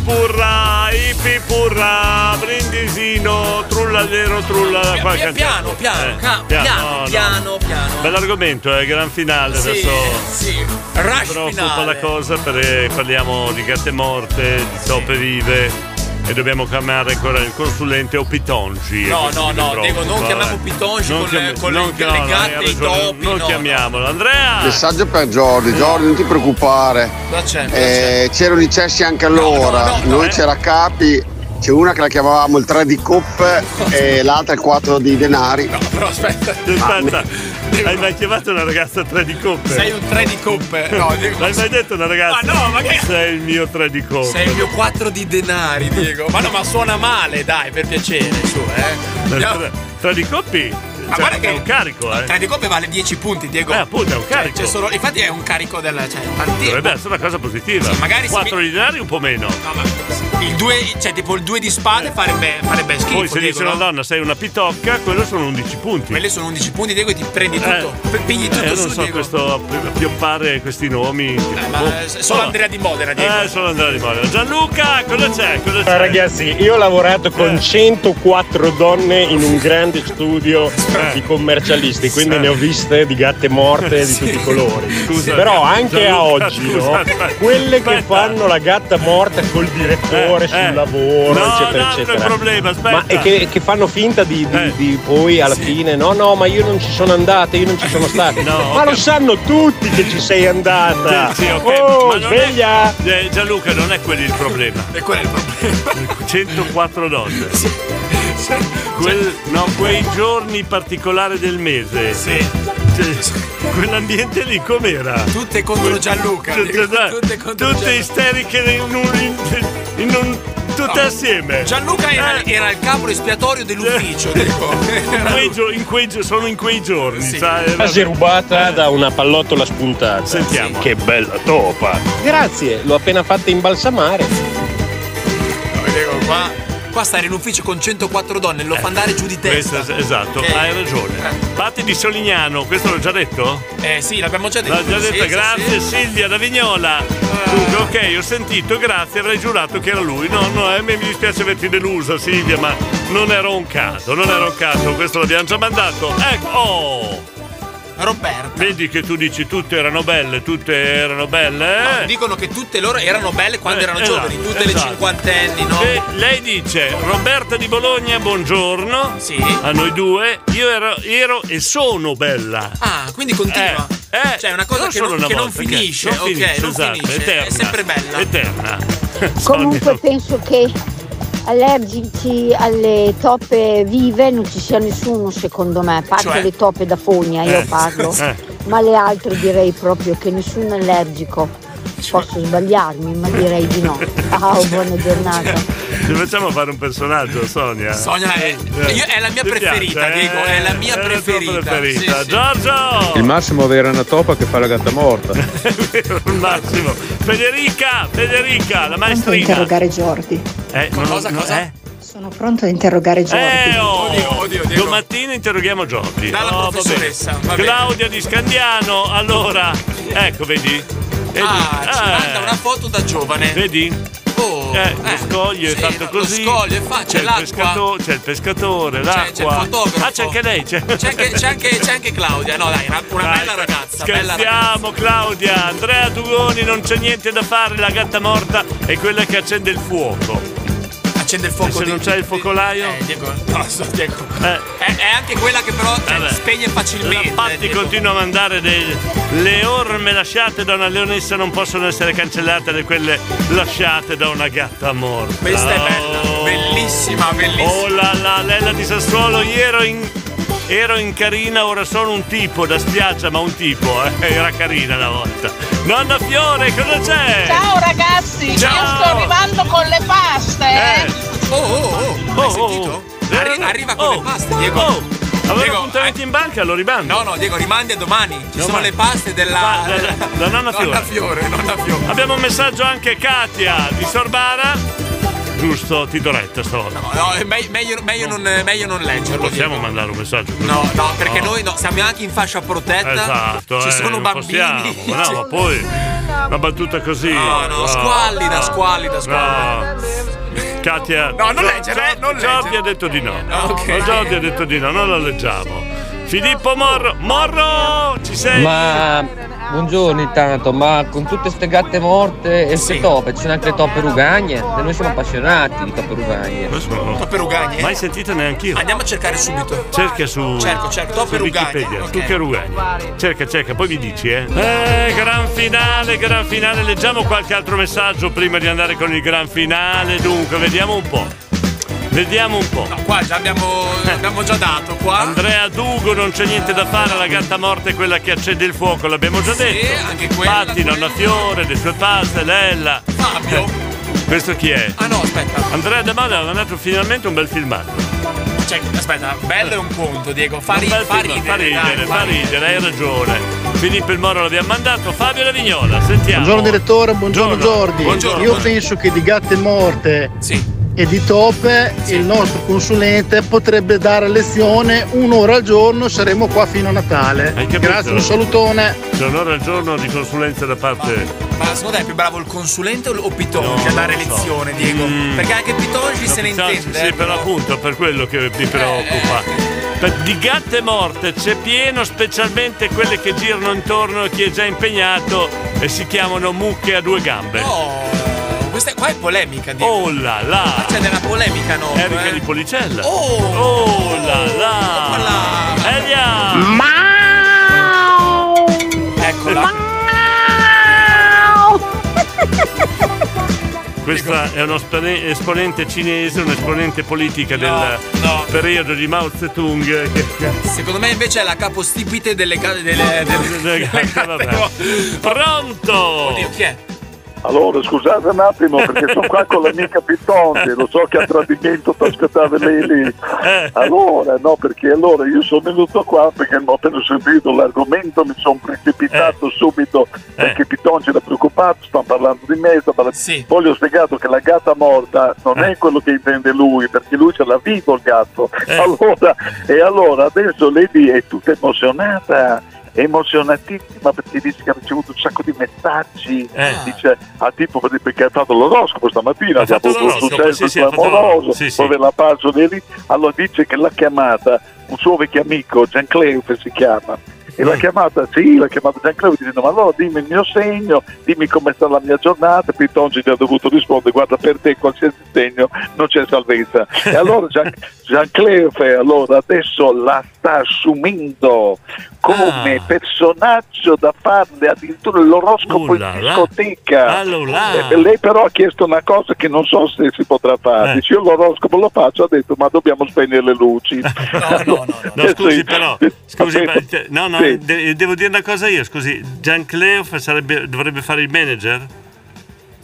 Pipurra, ipipurra, brindisino, trullalero, trulla da qua Piano, piano, Eh, piano, ca- piano, piano, piano. Bell'argomento, eh, gran finale Sì, adesso. sì. Mi Rush preoccupa finale. la cosa perché parliamo di gatte morte, di toppe vive e dobbiamo chiamare ancora il consulente o Pitongi. è No, questo no, che mi no, preoccupa, Devo, non eh. chiamiamo Pitongi Non con, le- chiam- con le- non le, chiamo, hai gatte, i ragione, topi. Non no. chiamiamolo, Andrea! Messaggio per Jordi, Jordi non ti preoccupare. Là c'è, là Eh, c'erano i cessi anche allora, noi c'era Capi, c'è una che la chiamavamo il 3 di coppe e l'altra il 4 di denari. Però aspetta, aspetta, hai mai chiamato una ragazza tre di coppe? Sei un tre di coppe. No, Diego. L'hai mai detto una ragazza? Ma Ah, no, ma che- Sei il mio tre di coppe. Sei il mio 4 di denari, Diego. Ma no, ma suona male, dai, per piacere, su, eh. Andiamo- Tra di coppi cioè, Ma guarda che è un carico, eh. Tra di coppe vale 10 punti, Diego. Eh, appunto, è un Cioè, carico. c'è solo- infatti è un carico del. Cioè, Dovrebbe tantissimo. essere una cosa positiva. Sì, magari se 4 di denari un po' meno. Eh. Il 2, cioè tipo il 2 di spade farebbe, farebbe schifo. Poi se Diego, dice no? una donna sei una pitocca, quello sono 11 punti. Quelli sono 11 punti, Diego, e ti prendi tutto. pe- Pigli tutto Eh, io su, non so Diego. questo app- appioppare questi nomi. ma, Boh. eh, solo Andrea di Modena, Diego. Eh, solo Andrea di Modena. Gianluca, cosa c'è? Cosa c'è? Ragazzi, io ho lavorato Eh. con 104 donne in un grande studio Eh. di commercialisti, quindi ne ho viste di gatte morte di tutti i colori. Scusa, Però anche a Gianluca, oggi, scusa, no, aspetta. quelle che fanno la gatta morta col direttore Eh, eh. sul lavoro, No, un eccetera, altro eccetera. problema, aspetta. Eh. Ma e che, che fanno finta di, di- di poi alla fine, no, no, ma io non ci sono andata, io non ci sono stata. ma lo sanno tutti che ci sei andata. Sì, sì, ok. Oh, Ma non è- sveglia! Eh, Gianluca, non è quello il problema. E quello è il problema. 104 donne. Quel- Cioè- no, quei giorni particolari del mese. Cioè, quell'ambiente lì com'era? Tutte contro Gianluca. Cioè, Diego, cioè, tutte contro tutte Gianluca. isteriche in un, in- in un- tutte No. assieme. Eh. Gianluca era, era il capo espiatorio dell'ufficio, Diego. In quei gio- in quei gio- sono in quei giorni, sai? Era- Quasi rubata da una pallottola spuntata. Sentiamo. Che bella topa. Grazie, l'ho appena fatta imbalsamare. Diego, qua, qua stare in ufficio con 104 donne lo fa andare giù di testa. Eh, Questo, esatto, Ok? hai ragione. Patti di Solignano, questo l'ho già detto? Eh sì, l'abbiamo già detto. L'ho già Sì, detto, sì, grazie sì. Silvia da Vignola. Dunque, ok, ho sentito, grazie, avrei giurato che era lui. No, no, eh, mi dispiace averti delusa Silvia, ma non era un caso, non era un caso, questo l'abbiamo già mandato. Ecco, oh! Roberto. Vedi che tu dici tutte erano belle, tutte erano belle, eh? Dicono che tutte loro erano belle quando Eh, erano esatto, giovani, tutte le esatto. cinquantenni, no? E lei dice Roberta di Bologna, buongiorno. Sì. A noi due, io ero, ero e sono bella. Ah, quindi Eh, continua. cioè, è una cosa non che solo non, una che non volta, finisce, che ok? non finisce, non esatto, finisce. È eterna. sempre bella. Eterna. Comunque penso che allergici alle toppe vive non ci sia nessuno secondo me, a parte Cioè? le toppe da fogna, io Eh, parlo, eh. ma le altre direi proprio che nessuno è allergico. Cioè? Posso sbagliarmi, ma direi di no. Ciao, buona giornata. Ci facciamo fare un personaggio, Sonia. Sonia è, Eh. io- è la mia Ti piace, preferita, eh? Diego, è la mia È tua preferita. preferita. Sì, sì. Giorgio! Il massimo era una topa che fa la gatta morta. Un Massimo. Federica, Federica, la Pronto a maestrina. interrogare Jordi. Eh, non ho- Cosa, no, cosa? eh? Sono pronto a interrogare Jordi. Eh, oh. Domattina interroghiamo Giorgi. Dalla Oh, vabbè. professoressa, va bene. Claudia di Scandiano, allora. Ecco, vedi? Vedi? Ah, ci Eh. manda una foto da giovane. Vedi? Oh, Eh, lo scoglio è sì, fatto lo così. scoglio è fa- c'è il l'acqua. pescato- c'è il pescatore, l'acqua. C'è, c'è il fotografo. Ah, c'è anche lei. C'è, C'è anche, c'è anche- c'è anche Claudia, no dai, una, una bella ragazza, bella ragazza. Scherziamo Claudia, Andrea Dugoni non c'è niente da fare, la gatta morta è quella che accende il fuoco. Accende il fuoco. E se non c'è il focolaio? Eh, Diego, no, so, Diego. Eh, È, è anche quella che però cioè, spegne facilmente. eh, Infatti continua a mandare dei- le orme lasciate da una leonessa non possono essere cancellate da quelle lasciate da una gatta morta. Questa è bella, bellissima, bellissima. Oh la la Lella di Sassuolo, io ero in ero in carina, ora sono un tipo da spiaggia, ma un tipo, eh. Era carina una volta. Nonna Fiore, cosa c'è? Ciao ragazzi, io Ciao. sto arrivando con le paste. eh. Oh, oh, oh, hai sentito? Arri- arriva con le paste, Diego. Oh, avevo Diego, appuntamento in banca, lo rimando. No, no, Diego, rimandi a domani. Ci sono Domani. le paste della, Da- da- da nonna Fiore. nonna Fiore. Abbiamo un messaggio anche Katia di Sorbara. Giusto, ti do retta stavolta. No, è me- meglio, meglio non, meglio non leggerlo. Possiamo mandare un messaggio? così? No, no, perché noi no, siamo anche in fascia protetta. Esatto, ci eh, sono non bambini. Cioè, possiamo. Ma no, ma poi Una battuta così. Ah, No, no, squallida, squallida, squallida. No. Katia. No, non leggere, Gio- non leggere. Giorgi ha detto di no. ok. Ma Giorgi ha detto di no, non la leggiamo. Filippo Morro. Morro! Ci sei? Ma buongiorno intanto, ma con tutte queste gatte morte e queste toppe, ci sono anche le toppe rugagne? E noi siamo appassionati di toppe rugagne. Toppe rugagne? Mai sentita neanche io. eh. Andiamo a cercare subito. Cerca su. Cerco, cerco. Toppe su rugagne, Wikipedia, ok. su che rugagne. Cerca, cerca, poi mi dici, eh. Eh, gran finale, gran finale. Leggiamo qualche altro messaggio prima di andare con il gran finale. Dunque, vediamo un po'. Vediamo un po'. Qua già abbiamo, abbiamo già dato qua. Andrea Dugo, non c'è niente da fare, la gatta morta è quella che accende il fuoco, l'abbiamo già Sì, detto. anche quella, Patti, nonna Fiore, le sue paste, Lella. Fabio. Questo chi è? Ah no, aspetta. Andrea De Mano ha mandato finalmente un bel filmato. Cioè, aspetta, bello è un conto, Diego. Fa, ri- Un bel fa film, ridere. fa ridere, dai, fa fa ridere, hai ragione. Filippo il Moro l'abbiamo mandato, Fabio La Vignola, sentiamo. Buongiorno direttore, buongiorno, Buongiorno. Giordi. Buongiorno, Io buongiorno. penso che di gatte morte e di toppe il nostro consulente potrebbe dare lezione un'ora al giorno, saremo qua fino a Natale. Hai capito? Grazie, un salutone. C'è un'ora al giorno di consulenza da parte. Ma secondo te è più bravo il consulente o Pitongi a dare lezione, Diego? Perché anche Pitongi se ne intende. Mm. ecco. Eh, Sì, per appunto, per quello che mi preoccupa. Per- Di gatte morte c'è pieno, specialmente quelle che girano intorno a chi è già impegnato e si chiamano mucche a due gambe. Oh, questa qua è polemica, Diego. Oh là là! Ma c'è della polemica, no? Erika eh? di Policella. Oh! Oh là là! Elia! Eh. Eccola. Ecco. Questa è un'esponente cinese, un'esponente politica del periodo di Mao Zedong. che- Secondo me invece è la capostipite delle case delle, delle, Pronto! Oddio, chi è? Allora, scusate un attimo perché sono qua con l'amica Pitonti, lo so che a tradimento per aspettare lei lì. Allora, no, perché allora io sono venuto qua perché non ho appena sentito l'argomento, mi sono precipitato subito perché Pitonci era preoccupato, stanno parlando di me, sta parlando- poi gli ho spiegato che la gatta morta non è quello che intende lui, perché lui ce l'ha vivo il gatto. Allora, e allora adesso lei è tutta emozionata emozionatissima perché dice che ha ricevuto un sacco di messaggi Eh. Ah. dice a tipo per- perché ha fatto l'oroscopo stamattina Ah. Ha che ha fatto avuto un l'oroscopo, successo sì, sì, ha fatto clamoroso l'oroscopo, sì, sì. dove la pagina lì allora dice che l'ha chiamata un suo vecchio amico Gian Cleufe si chiama e l'ha chiamata, sì, l'ha chiamata Gian Cleufe dicendo ma allora dimmi il mio segno, dimmi come sta la mia giornata, Pitongi gli ha dovuto rispondere guarda per te qualsiasi segno non c'è salvezza. E allora Gian, Gian Cleufe allora adesso la sta assumendo come personaggio da farle addirittura l'oroscopo in discoteca. Eh, lei però ha chiesto una cosa che non so se si potrà Eh. fare. Dice io l'oroscopo lo faccio, ha detto ma dobbiamo spegnere le luci. No, scusi, però, scusi, ma- Aspetta. no, no, Sì. de- devo dire una cosa io, scusi, Gian Cleof sarebbe- dovrebbe fare il manager?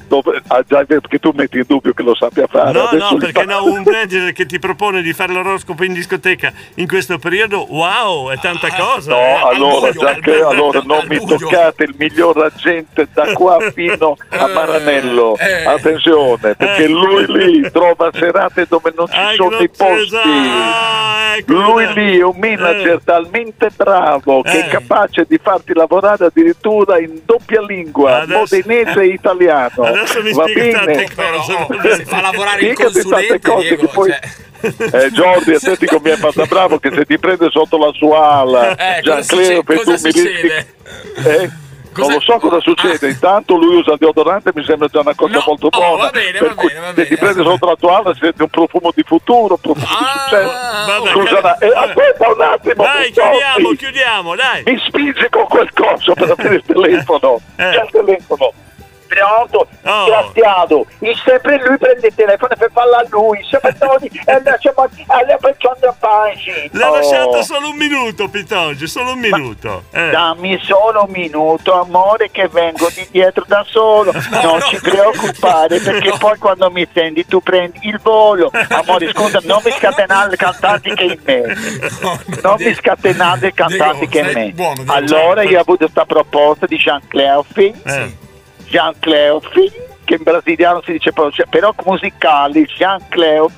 Dove- ah, già detto che tu metti in dubbio che lo sappia fare. No, Ah, Adesso no, gli perché fa- no, un manager che ti propone di fare l'oroscopo in discoteca in questo periodo, wow, è tanta Ah. cosa. No, eh. allora, già che- allora non mi toccate il miglior agente da qua Eh, fino a Maranello. Attenzione, Eh. perché lui lì trova serate dove non ci sono i posti. Ah, ecco Lui lì è un Eh. manager talmente bravo che è capace di farti lavorare addirittura in doppia lingua, Adesso- modenese e italiano. Adesso mi Va spieghi bene? tante cose. Fa lavorare Spiegati il tante consulente, cose Diego. cioè. che poi... Eh, Jordi, attenti come è fatta bravo che se ti prende sotto la sua ala Eh, cosa Giancleo succe- cosa succede? Ah. eh, non lo so cosa succede, intanto lui usa il deodorante mi sembra già una cosa Oh, molto buona. Per cui Se ti prende sotto la tua ala senti un profumo di futuro, un profumo di Ah, successo. Scusa, dai, eh, aspetta un attimo. Dai, Giordi, chiudiamo, chiudiamo, dai. Mi spingi con quel coso per aprire il telefono. Eh. C'è il telefono. Pronto, disgraziato. E sempre lui prende il telefono e fa parla a lui. Se Tony e invece ma alla persona pace. L'ha lasciato solo un minuto, Pitogio, solo un minuto. Eh. Dammi solo un minuto, amore, che vengo di dietro da solo. Non ti preoccupare, perché poi quando mi senti tu prendi il volo. Amore, scusa, non mi scatenare il cantante che è in me. Non mi scatenare il cantante che è in me. allora io ho avuto questa proposta di Jean Cleofi. Jean Cleofi che in brasiliano si dice pronuncia, però musicali, Jean Cleo,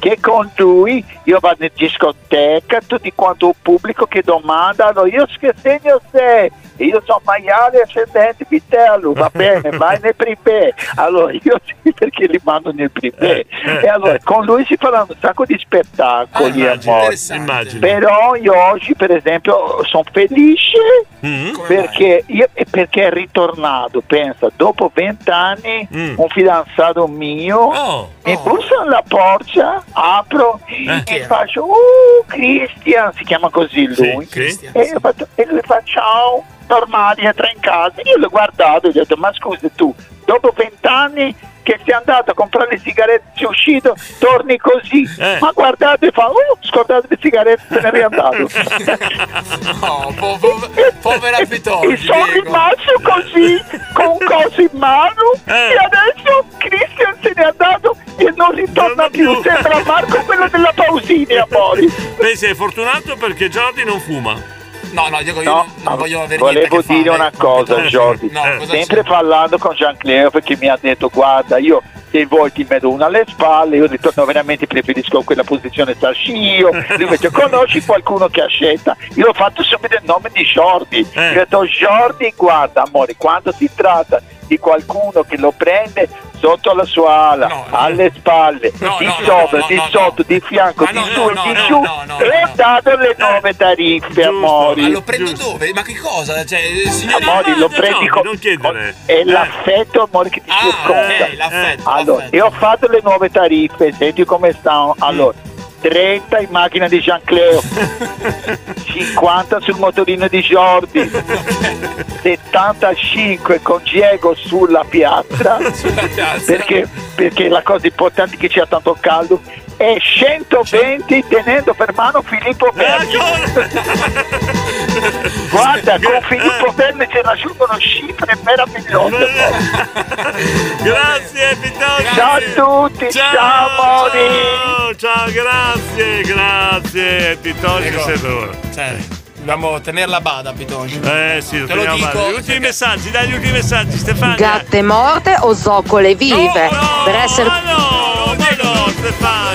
che con lui io vado in discoteca, tutti quanto il pubblico che domandano, io che segno sei? Io sono maiale ascendente vitello, va bene, vai nel privé. Allora io sì perché li mando nel privé. E allora con lui si faranno un sacco di spettacoli, Ah, immagino, amore. immagino. Però io oggi per esempio sono felice perché, io- e perché è ritornato, pensa, dopo vent'anni un fidanzato mio mi bussa alla porta, apro e faccio uh Christian, si chiama così lui, e, io faccio- e lui fa ciao, normale, entra in casa, io l'ho guardato e gli ho detto ma scusa tu, dopo vent'anni che sei andato a comprare le sigarette, sei uscito, torni così, ma guardate e fa, uh, scordate le sigarette, se ne è riandato. No, po- po- povera Pitoni. E sono rimasto così, con cose in mano, e adesso Christian se n'è andato e non ritorna più. Sembra Marco quello della Pausini, amori. Lei sei fortunato perché Jordi non fuma. No, no, Diego, io non- non voglio avere Volevo niente a che dire fare. una cosa, Jordi. cosa Sempre parlando con Jean Cleo perché mi ha detto guarda, io se vuoi ti metto una alle spalle, io ho detto no, veramente preferisco quella posizione starci io. Lui mi ha detto, conosci qualcuno che accetta? Io ho fatto subito il nome di Jordi. Eh. Io ho detto Jordi, guarda amore, quando si tratta di qualcuno che lo prende sotto la sua ala, alle spalle, di sopra, di sotto, di fianco, di su e di giù, e ha dato le nuove tariffe, amori. Eh, Ma lo prendo dove? Ma che cosa? Cioè, eh, signori, Amori, lo prendi con... È Eh, l'affetto, amore, che ti circonda. Eh. allora, io ho fatto le nuove tariffe, senti come stanno. Allora, 30 in macchina di Jean Cleo, 50 sul motorino di Jordi, 75 con Diego sulla piazza, Perché, perché la cosa importante è che c'è tanto caldo, e 120 tenendo per mano Filippo Verdi. Guarda, con Filippo Verdi si raggiungono cifre meravigliose. Grazie Vittorio. Ciao a tutti, ciao, Ciao, ciao, grazie, grazie. Pitoni Ecco. sei duro. Cioè, dobbiamo tenerla a bada, Pitoni. Eh sì, Te lo dico. Gli ultimi messaggi, dai gli ultimi messaggi, Stefania. Gatte morte o zoccole vive? per essere Stefania. Non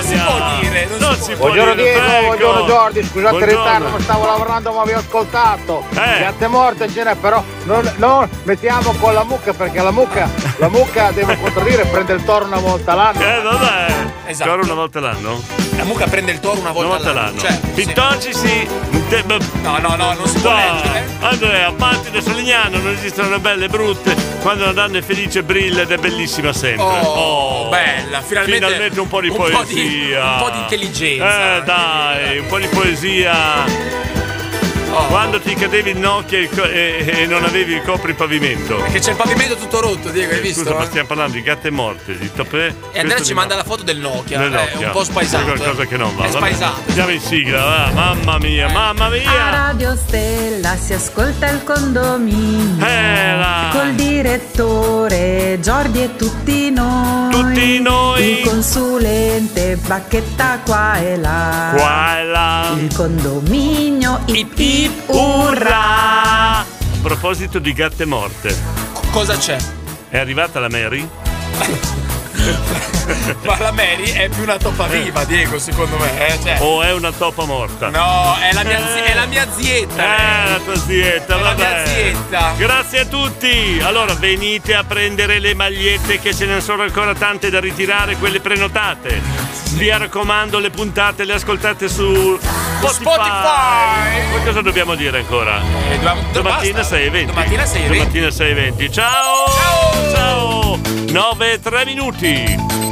si può dire, non, si, può Buongiorno dire. Diego, buongiorno Jordi, scusate il Buongiorno. ritardo, non stavo lavorando ma vi ho ascoltato. Gatte morte ce n'è, però non, non mettiamo con la mucca perché la mucca, la mucca devo contraddire, prende il toro una volta l'anno. Eh vabbè, Toro una volta l'anno? Esatto. La mucca prende il toro una volta, l'anno. Cioè, Pittonci sì. No, no, no, non si può leggere. Andrea, a parte da Solignano non esistono le belle e brutte quando la donna è felice e brilla ed è bellissima sempre. Oh, bella, finalmente- un po' di un po' di- poesia. un po' di intelligenza. Eh dai, un po' di poesia. Oh. Quando ti cadevi il Nokia e il co- e, e non avevi il copripavimento. Perché c'è il pavimento tutto rotto, Diego, hai visto? Eh, eh? Scusa, ma stiamo parlando di gatte morte, di topè. e Andrea ci manda la foto del Nokia, Del È Nokia. un po' spaesato. C'è qualcosa eh. che non va. È Eh. vabbè. spaesato. Andiamo in sigla, va. mamma mia, mamma A mia. Radio Stella si ascolta il condominio. Eh, Col direttore Giordi e tutti noi. Tutti noi. Il consulente Bacchetta qua e là. Qua e là. Il condominio ip ip urrà. A proposito di gatte morte. Cosa c'è? È arrivata la Mary? Ma la Mary è più una toppa Eh. viva, Diego, secondo me. eh, cioè. O è una toppa morta? No, è la mia, zi- è la mia zietta. Eh, la tua zietta, È la mia vabbè. zietta. Grazie a tutti. Allora venite a prendere le magliette che ce ne sono ancora tante da ritirare, quelle prenotate. Vi raccomando, le puntate le ascoltate su Spotify. Poi cosa dobbiamo dire ancora? Eh, domattina 6.20. Domattina 6.20. Domattina 6.20. Ciao! Ciao! 9 e 3 minuti.